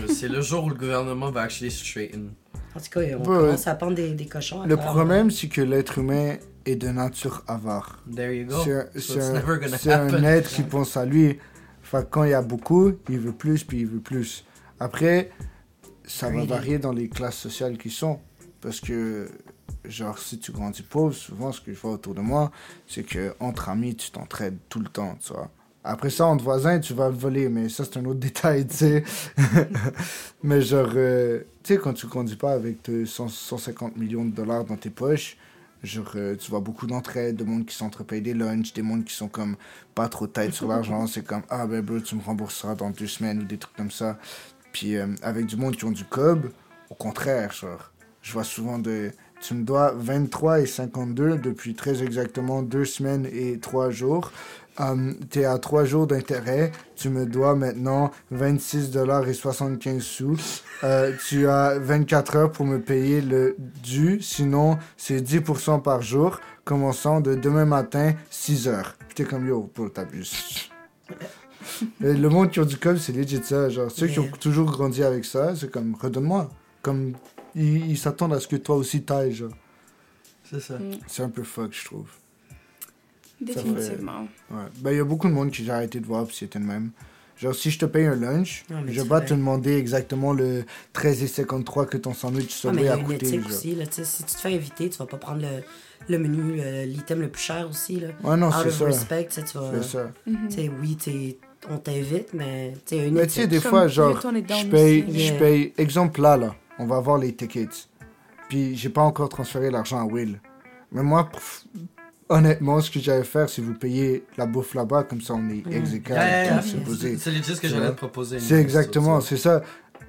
B: Euh, C'est le jour où le gouvernement va actually straighten.
E: En tout cas, on
C: Bah,
E: commence à pendre des, des cochons. à
C: Le
E: travers-
C: problème, c'est que l'être humain est de nature avare.
B: There you go.
C: C'est un-
B: So
C: c'est
B: it's
C: un,
B: never gonna
C: c'est un
B: happen.
C: être qui pense à lui. Enfin, quand il y a beaucoup, il veut plus, puis il veut plus. Après, ça va
E: Greedy.
C: varier dans les classes sociales qui sont. Parce que, genre, si tu grandis pauvre, souvent, ce que je vois autour de moi, c'est que entre amis, tu t'entraides tout le temps, tu vois. Après ça, entre voisins, tu vas le voler, mais ça, c'est un autre détail, tu sais. mais genre, euh, tu sais, quand tu conduis pas avec tes 100 150 millions de dollars dans tes poches, genre, euh, tu vois beaucoup d'entraide, de monde qui s'entrepayent des lunchs, des mondes qui sont comme pas trop tight sur l'argent. C'est comme, ah ben bro, tu me rembourseras dans deux semaines ou des trucs comme ça. Puis euh, avec du monde qui ont du cob, au contraire, genre, je vois souvent de Tu me dois 23 et 52 depuis très exactement deux semaines et trois jours. Hum, T'es à trois jours d'intérêt. Tu me dois maintenant 26 dollars et 75 sous. Euh, tu as 24 heures pour me payer le dû. Sinon, c'est 10% par jour, commençant de demain matin, 6 heures. Puis t'es comme yo, pour t'abuses. Et le monde qui ont du com, c'est legit ça. Genre, ceux qui ont
E: Yeah.
C: toujours grandi avec ça, c'est comme redonne-moi. Comme ils ils s'attendent à ce que toi aussi t'ailles, genre.
B: C'est
D: Mm.
B: ça.
C: C'est un peu fuck, je trouve.
D: Définitivement.
C: Ouais. Ben, il y a beaucoup de monde qui j'ai arrêté de voir, puis c'était le même. Genre, si je te paye un lunch,
E: Non, mais
C: je vais
E: tu
C: pas
E: fais-
C: te demander exactement le 13,53 que ton sandwich
E: Ah,
C: sauvé
E: mais il y
C: a
E: a une
C: coûté.
E: éthique
C: genre.
E: aussi. Là, tu sais, si tu te fais inviter, tu vas pas prendre le, le menu, le- l'item le plus cher aussi. Là.
C: Ouais, non,
E: Out
C: c'est
E: of
C: ça.
E: respect, tu sais, tu vas.
C: C'est ça.
E: Tu sais, oui, t'es- on t'invite, mais tu sais, une
C: Mais tu sais,
E: éthique.
C: des
D: Comme
C: fois,
D: le
C: genre,
D: tourner dedans
C: je paye,
D: aussi.
C: je
E: Yeah.
C: paye, exemple là, là, on va voir les tickets. Puis j'ai pas encore transféré l'argent à Will. Mais moi, pff, honnêtement, ce que j'allais faire, c'est vous payer la bouffe là-bas, comme ça on
E: Mm.
C: est exécable.
B: Yeah, yeah, yeah.
C: c'est posé.
B: C'est c'est legit ce que
C: Tu
B: j'allais
C: vois?
B: te proposer.
C: C'est exactement, c'est ça.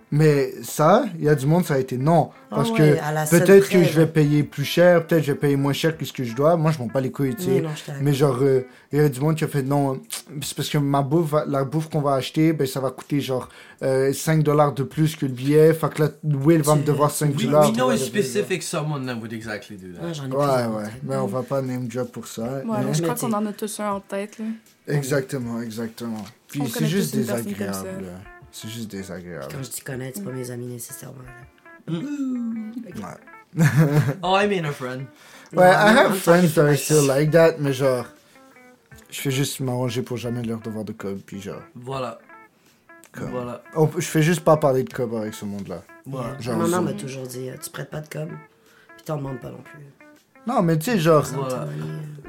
C: Mais ça, il y a du monde, ça a été non.
E: Ah
C: Parce
E: ouais, à la
C: que
E: scène
C: peut-être
E: près,
C: que je vais
E: là.
C: payer plus cher, peut-être je vais payer moins cher que ce que je dois. Moi, je m'en bats les couilles, tu sais.
E: Oui, non, je suis d'accord.
C: Mais genre, euh, il y a du monde qui a fait non, c'est parce que ma bouffe, va- la bouffe qu'on va acheter, ben, ça va coûter genre euh, 5 dollars de plus que le billet. Fait que là, Will va
E: Tu-
C: me devoir 5
B: We,
C: dollars.
B: we know a specific someone that would exactly do
E: Ah,
B: that.
E: j'en ai
C: Ouais,
E: plus.
C: ouais. Mais on va pas name drop pour ça.
D: Ouais,
C: non.
D: mais je
E: Mais
D: crois
E: tu-
D: qu'on en a tous un en tête. Là.
C: Exactement, exactement. Puis
D: On
C: c'est
D: connaît
C: juste
D: tous une personne comme
C: désagréable.
D: ça.
C: là. C'est juste désagréable.
E: Quand je dis connais, c'est pas mes amis nécessairement. là.
C: Ouais.
B: Oh, I mean a friend.
C: Ouais,
E: Non,
C: I
E: I'm
C: have
E: talking
C: friends that
E: to
C: are
E: myself.
C: still like that, mais genre, je fais juste m'arranger pour jamais leur devoir de cob, puis genre,
B: Voilà.
C: Comme.
B: Voilà.
C: on- je fais juste pas parler de cob avec ce monde-là.
E: Ouais.
C: Genre,
E: Ma maman
C: ça.
E: m'a toujours dit euh, tu prêtes pas de com, puis t'en demandes pas non plus.
C: Ah.
E: euh,
C: Non, mais tu sais, genre,
B: Voilà.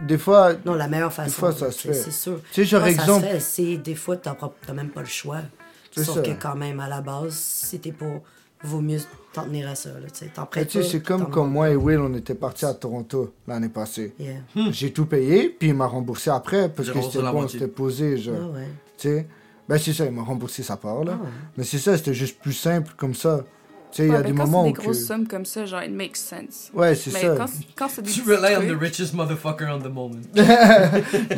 C: des fois,
E: Non, la meilleure façon.
C: fois, ça
E: là,
C: se
E: tu sais,
C: fait.
E: C'est sûr.
C: Tu sais, genre,
E: Des fois,
C: exemple-
E: Ça se fait, c'est des fois, t'as pas- t'as même pas le choix.
C: C'est
E: Sauf
C: ça.
E: que quand même, à la base, si t'es pas. Vaut mieux t'en tenir à ça. Là, tu sais, t'en
C: tu
E: prêtes
C: sais,
E: pas,
C: c'est
E: puis t'en
C: comme quand
E: demandes.
C: moi et Will, on était partis à Toronto l'année passée.
E: Yeah.
C: J'ai tout payé, puis il m'a remboursé après, parce
B: Hmm. J'ai
C: que
B: remboursé
C: c'était
B: la
C: bon,
B: moitié.
C: c'était posé,
E: Ah
C: genre,
E: ouais.
C: tu sais. Ben, c'est ça, il m'a remboursé sa part, là.
E: Ah ouais.
C: Mais c'est ça, c'était juste plus simple comme ça. Tu sais, il
D: Ouais,
C: y a
D: ben,
C: des
D: quand
C: moments
D: c'est
C: où.
D: des grosses
C: que-
D: sommes comme ça, genre, it makes sense.
C: Ouais, c'est
D: Mais
C: ça.
D: quand, quand c'est des
B: You
D: petits
B: rely on the
D: trucs-
B: richest motherfucker on the moment.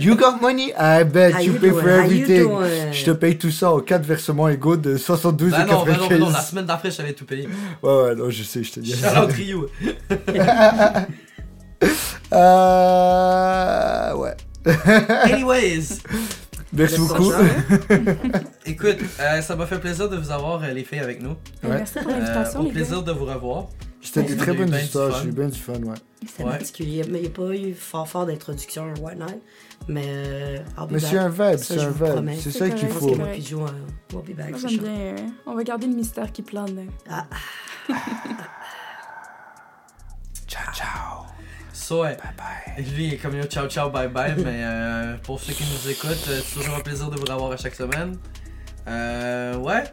C: You got money? I bet
E: How
C: you
E: you
C: pay
E: doing?
C: for
E: How you
C: everything.
E: doing?
C: Je te paye tout ça en 4 versements égaux de 72
B: Bah
C: et
B: non, bah non, bah non, la
C: 95.
B: semaine d'après, j'avais tout payé.
C: ouais, ouais, non, je sais, je te dis.
B: Shout out Ryu.
C: Euh, ouais.
B: Anyways,
C: Merci
E: Le
C: beaucoup.
E: prochain, là.
B: écoute, euh, ça m'a fait plaisir de vous avoir, euh, les filles, avec nous.
D: Ben,
C: Ouais.
D: Merci pour
B: Euh,
D: l'invitation,
B: au
D: les gars.
B: plaisir de vous revoir.
C: C'était
B: J'ai
C: des
B: eu
C: très bonnes
B: ben du
C: histoires,
B: fun.
C: j'ai eu bien du fun, ouais.
E: C'était
B: Ouais.
E: particulier. Mais il n'y a pas eu fort fort d'introduction à White Night. Mais. euh, I'll be
C: Mais
E: back.
C: c'est un vibe,
E: Ça,
C: c'est
E: je
C: un
E: vous
C: vibe.
E: promets.
C: C'est
D: C'est
C: ça qu'il
E: Je
D: correct,
E: pense
C: faut.
E: que moi puis Joe, euh, we'll be back.
D: Moi,
E: c'est
D: j'aime
E: chaud.
D: bien. euh, on va garder le mystère qui plane. hein. là.
C: Ciao, ciao.
B: So, ouais.
C: Bye bye.
B: Et Lui, il est comme yo, ciao, ciao, bye bye. mais euh, pour ceux qui nous écoutent, euh, c'est toujours un plaisir de vous revoir à chaque semaine. Euh, ouais.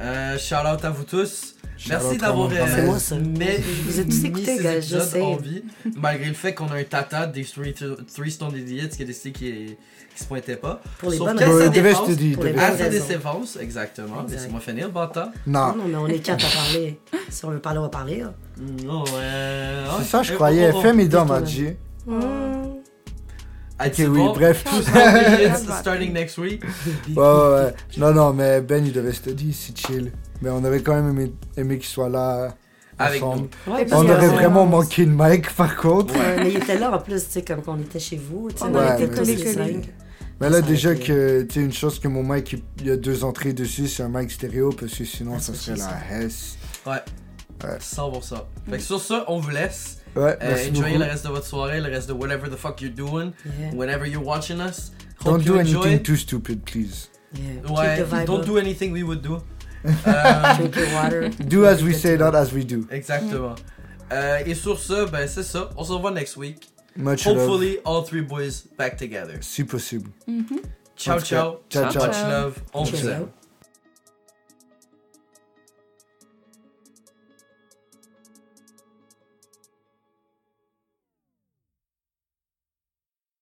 B: Euh, shout out à vous tous. Merci
C: Shout-out
B: d'avoir
C: à mon
B: euh,
C: grand-mère.
E: C'est moi, ça.
B: mais-
E: Je vous ai tous
B: mis
E: écoutés,
B: ces
E: gars,
B: épisodes
E: j'essaie.
B: en vie, malgré le fait qu'on a un tata des Three, three Stone Idiots qui a décidé qu'il qui se pointait pas.
E: Pour les
B: Sauf
E: bonnes
B: qu'à sa
E: raisons.
C: Ouais, devais-je te
B: défense,
C: dire,
E: Pour les
C: devais-je
E: bonnes
B: À
C: te
B: sa
C: dire.
E: raisons.
B: défense, exactement.
E: Exact.
B: Laissez-moi finir, bâtard.
C: Non.
E: Non, non, mais on est quatre à parler. Si on veut parler, on va parler. là.
B: Non, euh,
C: Oh, C'est
B: ouais.
C: ça, je
B: Euh,
C: croyais.
B: oh, oh, oh.
C: Fais mes dents,
E: Détourne.
C: m'a dit.
B: Ah,
C: Ok,
B: c'est
C: oui,
B: bon.
C: bref.
B: Two Stone Idiots starting next week.
C: Ouais, ouais, ouais. Non, non, mais Ben, il devait se dire, c'est chill. Mais on avait quand même aimé, aimé qu'il soit là.
B: Avec nous.
C: ensemble.
E: Ouais,
C: On
E: parce
D: Parce
C: aurait
E: que-
C: vraiment manqué de Mike, par contre.
E: Ouais, mais il était là en plus, tu sais, comme quand on était chez vous. Tu sais,
D: On
E: on
C: Ouais,
E: était
C: mais
E: tous les
D: c'est-
E: cinq.
C: Mais là,
E: Ça
C: déjà
E: aurait été-
C: que, tu sais, une chose que mon mic, il- il y a deux entrées dessus, c'est un mic stéréo, parce que sinon,
E: Ah,
C: ça serait
E: c'est ça.
C: la Hesse.
B: Ouais.
C: Ouais.
B: 100%. Fait que sur ça, on vous laisse.
C: Ouais,
B: Euh,
C: merci
B: enjoyez
C: beaucoup.
B: le reste de votre soirée, le reste de whatever the fuck you're doing,
E: Yeah,
B: whenever you're watching us. Hope
C: Don't
B: you
C: do
B: enjoy.
C: anything too stupid, please.
E: yeah. Keep
B: Ouais,
E: the vibe
B: don't
E: up.
B: do anything we would do. Euh,
E: Drink your water.
C: Do as we say, not as we do.
B: exactement. Euh, et sur ce, ben c'est ça. On se revoit next week.
C: Much love,
B: Hopefully, all three boys back together.
C: si possible.
D: Mhm.
B: Ciao,
C: En tout cas,
B: ciao.
C: ciao, ciao.
B: Much love. On vous
E: Ciao.
B: aime.